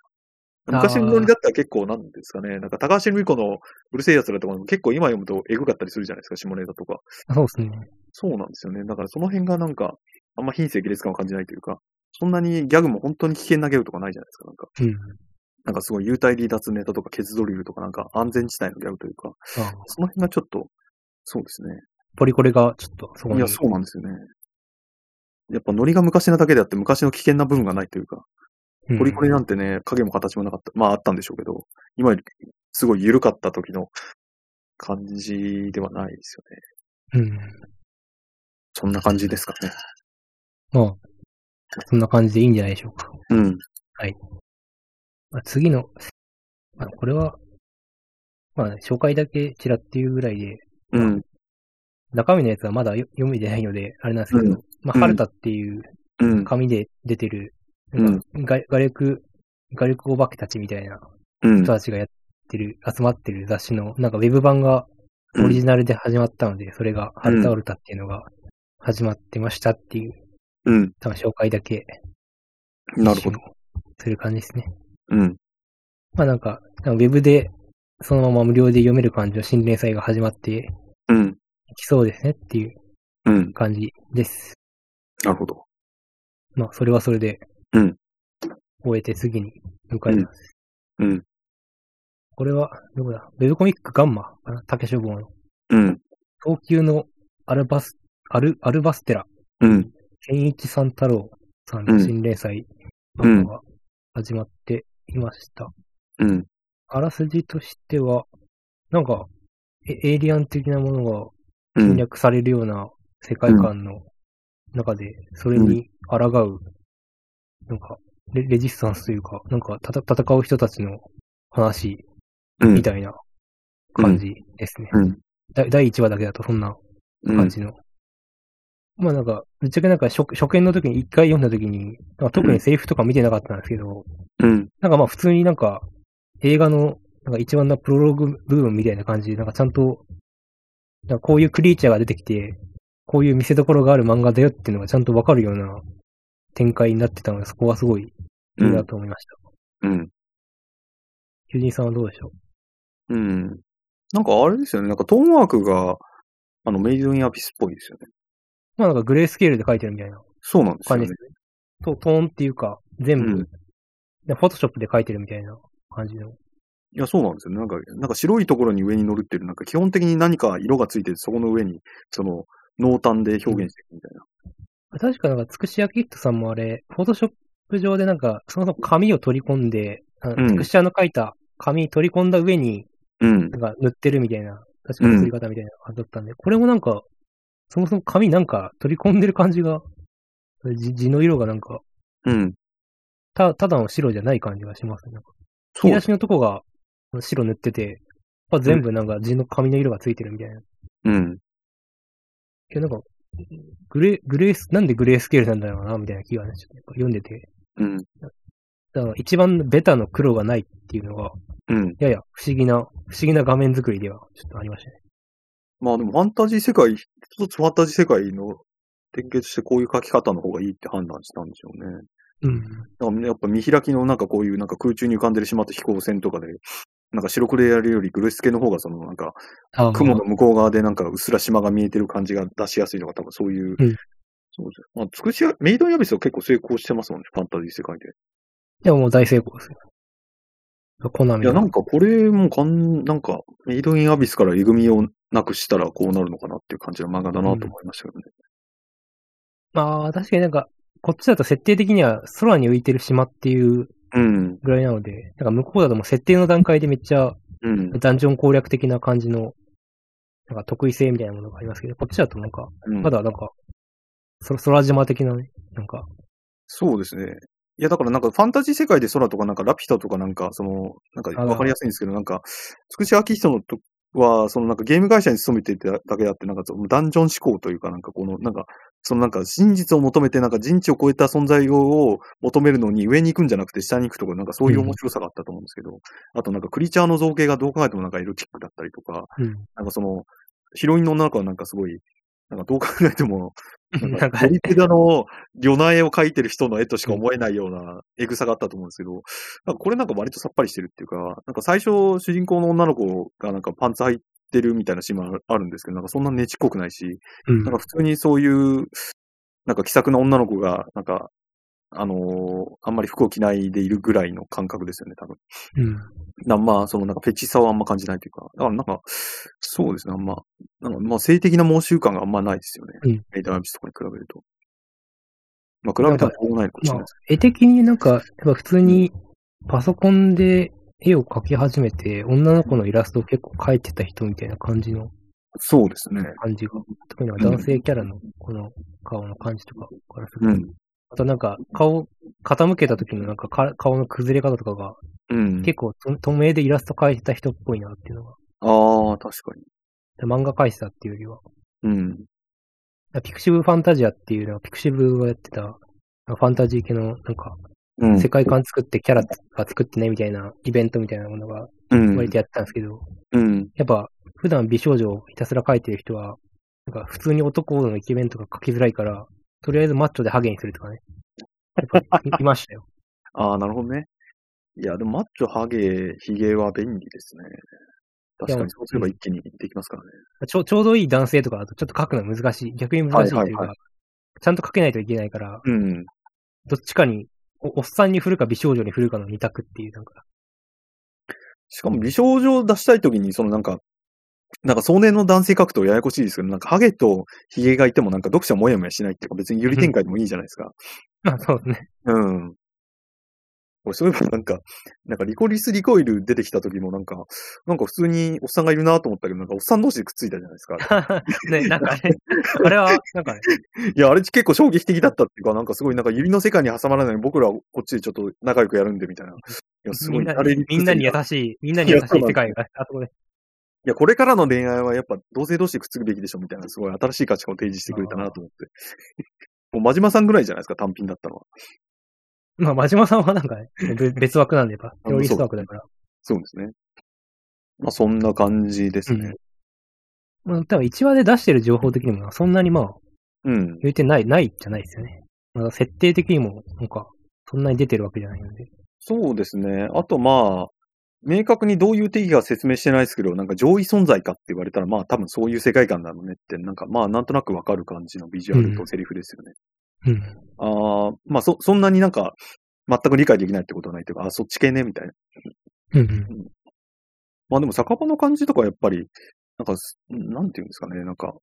S2: 昔のノリだったら結構なんですかね、なんか高橋留美子のうるせえ奴らとかも結構今読むとエグかったりするじゃないですか、下ネタとか。
S1: そうですね。
S2: そうなんですよね。だからその辺がなんか、あんま品性下劣感を感じないというか、そんなにギャグも本当に危険なギャグとかないじゃないですか。なんか、
S1: うん。
S2: なんかすごい幽体離脱ネタとかケツドリルとかなんか安全地帯のギャグというか、
S1: ああ
S2: その辺がちょっと、そうですね。
S1: ポリコレが、ちょっと、そこに。
S2: いや、そうなんですよね。やっぱノリが昔なだけであって昔の危険な部分がないというか、
S1: うん
S2: ポリコレなんてね、影も形もなかった。まああったんでしょうけど、今よりすごい緩かった時の感じではないですよね。
S1: うん。
S2: そんな感じですかね。
S1: まあ、そんな感じでいいんじゃないでしょうか。
S2: うん。
S1: まあ、次の、まあ、これは、まあ、ね、紹介だけちらっていうぐらいで、
S2: うん。
S1: 中身のやつはまだ読読めてないので、あれなんですけど、
S2: うん
S1: まあ、
S2: うん
S1: ハルタっていう
S2: うん。
S1: 紙で出てる、
S2: うん。
S1: が画力、画力お化けたちみたいな
S2: うん
S1: 人。たちがやってる、集まってる雑誌の、なんかウェブ版がオリジナルで始まったので、それがハルタオルタっていうのが始まってましたっていう、
S2: うん。
S1: 多分紹介だけ、
S2: なるほど。。
S1: する感じですね。
S2: うん。
S1: まあなんか、なんかウェブで、そのまま無料で読める感じの新連載が始まってい
S2: うん。
S1: きそうですねっていう
S2: うん。
S1: 感じです。
S2: なるほど。
S1: まあ、それはそれで、
S2: うん
S1: 終えて次に向かいます。
S2: うん。
S1: これは、どこだウェブコミックガンマかな竹書房の。
S2: うん。
S1: 東急のアルバス、アル、アルバステラ、
S2: うん。
S1: 健一さん太郎さんの新連載漫画が始まっていました。
S2: うん。
S1: あらすじとしては、なんか、えエイリアン的なものが
S2: う
S1: 侵
S2: ん。
S1: 略されるような世界観の中で、それに抗う、なんかレ、レジスタンスというか、なんかたた、戦う人たちの話
S2: うん。
S1: みたいな感じですね。
S2: うん
S1: だ第1話だけだとそんな感じの。まあなんか、ぶっちゃけなんか初初見の時に一回読んだ時に、なんか特にセリフとか見てなかったんですけど、
S2: うん。
S1: なんかまあ普通になんか映画のなんか一番のプロローグ部分みたいな感じで、なんかちゃんと、なんかこういうクリーチャーが出てきて、こういう見せどころがある漫画だよっていうのがちゃんとわかるような展開になってたので、そこはすごいいいなと思いました。
S2: うん。
S1: 求人さんはどうでしょ
S2: うん。なんかあれですよね。なんかトーンワークが、あの、メイドインアピスっぽいですよね。
S1: うまあなんかグレースケールで書いてるみたいな
S2: そうなんですよ
S1: 感じ
S2: ね
S1: です。ね。とトーンっていうか、全部、
S2: うん
S1: でフォトショップで書いてるみたいな感じの。
S2: いや、そうなんですよね。なんか、なんか白いところに上に乗るっていう、なんか基本的に何か色がついてて、そこの上に、その、濃淡で表現していくみたいな。
S1: 確かなんか、つくしやきっとさんもあれ、フォトショップ上でなんか、そもそも紙を取り込んで、あ
S2: うん
S1: のつくし屋の書いた紙取り込んだ上に、
S2: うん
S1: な。んか塗ってるみたいな、確か作り方みたいな感じだったんで、これもなんか、そもそも紙なんか取り込んでる感じが、じ字の色がなんか、
S2: うん。
S1: た、ただの白じゃない感じがしますね。なんか
S2: そ
S1: 引き
S2: う
S1: 出。しのとこが白塗ってて、まあ、全部なんか字の紙の色がついてるみたいな。
S2: うん。
S1: けどなんか、グレー、グレース、なんでグレースケールなんだろうな、みたいな気がね、ちょっとやっぱ読んでて。
S2: うん。
S1: だから一番ベタの黒がないっていうのが、
S2: うん。
S1: やや不思議な、不思議な画面作りではちょっとありましたね。
S2: まあでもファンタジー世界、一つファンタジー世界の点結してこういう書き方の方がいいって判断したんでしょうね。
S1: うん。
S2: だからやっぱ見開きのなんかこういうなんか空中に浮かんでしまった飛行船とかで、なんか白黒でやるよりグレス系の方がそのなんか
S1: あー
S2: 雲の向こう側でなんかうっすら島が見えてる感じが出しやすいのが多分そういう。
S1: うん
S2: そうですまあ、つくしや、メイドインアビスは結構成功してますもんね、ファンタジー世界で。
S1: いや、もう大成功ですよ。コナミ
S2: いや、なんかこれもかん、なんか、メイドインアビスからえぐみをなくしたらこうなるのかなっていう感じの漫画だなと思いましたけどね。
S1: まあ、確かになんか、こっちだと設定的には空に浮いてる島っていう
S2: うん。
S1: ぐらいなので、なんか向こうだともう設定の段階でめっちゃ
S2: うん。
S1: ダンジョン攻略的な感じの、なんか得意性みたいなものがありますけど、こっちだとなんか、
S2: うん
S1: まだなんか、そ空島的なね、なんか、
S2: そうですね。いや、だからなんかファンタジー世界で空とかなんかラピュタとかなんか、その、なんか
S1: あ
S2: わかりやすいんですけど、なんか、つくしあきひとのとは、そのなんかゲーム会社に勤めていただけあって、なんかそのダンジョン思考というか、なんかこの、なんか、そのなんか真実を求めて、なんか人知を超えた存在を求めるのに上に行くんじゃなくて下に行くとか、なんかそういう面白さがあったと思うんですけど、あとなんかクリーチャーの造形がどう考えてもなんかエロティックだったりとか、
S1: うん。
S2: なんかその、ヒロインの女の子はなんかすごい、なんかどう考えても、
S1: な
S2: なん
S1: ん
S2: か、
S1: か
S2: ゴリペダの魚苗を描いてる人の絵としか思えないようなエグさがあったと思うんですけど、なんかこれなんか割とさっぱりしてるっていうか、なんか最初主人公の女の子がなんかパンツ履いてるみたいなシーンもあるんですけど、なんかそんなねちっこくないし、
S1: うん
S2: なんか普通にそういう、なんか気さくな女の子が、なんか、あのーあんまり服を着ないでいるぐらいの感覚ですよね、多分。
S1: うん。
S2: なまあ、そのなんかフェチさはあんま感じないというか、だからなんか、そうですね、あんま、なんかまあ性的な妄執感があんまないですよね。
S1: うん
S2: メイドアビスとかに比べると。まあ、比べたらしょうがないのかもしれ
S1: まあ
S2: ないです。、
S1: 絵的になんか、やっぱ普通にパソコンで絵を描き始めて、女の子のイラストを結構描いてた人みたいな感じの
S2: そうですね。
S1: 感じが、特になんか男性キャラのこの顔の感じとかからすると、
S2: うん。
S1: あとなんか顔傾けた時のなんかか顔の崩れ方とかが、
S2: うん。
S1: 結構と透明でイラスト描いてた人っぽいなっていうのが、
S2: ああ、確か
S1: 漫画描いてたっていうよりは、
S2: に。うん。
S1: ピクシブファンタジアっていうのは、ピクシブがやってた、ファンタジー系のなんか
S2: うん。
S1: 世界観作ってキャラが作ってねみたいなイベントみたいなものが
S2: うん。
S1: 割とやってたんですけど、
S2: うん。
S1: やっぱ普段美少女をひたすら描いてる人は、なんか普通に男のイケメンとか描きづらいから、とりあえずマッチョでハゲにするとかね。やっぱい いましたよ。
S2: ああ、なるほどね。いや、でもマッチョ、ハゲ、ヒゲは便利ですね。確かにそうすれば一気にできますからね。
S1: ちょちょうどいい男性とかだとちょっと描くの難しい。逆に難しいというか、
S2: はいはい
S1: ちゃんと描けないといけないから、
S2: うん。
S1: どっちかに、おおっさんに振るか美少女に振るかの二択っていう、なんか、
S2: しかも美少女を出したいときに、そのなんか、なんか壮年の男性格闘ややこしいですけど、なんかハゲとヒゲがいてもなんか読者もやもやしないっていうか別にゆり展開でもいいじゃないですか。
S1: まあそうですね。
S2: うん。俺そういえばなんか、なんかリコリスリコイル出てきた時もなんか、なんか普通におっさんがいるなと思ったけど、なんかおっさん同士でくっついたじゃないですか。
S1: ね、なんかね、あれは、なんかね、
S2: いや、あれ結構衝撃的だったっていうか、なんかすごいなんか指の世界に挟まらないように僕らはこっちでちょっと仲良くやるんでみたいな。いや、す
S1: み
S2: ごい
S1: んな
S2: あれくっついた
S1: みんなに優しい、みんなに優しい世界が、あそこで。
S2: いや、これからの恋愛はやっぱ同性同士でくっつくべきでしょみたいな、すごい新しい価値観を提示してくれたなと思 って。もう、真島さんぐらいじゃないですか、単品だったのは。
S1: まあ、真島さんはなんかね、べ 別枠なんで、やっぱ、
S2: あ
S1: テロリスト枠だから。
S2: そうですね。まあ、そんな感じですね。
S1: まあ、多分1話で出してる情報的にも、そんなにまあ、
S2: うん。
S1: 言うてない、ないじゃないですよね。まだ設定的にも、なんか、そんなに出てるわけじゃないんで。
S2: そうですね。あと、まあ、明確にどういう定義が説明してないですけど、なんか上位存在かって言われたら、まあ、多分そういう世界観だろうねって、なんか、まあ、なんとなくわかる感じのビジュアルとセリフですよね。
S1: うん。
S2: ああ、まあ、そ、そんなになんか、全く理解できないってことはないというか、あ、そっち系ね、みたいな。
S1: うん。
S2: まあでも酒場の感じとかやっぱり、なんかす、なんていうんですかね、なんか、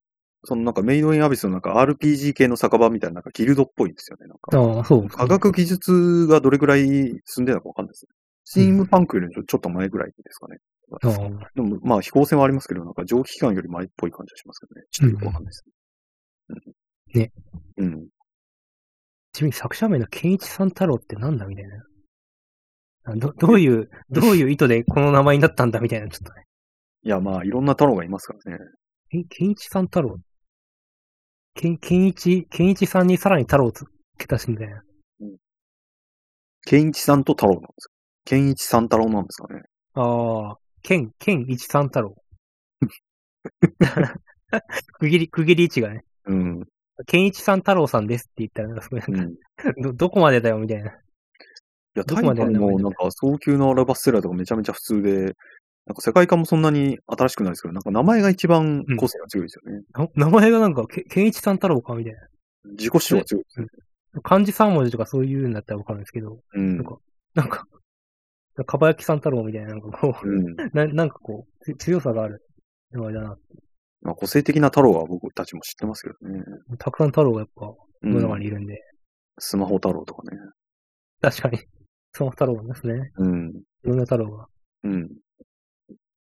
S2: そのなんかメイドインアビスのなんか RPG 系の酒場みたいななんかギルドっぽいですよね。なんか
S1: ああ、そう。
S2: 科学技術がどれくらい進んでるのかわかんないですね。スチームパンクよりちょちょっと前ぐらいですかね。
S1: ああ
S2: でもまあ飛行船はありますけど、なんか蒸気機関より前っぽい感じがしますけどね。ちょっとよくわかんないですね。うん。ね。
S1: ちなみに作者名の健一さん太郎ってなんだみたいな。あど、どう いう、どういう意図でこの名前になったんだみたいな、ちょっとね。
S2: うん。いやまあいろんな太郎がいますからね。
S1: え、健一さん太郎健、健一、健一さんにさらに太郎をつけ足しみたいな。
S2: ケンイチさんと太郎なんですかケンイチさん太郎なんですかね。
S1: ああ、健、健一さん太郎。区切り、区切り位置がね。
S2: うん。
S1: 健一さん太郎さんですって言ったら、なんかすごい、
S2: うん。
S1: ど、どこまでだよみたいな。
S2: いや、
S1: ど
S2: タ
S1: こ
S2: イ
S1: ま
S2: タ
S1: でや
S2: ン
S1: んだ
S2: もなんか早急のアラバステラとかめちゃめちゃ普通で、なんか世界観もそんなに新しくないですけど、なんか名前が一番個性が強いですよね。
S1: な名前がなんか、け健一さん太郎かみたい
S2: 自己主張が強いですね。
S1: な。漢字3文字とかそういうんだったらわかるんですけど、
S2: うん
S1: なん。かなんか、かばやきさん太郎みたいな、なんかこう、
S2: うん。
S1: ななんかこう、つ強さがある。名前だな。
S2: まあ個性的な太郎は僕たちも知ってますけどね。
S1: たくさん太郎がやっぱ、世の
S2: う
S1: 中
S2: ん
S1: にいるんで。
S2: スマホ太郎とかね。
S1: 確かに。その太郎なんですね。
S2: うん。
S1: いろんな太郎が。
S2: うん。
S1: まあ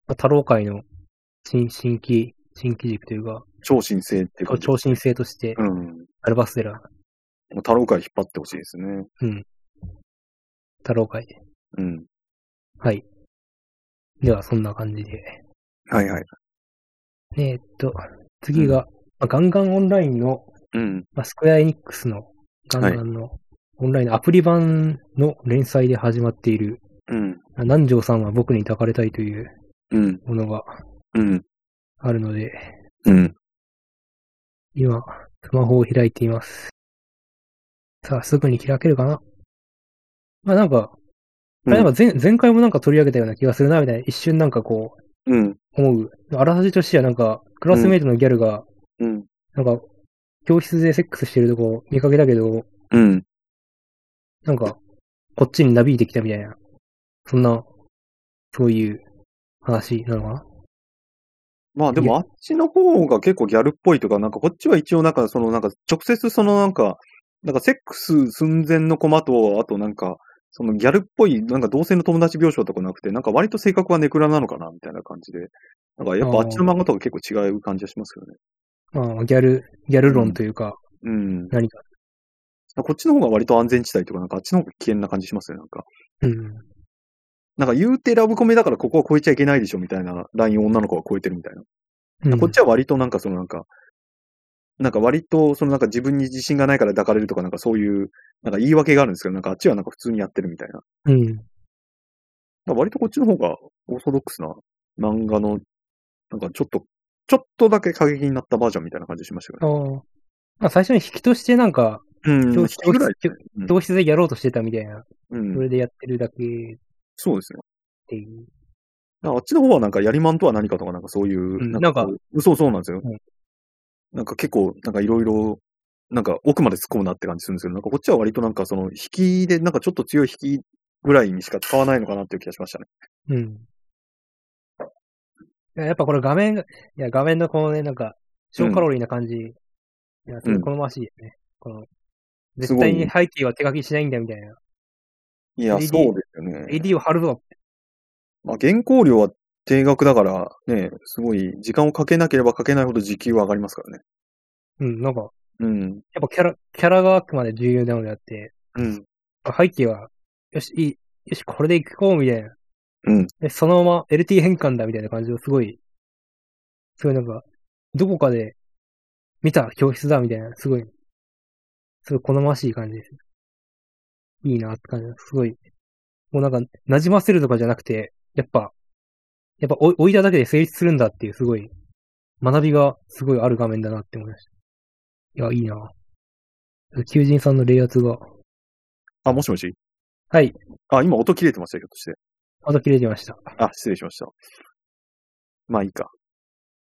S1: 太郎界の新、新規、新規軸というか、
S2: 超新星っていうか。
S1: 超新星として、
S2: うん。も
S1: アルバステラ、
S2: う太郎から引っ張ってほしいですね。
S1: 太郎界で。
S2: うん。
S1: はい。では、そんな感じで。
S2: はいはい。
S1: えーっと、次が、まあガンガンオンラインの、
S2: うん。
S1: まあ、スクエアエニックスの、ガンガンの、オンラインのアプリ版の連載で始まっている、
S2: うん。
S1: あ南條さんは僕に抱かれたいという
S2: うん。
S1: ものが
S2: うん。
S1: あるので、
S2: うん。
S1: 今、スマホを開いています。さあ、すぐに開けるかなまあなんか、あれなんか前前回もなんか取り上げたような気がするな、みたいな、一瞬なんかこ
S2: うん。
S1: う、思う。あらすじとしてはなんか、クラスメイトのギャルが、
S2: うん。
S1: なんか、教室でセックスしてるとこ見かけたけど、
S2: うん。
S1: なんか、こっちになびいてきたみたいな。そんな、そういう話なのかな
S2: まあで
S1: いや
S2: もあっちの方が結構ギャルっぽいとか、なんかこっちは一応なんかそのなんか直接そのなんか、なんかセックス寸前の駒と、あとなんか、そのギャルっぽい、なんか同性の友達描写とかなくて、なんか割と性格はネクラなのかなみたいな感じで。なんかやっぱあっちの漫画とか結構違う感じがしますよね。
S1: まあ、ギャル、ギャル論というか、
S2: うん。
S1: 何か。
S2: こっちの方が割と安全地帯とか、なんかあっちの方が危険な感じしますよね、なんか。
S1: うん。
S2: なんか言うてラブコメだからここは超えちゃいけないでしょみたいなラインを女の子が超えてるみたいな。
S1: うん
S2: こっちは割となんかそのなんか、なんか割とそのなんか自分に自信がないから抱かれるとかなんかそういう、なんか言い訳があるんですけど、なんかあっちはなんか普通にやってるみたいな。だか
S1: うん。
S2: ら割とこっちの方がオーソドックスな漫画の、なんかちょっと、ちょっとだけ過激になったバージョンみたいな感じしましたよ
S1: あ
S2: ね。
S1: あ。まあ、最初に引きとしてなんか、
S2: うん、
S1: 教
S2: 引
S1: 室
S2: きぐらいですね
S1: 教室でやろうとしてたみたいな。
S2: うん
S1: そ
S2: うん
S1: れでやってるだけっ
S2: そうですね。
S1: ていう。
S2: だからあっちの方はなんかやりまんとは何かとかなんかそういう、
S1: ん
S2: こう、そうそうなんですよ。
S1: うん
S2: なんか結構、なんかいろいろ、なんか奥まで突っ込むなって感じするんですけど、なんかこっちは割となんかその引きで、なんかちょっと強い引きぐらいにしか使わないのかなっていう気がしましたね。
S1: うん。いややっぱこれ画面が、いや、画面のこのね、なんか、小カロリーな感じ、いや、すごい好ましいですね。この、
S2: す
S1: 絶
S2: ごい
S1: 対に背景は手書きしないんだみたいな。
S2: いや、
S1: LED
S2: そうですよね。
S1: AD を貼るぞ。
S2: まあ、原稿料は定額だから、ね、すごい時間をかけなければかけないほど時給は上がりますからね。
S1: うん、なんか、やっ
S2: うん。
S1: ぱキャラ、キャラがあくまで重要なのであって、
S2: うん。
S1: 背景は、よし、いい、よし、これでいこう、みたいな。
S2: うん
S1: で、そのまま LT 変換だ、みたいな感じをすごい、すごいなんか、どこかで見た教室だ、みたいな、すごい、すごい好ましい感じです。いいなって感じすごい、もうなんか、馴染ませるとかじゃなくて、やっぱ、やっぱ置い置いただけで成立するんだっていう、すごい、学びがすごいある画面だなって思いました。いや、いいな求人さんの冷圧が、
S2: あ、もしもし
S1: はい、
S2: あ、今音切れてました、ひょっとして。
S1: また切れてました。
S2: あ、失礼しました。まあいいか。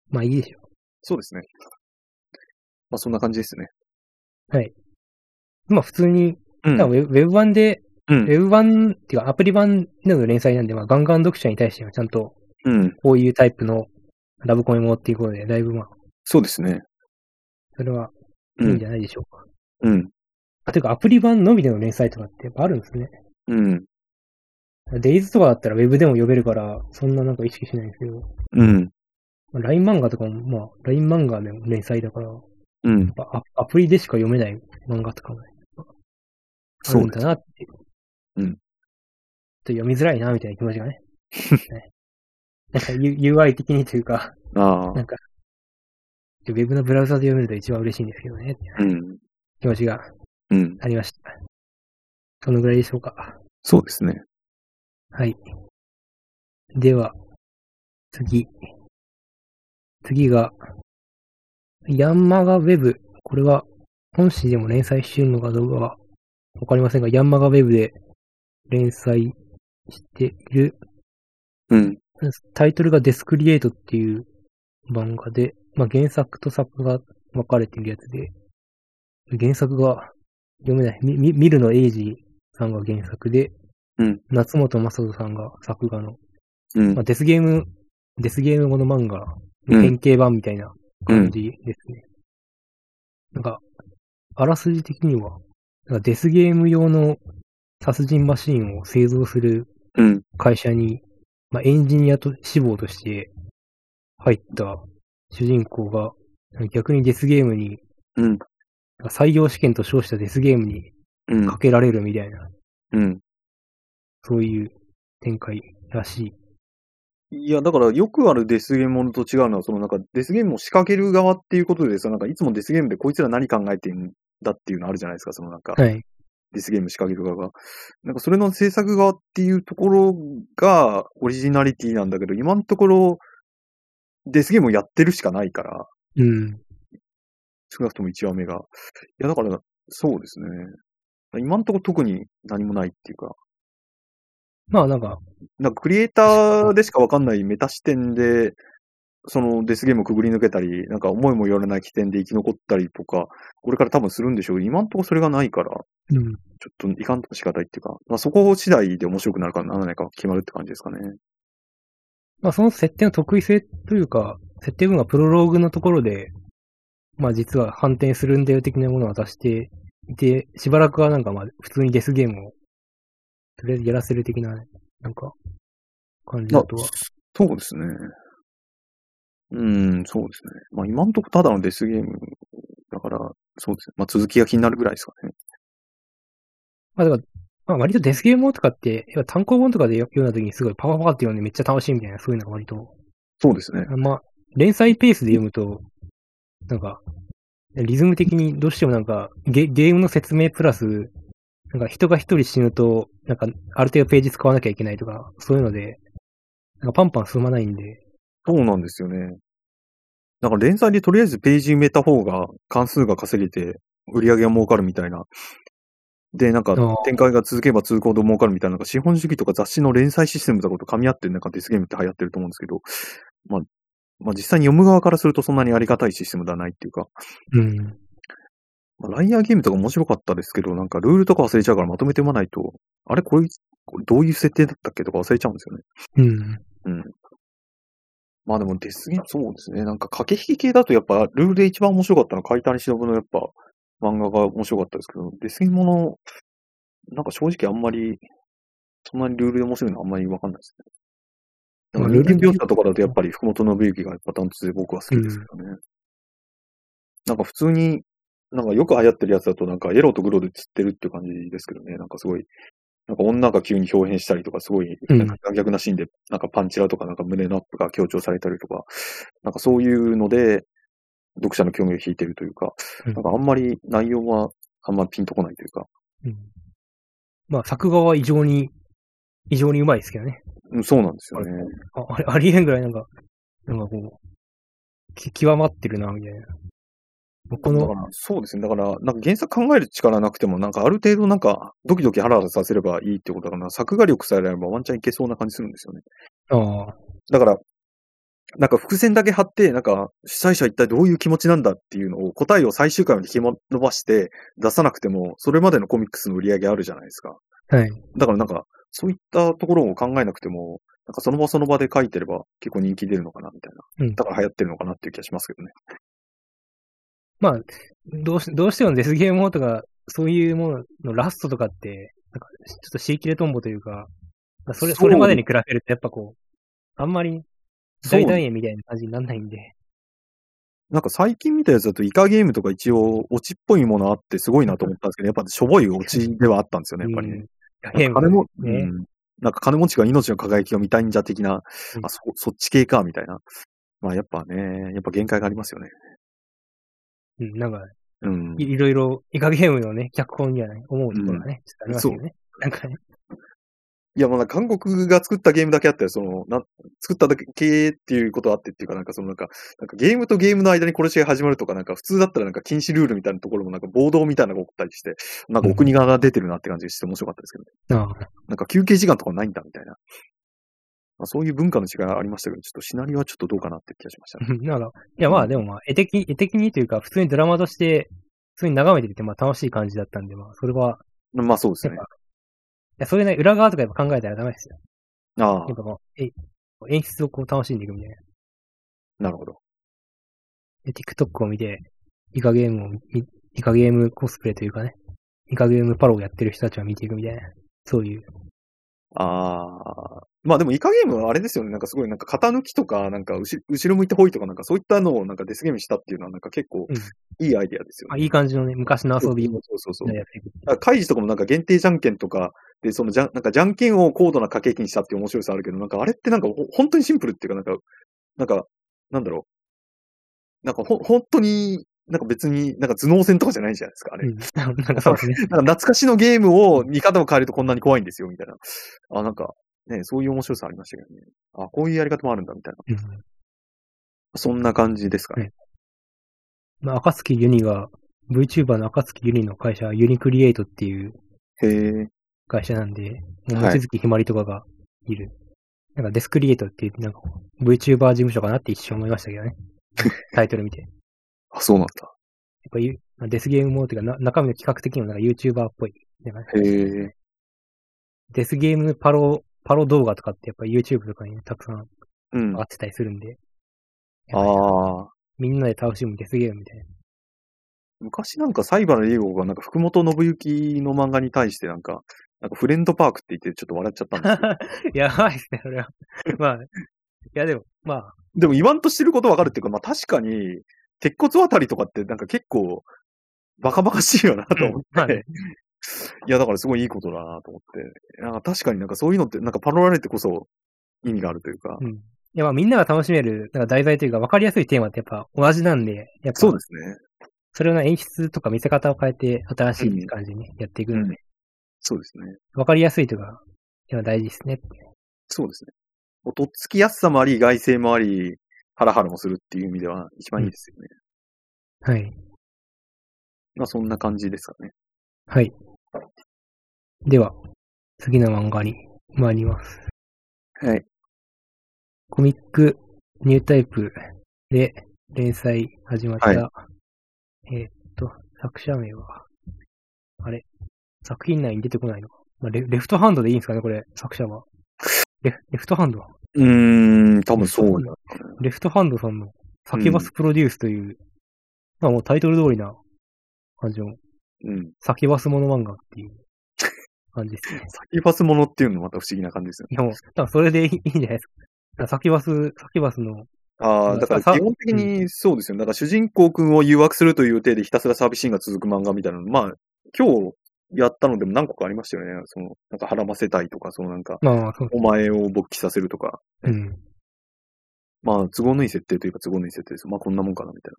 S1: まあいいでしょ
S2: そうですね。まあそんな感じですね。
S1: う。まあ普通に、
S2: う
S1: 多
S2: ん
S1: 分ウェブウェブ版で、
S2: うん
S1: ウェブ版っていうかアプリ版での連載なんで、まあガンガン読者に対してはちゃんと
S2: うん。
S1: こういうタイプのラブコメもっていうことで、だいぶまあ
S2: そうですね。
S1: それは
S2: う
S1: いいん
S2: ん
S1: じ。ゃないでしょうか。
S2: うん。
S1: あ、というかアプリ版のみでの連載とかってやっぱあるんですね。
S2: うん。
S1: デイズとかだったらウェブでも読めるから、そんななんか意識しないんですけど、
S2: うん。
S1: まあ LINE 漫画とかも、まあ、LINE 漫画の連載だから、やっ
S2: うん。
S1: ぱアアプリでしか読めない漫画とかもあ
S2: そ
S1: る
S2: うんで
S1: だ
S2: す。
S1: なって。
S2: うん
S1: ちょっと読みづらいな、みたいな気持ち がね。ねなんか U- UI 的にというか、
S2: ああ
S1: な。んか、ウェブのブラウザで読めると一番嬉しいんですけどね、っていう
S2: うん。
S1: 気持ちが
S2: うん。
S1: ありました。そのぐらいでしょうか。
S2: そうですね。
S1: はい。では、次。次が、ヤンマガウェブ。これは、本誌でも連載しているのかどうかは、わかりませんが、ヤンマガウェブで連載している、
S2: うん。
S1: タイトルがデスクリエイトっていう漫画で、まあ、原作と作が分かれているやつで、原作が読めない。み、み、見るのエイジさんが原作で、
S2: うん
S1: 夏本雅人さんが作画の、
S2: うん
S1: まあ、。デスゲーム、デスゲームもの漫画の変形版みたいな感じですね。なんか、あらすじ的には、なんかデスゲーム用の殺人マシンを製造する
S2: うん。
S1: 会社に、まあ、エンジニアと志望として入った主人公が、逆にデスゲームに、
S2: うん。
S1: 採用試験と称したデスゲームに
S2: うん。
S1: かけられるみたいな、
S2: うん。
S1: そういう展開らしい。
S2: いや、だからよくあるデスゲームものと違うのは、そのなんかデスゲームを仕掛ける側っていうことでさ、なんかいつもデスゲームでこいつら何考えてんだっていうのあるじゃないですか、そのなんか
S1: はい。
S2: デスゲーム仕掛ける側が。なんかそれの制作側っていうところがオリジナリティなんだけど、今のところデスゲームをやってるしかないから、
S1: うん。
S2: 少なくとも1話目が。いや、だからそうですね。今のところ特に何もないっていうか、
S1: まあなんか、
S2: なんかクリエイターでしかわかんないメタ視点で、そのデスゲームをくぐり抜けたり、なんか思いもよらない起点で生き残ったりとか、これから多分するんでしょうけど今んとこそれがないから、ちょ
S1: うん。
S2: っといかんとも仕方ないっていうか、まあそこ次第で面白くなるかならないか決まるって感じですかね。
S1: まあその設定の得意性というか、設定文がプロローグのところで、まあ実は反転するんだよ的なものを出していて、しばらくはなんかまあ普通にデスゲームを、とりあえずやらせる的な、なんか、感じだとは。
S2: そうですね。うん、そうですね。まあ今んとこただのデスゲームだから、そうですね。まあ続きが気になるぐらいですかね。
S1: まあだから、まあ割とデスゲームとかって、要は単行本とかで読んだ時にすごいパワパワって読んでめっちゃ楽しいみたいな、そういうのが割と
S2: そうですね。
S1: まあ、連載ペースで読むと、なんか、リズム的にどうしてもなんかゲ、ゲームの説明プラス、なんか人が一人死ぬと、なんか、ある程度ページ使わなきゃいけないとか、そういうので、なんかパンパン進まないんで、
S2: そうなんですよね。だから連載でとりあえずページ埋めた方が関数が稼げて売り上げが儲かるみたいな。で、なんか
S1: あー
S2: 展開が続けば続くほど儲かるみたいな、なんか資本主義とか雑誌の連載システムとかと噛み合ってなんかデスゲームって流行ってると思うんですけど、まあ、まあ実際に読む側からするとそんなにありがたいシステムではないっていうか、
S1: うん。
S2: まあ、ライアーゲームとか面白かったですけど、なんかルールとか忘れちゃうからまとめて読まないと、あれこれ、これどういう設定だったっけとか忘れちゃうんですよね。
S1: うん。
S2: まあでもデスゲーム、そうですね。なんか駆け引き系だとやっぱルールで一番面白かったのは海谷忍のやっぱ漫画が面白かったですけど、デスゲームもの、なんか正直あんまり、そんなにルールで面白いのはあんまりわかんないですね。なんかルール描写とかだとやっぱり福本信之がパターンとして僕は好きですけどね。なんか普通に、なんかよく流行ってるやつだとなんかエロとグロで釣ってるっていう感じですけどね。なんかすごい、なんか女が急に表変したりとかすごい、
S1: うん
S2: なんか残虐なシーンでなんかパンチラとかなんか胸のアップが強調されたりとか、なんかそういうので読者の興味を引いてるというか、
S1: うん
S2: なんかあんまり内容はあんまりピンとこないというか、
S1: うん、まあ、作画は異常に、異常にうまいですけどね。
S2: うん、そうなんですよね。
S1: ああれ、ありえんぐらいなんか、なんかこう、き極まってるな、みたいな。こ
S2: だ
S1: の
S2: か、らそうですね。だから、なんか原作考える力なくても、なんかある程度なんか、ドキドキハラハラさせればいいってことだから、作画力さえあればワンチャンいけそうな感じするんですよね。
S1: ああ、
S2: だから、なんか伏線だけ貼って、なんか主催者は一体どういう気持ちなんだっていうのを答えを最終回まで引き伸ばして出さなくても、それまでのコミックスの売り上げあるじゃないですか。
S1: はい。
S2: だからなんか、そういったところを考えなくても、なんかその場その場で書いてれば結構人気出るのかなみたいな。
S1: うん
S2: だから流行ってるのかなっていう気がしますけどね。
S1: まあ、どうし、どうしてもデスゲームとか、そういうもののラストとかって、なんか、ちょっとシーキレトンボというか、それ、
S2: そう
S1: それまでに比べるとやっぱこう、あんまり
S2: そう
S1: 大団円みたいな感じにならないんで、
S2: なんか最近見たやつだとイカゲームとか一応オチっぽいものあってすごいなと思ったんですけど、やっぱしょぼいオチではあったんですよね、やっぱりね。
S1: うんゲーム
S2: 金も、
S1: ね
S2: うん、なんか金持ちが命の輝きを見たいんじゃ的な、
S1: うん
S2: あ、そ、そっち系か、みたいな。まあやっぱね、やっぱ限界がありますよね。
S1: うん、なんか、
S2: うん。
S1: いいろいろ、イカゲームのね、脚本にはね、思うところがね、ちょっとありますよね。なんかね、
S2: いや、まだ韓国が作ったゲームだけあったよ、その、な、作っただけっていうことあってっていうか、なんかそのなんか、なんかゲームとゲームの間に殺し合い始まるとか、なんか普通だったらなんか禁止ルールみたいなところもなんか暴動みたいなのが起こったりして、なんかお国側が出てるなって感じがして面白かったですけどね。
S1: あ
S2: なんか休憩時間とかないんだみたいな。まあ、そういう文化の違いはありましたけど、ちょっとシナリオはちょっとどうかなって気がしま したね。
S1: あなんか、いやまあでもまあ、絵的、絵的にというか、普通にドラマとして、普通に眺めてみて、まあ楽しい感じだったんで、まあ、それは、
S2: まあそうです
S1: やっ
S2: ね
S1: ぱ、。いや、それね、裏側とかやっぱ考えたらダメですよ。
S2: ああ
S1: やっ、ぱこう、え演出をこう楽しんでいくみたいな。
S2: なるほど。
S1: で、TikTok を見て、イカゲームを見、イカゲームコスプレというかね、イカゲームパロをやってる人たちを見ていくみたいな。そういう。
S2: ああ。まあでもイカゲームはあれですよね。なんかすごいなんか型抜きとか、なんか後後ろ向いてほいとかなんかそういったのをなんかデスゲームにしたっていうのはなんか結構いいアイディアですよ
S1: まあ、
S2: ね。
S1: いい感じのね、昔の遊びを
S2: そうそうそう。
S1: やっていく。
S2: だからイジとかもなんか限定じゃんけんとか、で、そのじゃん、なんかじゃんけんを高度な掛け金したっていう面白さあるけど、なんかあれってなんかほ本当にシンプルっていうか、なんか、なんか、なんだろう。なんかほ、本当に、なんか別に、なんか頭脳戦とかじゃないじゃないですか、
S1: うん。
S2: あれ。
S1: なんかそうですね。
S2: なんか懐かしのゲームを見方を変えるとこんなに怖いんですよ、みたいな。あ、なんか、ね、そういう面白さありましたけどね。あ、こういうやり方もあるんだ、みたいな。
S1: うん
S2: そんな感じですかね。
S1: まあ、暁ユニが、VTuber の暁ユニの会社はユニクリエイトっていう
S2: へえ。
S1: 会社なんで、もう
S2: はい
S1: 望月ひまりとかがいる。なんかデスクリエイトっていう、なんか VTuber 事務所かなって一瞬思いましたけどね。タイトル見て。やっ
S2: あ、そうなんだ。
S1: ぱゆデスゲームものっていうかな、中身の企画的にもなんか YouTuber っぽい。なんか
S2: へえ。
S1: デスゲームパロ、パロ動画とかってやっぱ YouTube とかに、たくさん
S2: うん。
S1: 上が
S2: あ
S1: ってたりするんで。やっぱり
S2: あ。
S1: みんなで楽しむデスゲームみたいな。
S2: 昔なんか西原英吾がなんか福本信之の漫画に対してなんか、なんかフレンドパークって言ってちょっと笑っちゃったんですけど
S1: やばいですね、それは。 まあ、いやでも、まあ、
S2: でも言わんとしてることわかるっていうか、まあ確かに、鉄骨あたりとかってなんか結構、バカバカしいよなと思って。
S1: まあね
S2: いや、だからすごいいいことだなと思って。なんか確かになんかそういうのって、なんかパロられてこそ意味があるというか。
S1: うん。いや、まあみんなが楽しめる、なんか題材というか分かりやすいテーマってやっぱ同じなんで、やっぱ、
S2: そうですね。
S1: それの演出とか見せ方を変えて新しい感じにやっていくので、
S2: そうですね。
S1: 分かりやすいというか、いや大事ですね。
S2: そうですね。おとっつきやすさもあり、外性もあり、ハラハラもするっていう意味では一番いいですよね。
S1: はい。
S2: まあそんな感じですかね。
S1: はい。では、次の漫画に参ります。
S2: はい。
S1: コミックニュータイプで連載始まった、
S2: はい
S1: えーっと、作者名は、あれ、作品内に出てこないのか。まあレレフトハンドでいいんですかね、これ、作者は。レレフトハンド
S2: うーん、多分そうだ。
S1: レフトハンドさんのサキバスプロデュースという、まあもうタイトル通りな感じの、
S2: うん。
S1: サキバスモノ漫画っていう感じ ですね。
S2: サキバスものっていうのもまた不思議な感じですよね。
S1: いやもう、多分それでいいいいんじゃないですか。サキバス、サキバスの、
S2: ああ、だから
S1: さ
S2: 基本的にそうですよね。だから主人公くんを誘惑するという体でひたすらサービスシーンが続く漫画みたいなの。まあ、今日やったのでも何個かありましたよね。その、なんか孕ませたいとか、そのなんか、
S1: まあまあそう、
S2: お前を勃起させるとか。
S1: うん。
S2: まあ、都合のいい設定といえば都合のいい設定です。まあ、こんなもんかな、みたい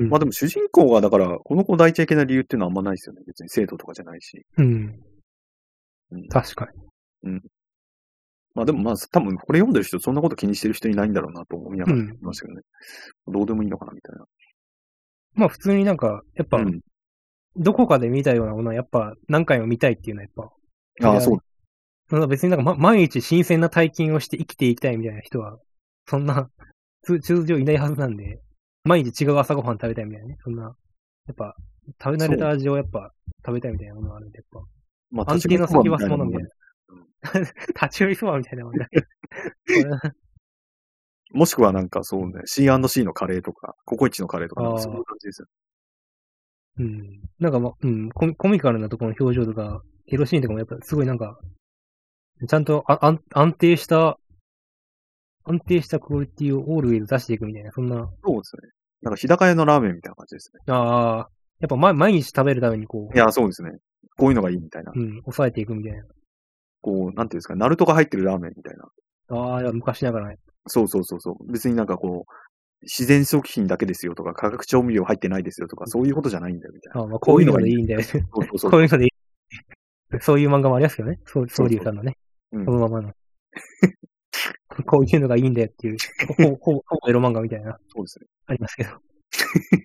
S2: な。
S1: うん
S2: まあでも主人公が、だから、この子を抱いちゃいけない理由っていうのはあんまないですよね。別に生徒とかじゃないし。
S1: うん。
S2: うん
S1: 確かに。
S2: まあでもまあ、多分これ読んでる人、そんなこと気にしてる人いないんだろうなと思いながら読みましたけどね。どうでもいいのかな、みたいな。
S1: まあ普通になんか、やっぱ、
S2: うん
S1: どこかで見たようなものはやっぱ何回も見たいっていうのはやっぱ、
S2: あ
S1: い
S2: あ、
S1: や
S2: そう。
S1: なんか別になんか、ま、毎日新鮮な体験をして生きていきたいみたいな人は、そんな、通通常いないはずなんで、毎日違う朝ごはん食べたいみたいなね、そんな、やっぱ、食べ慣れた味をやっぱ食べたいみたいなものがあるんで、やっ
S2: ま
S1: ぱ、安定の先はすものみ
S2: も
S1: たいな。立ち寄りそばみたいなもんだ。
S2: もしくはなんかそうね、C&C のカレーとか、ココイチのカレーとか、
S1: あー
S2: そういう感じですよ。
S1: うん。なんかまあ、うん、コミコミカルなところの表情とか、エロシーンとかもやっぱすごいなんか、ちゃんとあ安安定した、安定したクオリティをオールウェイズ出していくみたいな、そんな、
S2: そうですね。なんか日高屋のラーメンみたいな感じですね。
S1: ああ、やっぱ毎毎日食べるためにこう、
S2: いや、そうですね。こういうのがいいみたいな。
S1: うん、抑えていくみたいな。
S2: こう、なんていうんですか、ナルトが入ってるラーメンみたいな。
S1: ああ、いや昔ながらね。
S2: そうそうそうそう。別になんかこう、自然食品だけですよとか、化学調味料入ってないですよとか、そういうことじゃないんだよみたいな。
S1: あーまあ、
S2: こ
S1: こ
S2: う
S1: うい
S2: い
S1: うう
S2: の
S1: の
S2: が
S1: で
S2: いい
S1: いいんだよね。
S2: そうそうそう
S1: こういうのでいい。そういう漫画もありますけどね。そう、
S2: そ
S1: ソ
S2: うそう
S1: ーリューさんのね。
S2: うん
S1: そのまま の。こういうのがいいんだよっていう、ほぼ、ほぼ、ほぼエロ漫画みたいな、
S2: そうですね。
S1: ありますけど。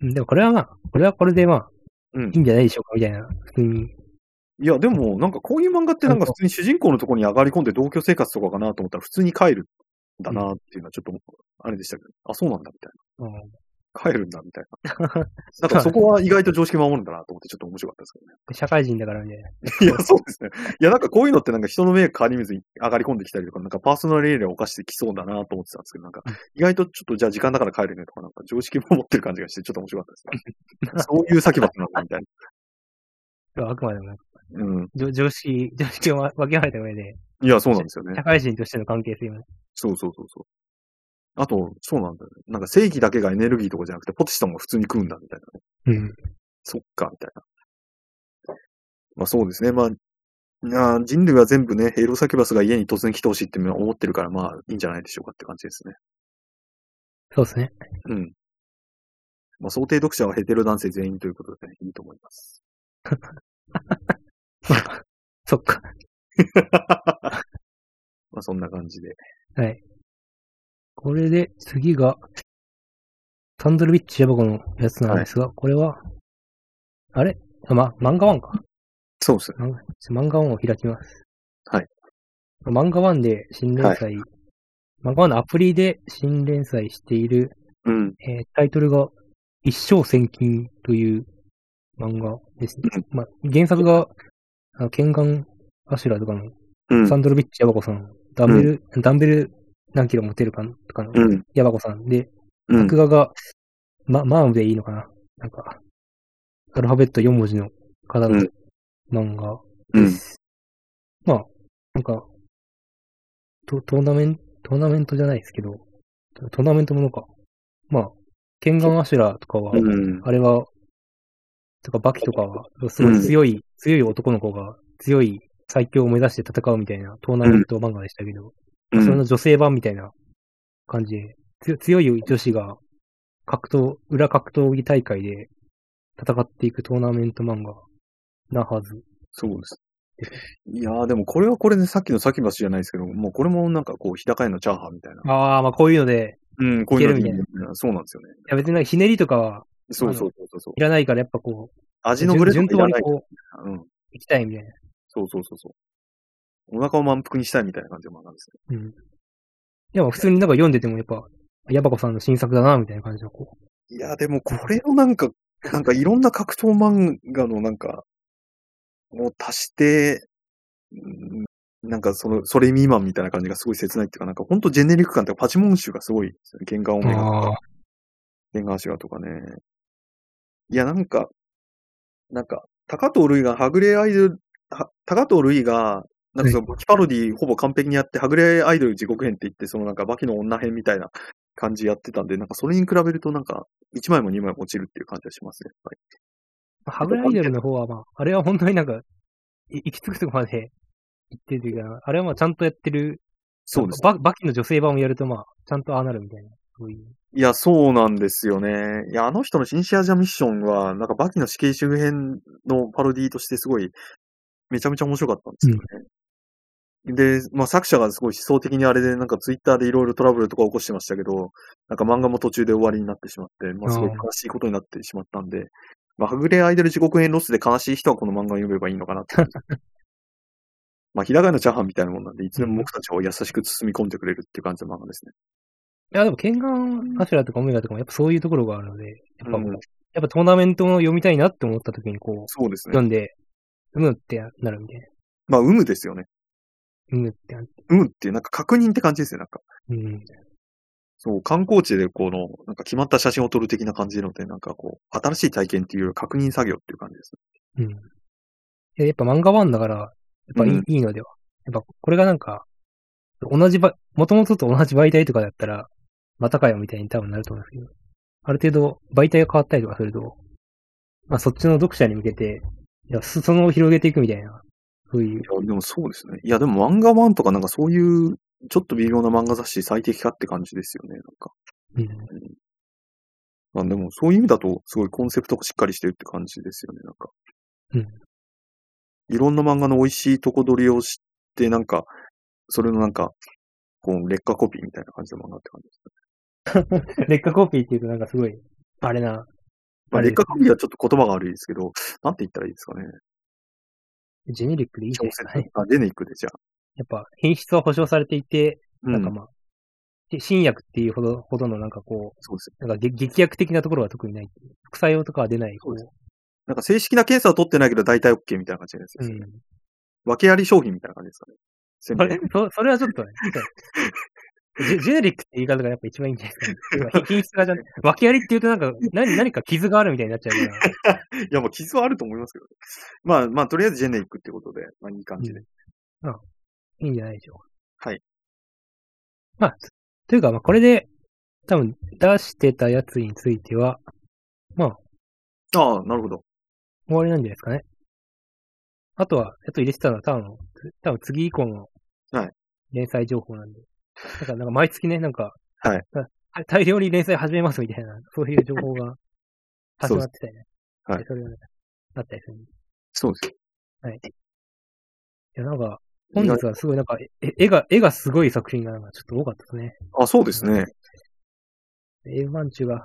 S1: うんでもこれはまあ、これはこれでまあ、
S2: うん
S1: いいんじゃないでしょうか、みたいな。普通に。
S2: いや、でも、なんかこういう漫画ってなんか普通に主人公のところに上がり込んで同居生活とかかなと思ったら普通に帰るんだなっていうのはちょっと、あれでしたけど、あ、そうなんだみたい
S1: うん
S2: な。帰るんだみたい な。なんかそこは意外と常識守るんだなと思ってちょっと面白かったですけどね。
S1: 社会人だからみたいな。
S2: いや、そうですね。いや、なんかこういうのってなんか人の目が変わり水に上がり込んできたりとか、なんかパーソナルエリアを犯してきそうだなと思ってたんですけど、なんか
S1: うん
S2: 意外とちょっとじゃあ時間だから帰るねとか、なんか常識守ってる感じがしてちょっと面白かった ですね。そういう先場ってなんだみたい
S1: あくまでもなんか、
S2: な。うん。
S1: じょ常識、常識をわ分けられた上で、
S2: いや、そうなんですよね
S1: 社。会人としての関係性もね。
S2: そうそうそうそう。あと、そうなんだよね。なんか正義だけがエネルギーとかじゃなくて、ポテチとも普通に食うんだみたいなね。
S1: うん。
S2: そっか、みたいな。まあそうですね。まあ、あー人類は全部ね、エロサキュバスが家に突然来てほしいって思ってるから、まあいいんじゃないでしょうかって感じですね。
S1: そうですね。
S2: うん。まあ想定読者はヘテロ男性全員ということで、ね、いいと思います。
S1: そっか。
S2: まあそんな感じで。
S1: これで、次が、サンドルビッチヤバコのやつなんですが、これは、あれあ、ま、漫画ワンか。
S2: そうですね。
S1: 漫画漫画ワンを開きます。
S2: はい。
S1: 漫画ワンで新連載、漫画ワンのアプリで新連載している、
S2: うん。
S1: えータイトルが、一生千金という漫画ですね。ま、原作が、あの、剣眼柱とかの、
S2: うん
S1: サンドルビッチヤバコさん、ダンベル、ダンベル何キロ持てるかとかの、
S2: うん。
S1: ヤバコさんで、
S2: うん
S1: 作。画が、ま、マームでいいのかななんか、アルファベット4文字の方の漫画
S2: うん
S1: で。す。まあ、なんか、トトーナメント、トーナメントじゃないですけど、トトーナメントものか。まあ、剣眼アシュラとかは、
S2: うん。
S1: あれは、とかバキとかは、すごい強い、強い男の子が、強い最強を目指して戦うみたいなトーナメント漫画でしたけど、
S2: う
S1: それ
S2: ん。
S1: の女性版みたいな感じで、つ強い女子が格闘、裏格闘技大会で戦っていくトーナメント漫画なはず。
S2: そうです。いやー、でもこれはこれでさっきの先橋じゃないですけど、もうこれもなんかこう、日高屋のチャーハンみたいな。
S1: ああ、まあこういうので、
S2: うん、こう
S1: う
S2: い
S1: いうう
S2: の
S1: のい
S2: いい
S1: い
S2: ね
S1: ね
S2: そうなんですよね。
S1: いや別になんかひねりとかは
S2: そうそうそうそう。
S1: いらないからやっぱこう、
S2: 味のブ
S1: 順順
S2: レとかい
S1: 当
S2: ら
S1: に
S2: ない。
S1: こう、
S2: うん。
S1: 行きたいみたいな。
S2: そうそうそうそう。お腹を満腹にしたいみたいな感じの漫画ですね。
S1: うん。でも普通になんか読んでてもやっぱ、ヤバコさんの新作だな、みたいな感じのこう。
S2: いやー、でもこれをなんか、なんかいろんな格闘漫画のなんか、を足して、うんなんかその、それ未満みたいな感じがすごい切ないっていうか、なんかほんとジェネリック感とかパチモン集がすごいですよね。玄関オメガとか。
S1: ああ、
S2: レンガ柱とかね。いや、なんか、なんか、高藤瑠衣がはぐれアイドル、は高藤瑠衣が、なんかその、バキパロディほぼ完璧にやって、はぐれアイドル地獄編って言って、そのなんか、バキの女編みたいな感じやってたんで、なんか、それに比べるとなんか、1枚も2枚も落ちるっていう感じがしますね、やっぱり。
S1: ハブライドルの方はまあ、あれは本当になんか、い行き着くとこまで行ってるというか、あれはまあちゃんとやってる
S2: そうです。
S1: ババキの女性版をやると、まあ、ちゃんとああなるみたいな。そういう。
S2: いや、そうなんですよね。いや、あの人のシンシアジャミッションは、なんか、バキの死刑周辺のパロディとしてすごい、めちゃめちゃ面白かったんですよね。で、まあ、作者がすごい思想的にあれで、なんか、ツイッターでいろいろトラブルとか起こしてましたけど、なんか漫画も途中で終わりになってしまって、まあ、すごい
S1: あー
S2: 悲しいことになってしまったんで、まあ、はぐれアイドル地獄編ロスで悲しい人はこの漫画を読めばいいのかなって。まあ、ひらがなチャーハンみたいなもんなんで、いつでも僕たちを優しく包み込んでくれるっていう感じの漫画ですね。
S1: いや、でも、ケンガンアシュラとかオメガとかも、やっぱそういうところがあるので、やっぱ、
S2: うん
S1: やっぱトーナメントを読みたいなって思った時に、こう、
S2: そうですね。
S1: 読んで、うむってなるみたいな。
S2: まあ、有無ですよね。
S1: うむってなって。
S2: うんっていう、なんか確認って感じですよ、なんか。
S1: うん。
S2: そう、観光地でこの、なんか決まった写真を撮る的な感じので、なんかこう、新しい体験っていうより確認作業っていう感じです。
S1: うん。でやっぱ漫画版だから、やっぱいい,、
S2: うん
S1: いいのでは。やっぱこれがなんか、同じば、もともとと同じ媒体とかだったら、またかよみたいに多分なると思うんですけど、ある程度媒体が変わったりとかすると、まあそっちの読者に向けて、いや裾野を広げていくみたいな、そういう、
S2: いや、でもそうですね。いや、でも漫画版とかなんかそういう、ちょっと微妙な漫画雑誌最適化って感じですよね、なんか。
S1: うん、
S2: まあでもそういう意味だと、すごいコンセプトがしっかりしてるって感じですよね、なんか。いろんな漫画の美味しいとこ取りをして、なんか、それのなんか、こう、劣化コピーみたいな感じの漫画って感じですね。
S1: 劣化コピーっていうとなんかすごい、あれな、
S2: まあ、
S1: あれ
S2: 劣化コピーはちょっと言葉が悪いですけど、なんて言ったらいいですかね。
S1: ジェネリックでいい
S2: 調
S1: です
S2: 整
S1: かね。
S2: あ、ジェネリックでじゃあ。
S1: やっぱ品質は保証されていて、
S2: う
S1: なん
S2: ん
S1: かまあ、で新薬っていうほど、ほどのなんかこう、
S2: そうですね。
S1: なんかげ劇薬的なところは特にない。副作用とかは出ない。
S2: そうですなんか正式な検査は取ってないけど大体 OK みたいな感じです、
S1: う
S2: ね
S1: ん。
S2: 訳あり商品みたいな感じですかね。せん
S1: そ
S2: べい
S1: れ、そそれはちょっとね、 ジェジェネリックって言い方がやっぱ一番いいんじゃないですか、ね。品質がじゃん、訳ありって言うとなんか、何、何か傷があるみたいになっちゃうから。
S2: いや、まあ、傷はあると思いますけどね。まあ、まあ、とりあえずジェネリックってことで、まあ、いい感じで。
S1: うんあいいんじゃないでしょうか。
S2: はい。
S1: まあ、というか、まあ、これで、多分、出してたやつについては、
S2: ああ、なるほど。
S1: 終わりなんじゃないですかね。あとは、あと入れてたのは、多分、多分次以降の
S2: はい
S1: 連載情報なんで。だから、なんか毎月ね、なんか、
S2: はい
S1: な大量に連載始めますみたいな、そういう情報 が始まってたよね。
S2: そうですはい
S1: それがあったりするんで。
S2: そうです
S1: はい。いや、なんか、本日はすごい、なんか、え絵が、絵がすごい作品がなんかちょっと多かったですね。
S2: あ、そうですね。
S1: A マンチュが。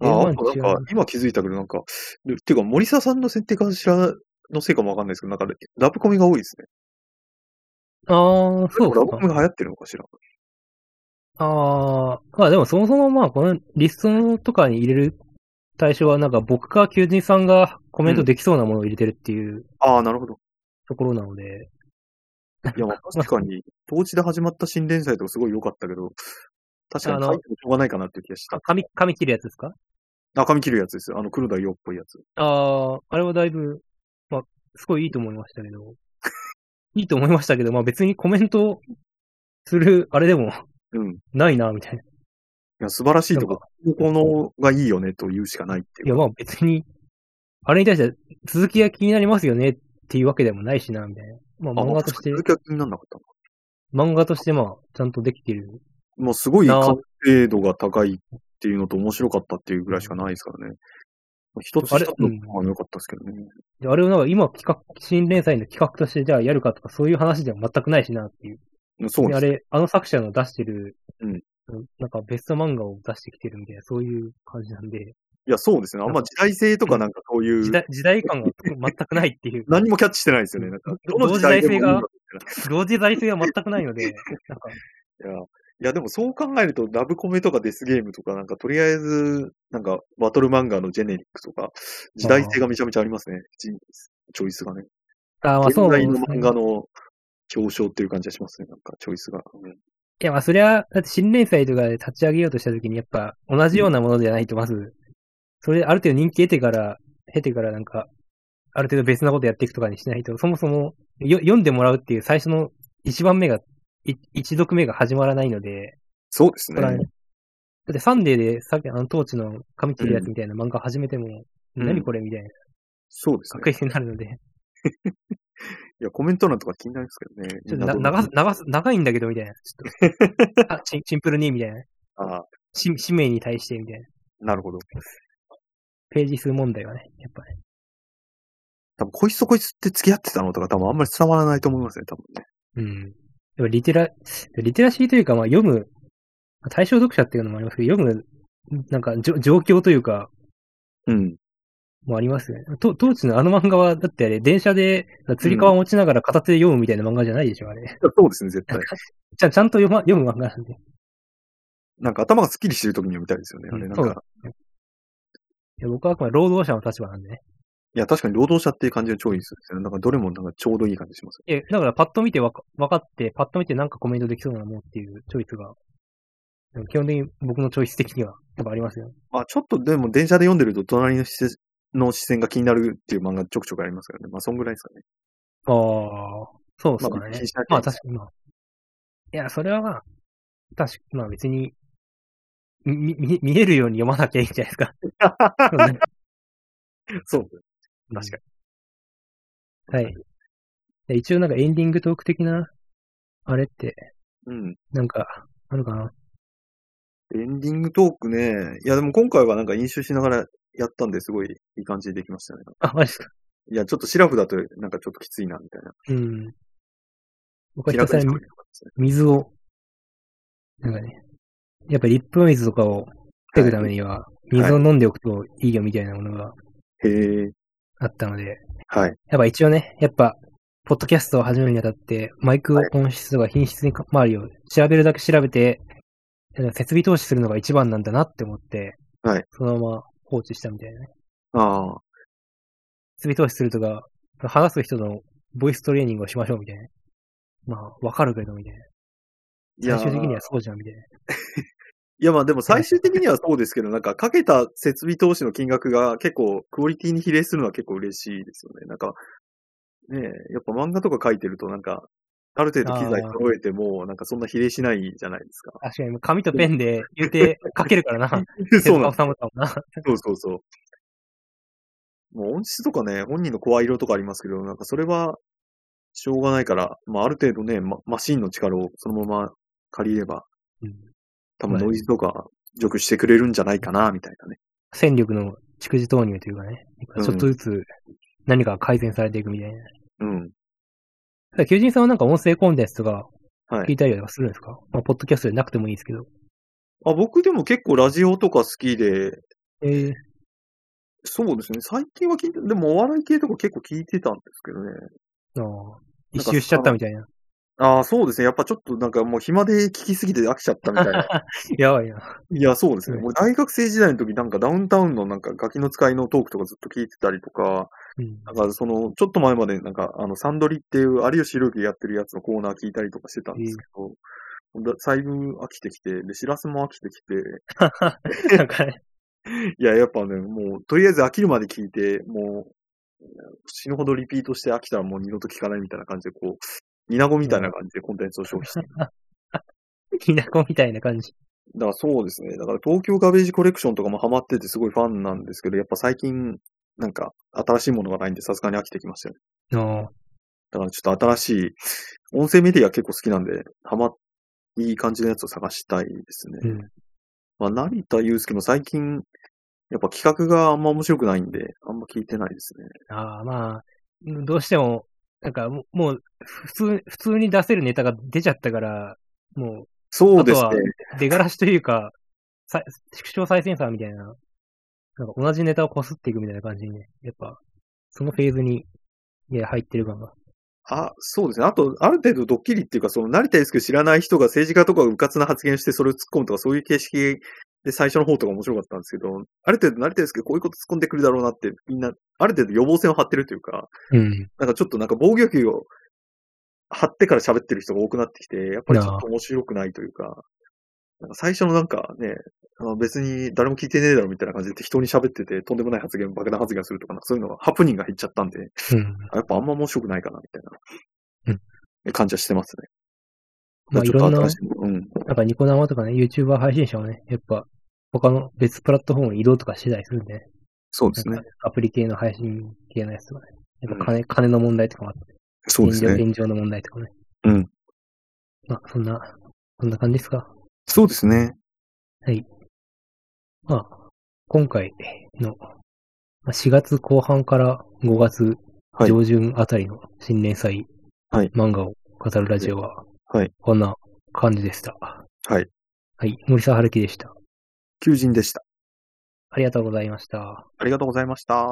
S2: ああ、あとなん
S1: 中
S2: か、今気づいたけど、なんか、でっていうか、森沢さんの選定かしらのせいかもわかんないですけど、なんか、ラブコメが多いですね。
S1: ああ、そうか
S2: ラブ。コメが流行ってるのかしら。
S1: ああ、まあでもそもそもまあこのリストとかに入れる対象はなんか僕か求人さんがコメントできそうなものを入れてるっていう
S2: ああ、なるほど。
S1: ところなので、
S2: いや、まあ確かに、当時で始まった新連載とかすごい良かったけど、確か
S1: あ
S2: に
S1: の
S2: 書いてもしょうがないかなっていう気がした。
S1: 髪、髪切るやつですか
S2: 中身切るやつですよ。あの、黒田洋っぽいやつ。
S1: ああ、あれはだいぶ、まあ、すごいいいと思いましたけど、 いいと思いましたけど、まあ別にコメントするあれでも
S2: うん。い
S1: ないな、みたいな。
S2: や、素晴らしい
S1: なん
S2: とこ
S1: か、、
S2: このがいいよねと言うしかないって
S1: い
S2: い
S1: や
S2: う。
S1: まあ別に、あれに対して続きが気になりますよねっていうわけでもないしな、みたいな。まあ漫画として
S2: あ、続きは気にならなかった
S1: 漫画としてまあちゃんとできてる
S2: もうすごい
S1: なあ
S2: 完成度が高いっていうのと面白かったっていうぐらいしかないですからね。一つ
S1: あれ
S2: 一つの方が良かったですけどね。
S1: であれをなんか今企画、新連載の企画としてじゃあやるかとかそういう話では全くないしなっていう。
S2: そう
S1: で
S2: で
S1: あ
S2: すね。
S1: れ、あの作者の出してる、
S2: うん
S1: なんかベスト漫画を出してきてるみたいな、そういう感じなんで、
S2: いや、そうですね。あんま時代性とかなんかそうい
S1: 時
S2: う、、
S1: 代時代感が全くないっていう
S2: 何もキャッチしてないですよね。なんかどの
S1: 同
S2: 時
S1: 時代
S2: 代
S1: 性
S2: でも
S1: が
S2: いいのか、
S1: 同時代性が全くないの で、なんか、
S2: いや、いやでもそう考えると、ラブコメとかデスゲームとか、なんかとりあえず、なんかバトル漫画のジェネリックとか、時代性がめちゃめちゃありますね。チチョイスがね。
S1: あーまあ
S2: 現
S1: そう
S2: 代
S1: です
S2: の
S1: ね。
S2: 漫画の表彰っていう感じがしますね。なんかチョイスが。うん
S1: いやまあそりゃ、だって新連載とかで立ち上げようとした時にやっぱ同じようなものじゃないとまず、それある程度人気得てから、経てからなんか、ある程度別なことやっていくとかにしないと、そもそもよ読んでもらうっていう最初の一番目が、い一読目が始まらないので、
S2: そうですね
S1: そ。らだってサンデーでさっきあの当地の紙切るやつみたいな漫画始めても、
S2: うん
S1: 何これみたいな
S2: そうですね。
S1: 確信になるので、
S2: いや、コメント欄とか気になりますけどね。
S1: ちょっ
S2: み
S1: と
S2: んな
S1: な
S2: ど
S1: 長す
S2: んな
S1: 長す長いんだけどみたいな。ちょ っとあシンシンプルにみたいな。
S2: ああ、
S1: し使命に対してみたいな。
S2: なるほど。
S1: ページ数問題はね、やっぱね。
S2: 多分、こいつとこいつって付き合ってたのとか、多分あんまり伝わらないと思いますね、多分ね。
S1: うん。でもリテラ、リテラシーというか、まあ読む、まあ対象読者っていうのもありますけど、読む、なんかじょ状況というか、
S2: うん。
S1: もありますよね。と当時のあの漫画は、だってあれ、電車で、釣り革持ちながら片手で読むみたいな漫画じゃないでしょ、あれ。
S2: そうですね、絶対。
S1: ちゃんちゃんと読,、ま、読む漫画なんで。
S2: なんか頭がスッキリしてる時には見たいですよね。あ
S1: う
S2: れ、
S1: ん
S2: なん
S1: そう
S2: か
S1: だ、いや僕はあくまで労働者の立場なんでね。
S2: いや、確かに労働者っていう感じのチョイスですよね。なんか、どれもなんかちょうどいい感じします。
S1: え、だからパッと見てわか分かって、パッと見てなんかコメントできそうなもんっていうチョイスがでも基本的に僕のチョイス的には、多分ありますよ。
S2: まあ、ちょっとでも電車で読んでると隣の視線の視線が気になるっていう漫画ちょくちょくありますからね。まあ、そんぐらいですかね。
S1: ああ、そうですか
S2: まあ
S1: ね
S2: 気にしな。きゃ
S1: ま
S2: い
S1: あ、
S2: いです
S1: 確かに、まあ。いや、それはまあ、確かまあ別に、み、み、見えるように読まなきゃいいんじゃないです か。そうね
S2: そう。
S1: うん
S2: 確か
S1: はい。で一応なんかエンディングトーク的な、あれって、
S2: うん。
S1: なんか、あるかな。
S2: エンディングトークね。いや、でも今回はなんか飲酒しながらやったんですごいいい感じでできましたね。
S1: あ、マジですか。
S2: いや、ちょっとシラフだとなんかちょっときついな、みたいな。
S1: うん。僕は
S2: 気
S1: ひた
S2: 楽
S1: すら
S2: にしようよかったですね
S1: 水を、なんかね、やっぱりリップ水とかを防ぐためには、水を飲んでおくといいよみたいなものが
S2: へえ。
S1: あったので、
S2: はい。
S1: やっぱ一応ね、やっぱ、ポッドキャストを始めるにあたって、マイクを
S2: はい
S1: 音質とか品質に関わるよう、調べるだけ調べて、設備投資するのが一番なんだなって思って、
S2: はい
S1: そのまま放置したみたいなね。
S2: ああ。
S1: 設備投資するとか、話す人のボイストレーニングをしましょうみたいな。まあ、わかるけど、みたい
S2: い
S1: な。
S2: や、
S1: 最終的にはそうじゃん、みたいな。
S2: いや、まあでも最終的にはそうですけど、なんかかけた設備投資の金額が結構クオリティに比例するのは結構嬉しいですよね。なんか、ねえ、やっぱ漫画とか書いてるとなんか、ある程度機材揃えても、なんかそんな比例しないじゃないですか。
S1: 確かに、紙とペンで言うて書けるからな。
S2: そうなん
S1: 手塚治虫
S2: です。
S1: だもんな。
S2: そうそうそう。もう音質とかね、本人の声色とかありますけど、なんかそれは、しょうがないから、まあある程度ね、まマシンの力をそのまま借りれば、多分ノイズとか除去してくれるんじゃないかな、みたいなね。
S1: 戦力の蓄次投入というかね、
S2: うん
S1: ちょっとずつ何かが改善されていくみたいな。
S2: うん。
S1: ただ求人さんはなんか音声コンテンツとか
S2: はい
S1: 聞いたりとかするんですか、まあ、ポッドキャストでなくてもいいですけど。
S2: あ、僕でも結構ラジオとか好きで、
S1: えー、
S2: そうですね。最近は聞いて、でもお笑い系とか結構聞いてたんですけどね。
S1: あー一周しちゃったみたいな。
S2: ああ、そうですね。やっぱちょっとなんかもう暇で聞きすぎて飽きちゃったみたい な。
S1: やばいな。
S2: いや、そうですね。
S1: うん
S2: もう大学生時代の時なんかダウンタウンのなんかガキの使いのトークとかずっと聞いてたりとか、
S1: うん、
S2: なんかその、ちょっと前までなんかあのサンドリっていう有吉弘行やってるやつのコーナー聞いたりとかしてたんですけど、だだいぶ飽きてきて、で、シラスも飽きてき て、
S1: なんかね、
S2: いや、やっぱね、もう、とりあえず飽きるまで聞いて、もう、死ぬほどリピートして飽きたらもう二度と聞かないみたいな感じで、こう、イナゴみたいな感じでコンテンツを消費 して。
S1: きなこみたいな 感じ。
S2: だからそうですね。だから東京ガベージコレクションとかもハマっててすごいファンなんですけど、やっぱ最近、なんか、新しいものがないんで、さすがに飽きてきましたよね。
S1: の
S2: だからちょっと新しい、音声メディア結構好きなんで、ハマ、いい感じのやつを探したいですね。
S1: うん
S2: まあ、成田祐介も最近、やっぱ企画があんま面白くないんで、あんま聞いてないですね。
S1: ああ、まあ、どうしても、なんかもう、もう普通、普通に出せるネタが出ちゃったから、も
S2: そうです
S1: あとは
S2: ね。
S1: 出がらしというか、 さ縮小再生産みたいな、なんか同じネタをこすっていくみたいな感じにね、やっぱ、そのフェーズに、いや、入ってる感が。
S2: あ、そうですね。あと、ある程度ドッキリっていうか、その、成田ですけど知らない人が政治家とかがうかつな発言してそれを突っ込むとか、そういう形式で最初の方とか面白かったんですけど、ある程度成田ですけどこういうこと突っ込んでくるだろうなって、みんな、ある程度予防線を張ってるというか、
S1: うん。
S2: なんかちょっとなんか防御球を張ってから喋ってる人が多くなってきて、やっぱりちょっと面白くないというか、なんか最初のなんかね、あの別に誰も聞いてねえだろみたいな感じで適当に喋ってて、とんでもない発言、爆弾発言するとか、なんかそういうのがハプニングが減っちゃったんで、
S1: うん。
S2: あやっぱあんま面白くないかな、みたいな。感じはしてますね。
S1: まあ、い
S2: ちょ
S1: ろ
S2: っと
S1: んな、
S2: 新
S1: な
S2: しいのうん。
S1: んかニコ生とかね、YouTuber 配信者はね、やっぱ、他の別プラットフォームに移動とかしてたりするんで、ね、
S2: そうで
S1: なん
S2: す
S1: か
S2: ね。
S1: アプリ系の配信系のやつとかね。やっぱ金、金の問題とかもあって、
S2: そうですね。
S1: 現状現状の問題とかね。
S2: うん。
S1: まあ、そんな、そんな感じですか。
S2: そうですね。
S1: まあ、今回の、まあ4月後半から5月
S2: はい
S1: 上旬あたりの新年祭、
S2: はい
S1: 漫画を語るラジオは、
S2: はい
S1: こんな感じでした。
S2: はい。
S1: はい、森沢春樹でした。
S2: 求人でした。
S1: ありがとうございました。
S2: ありがとうございました。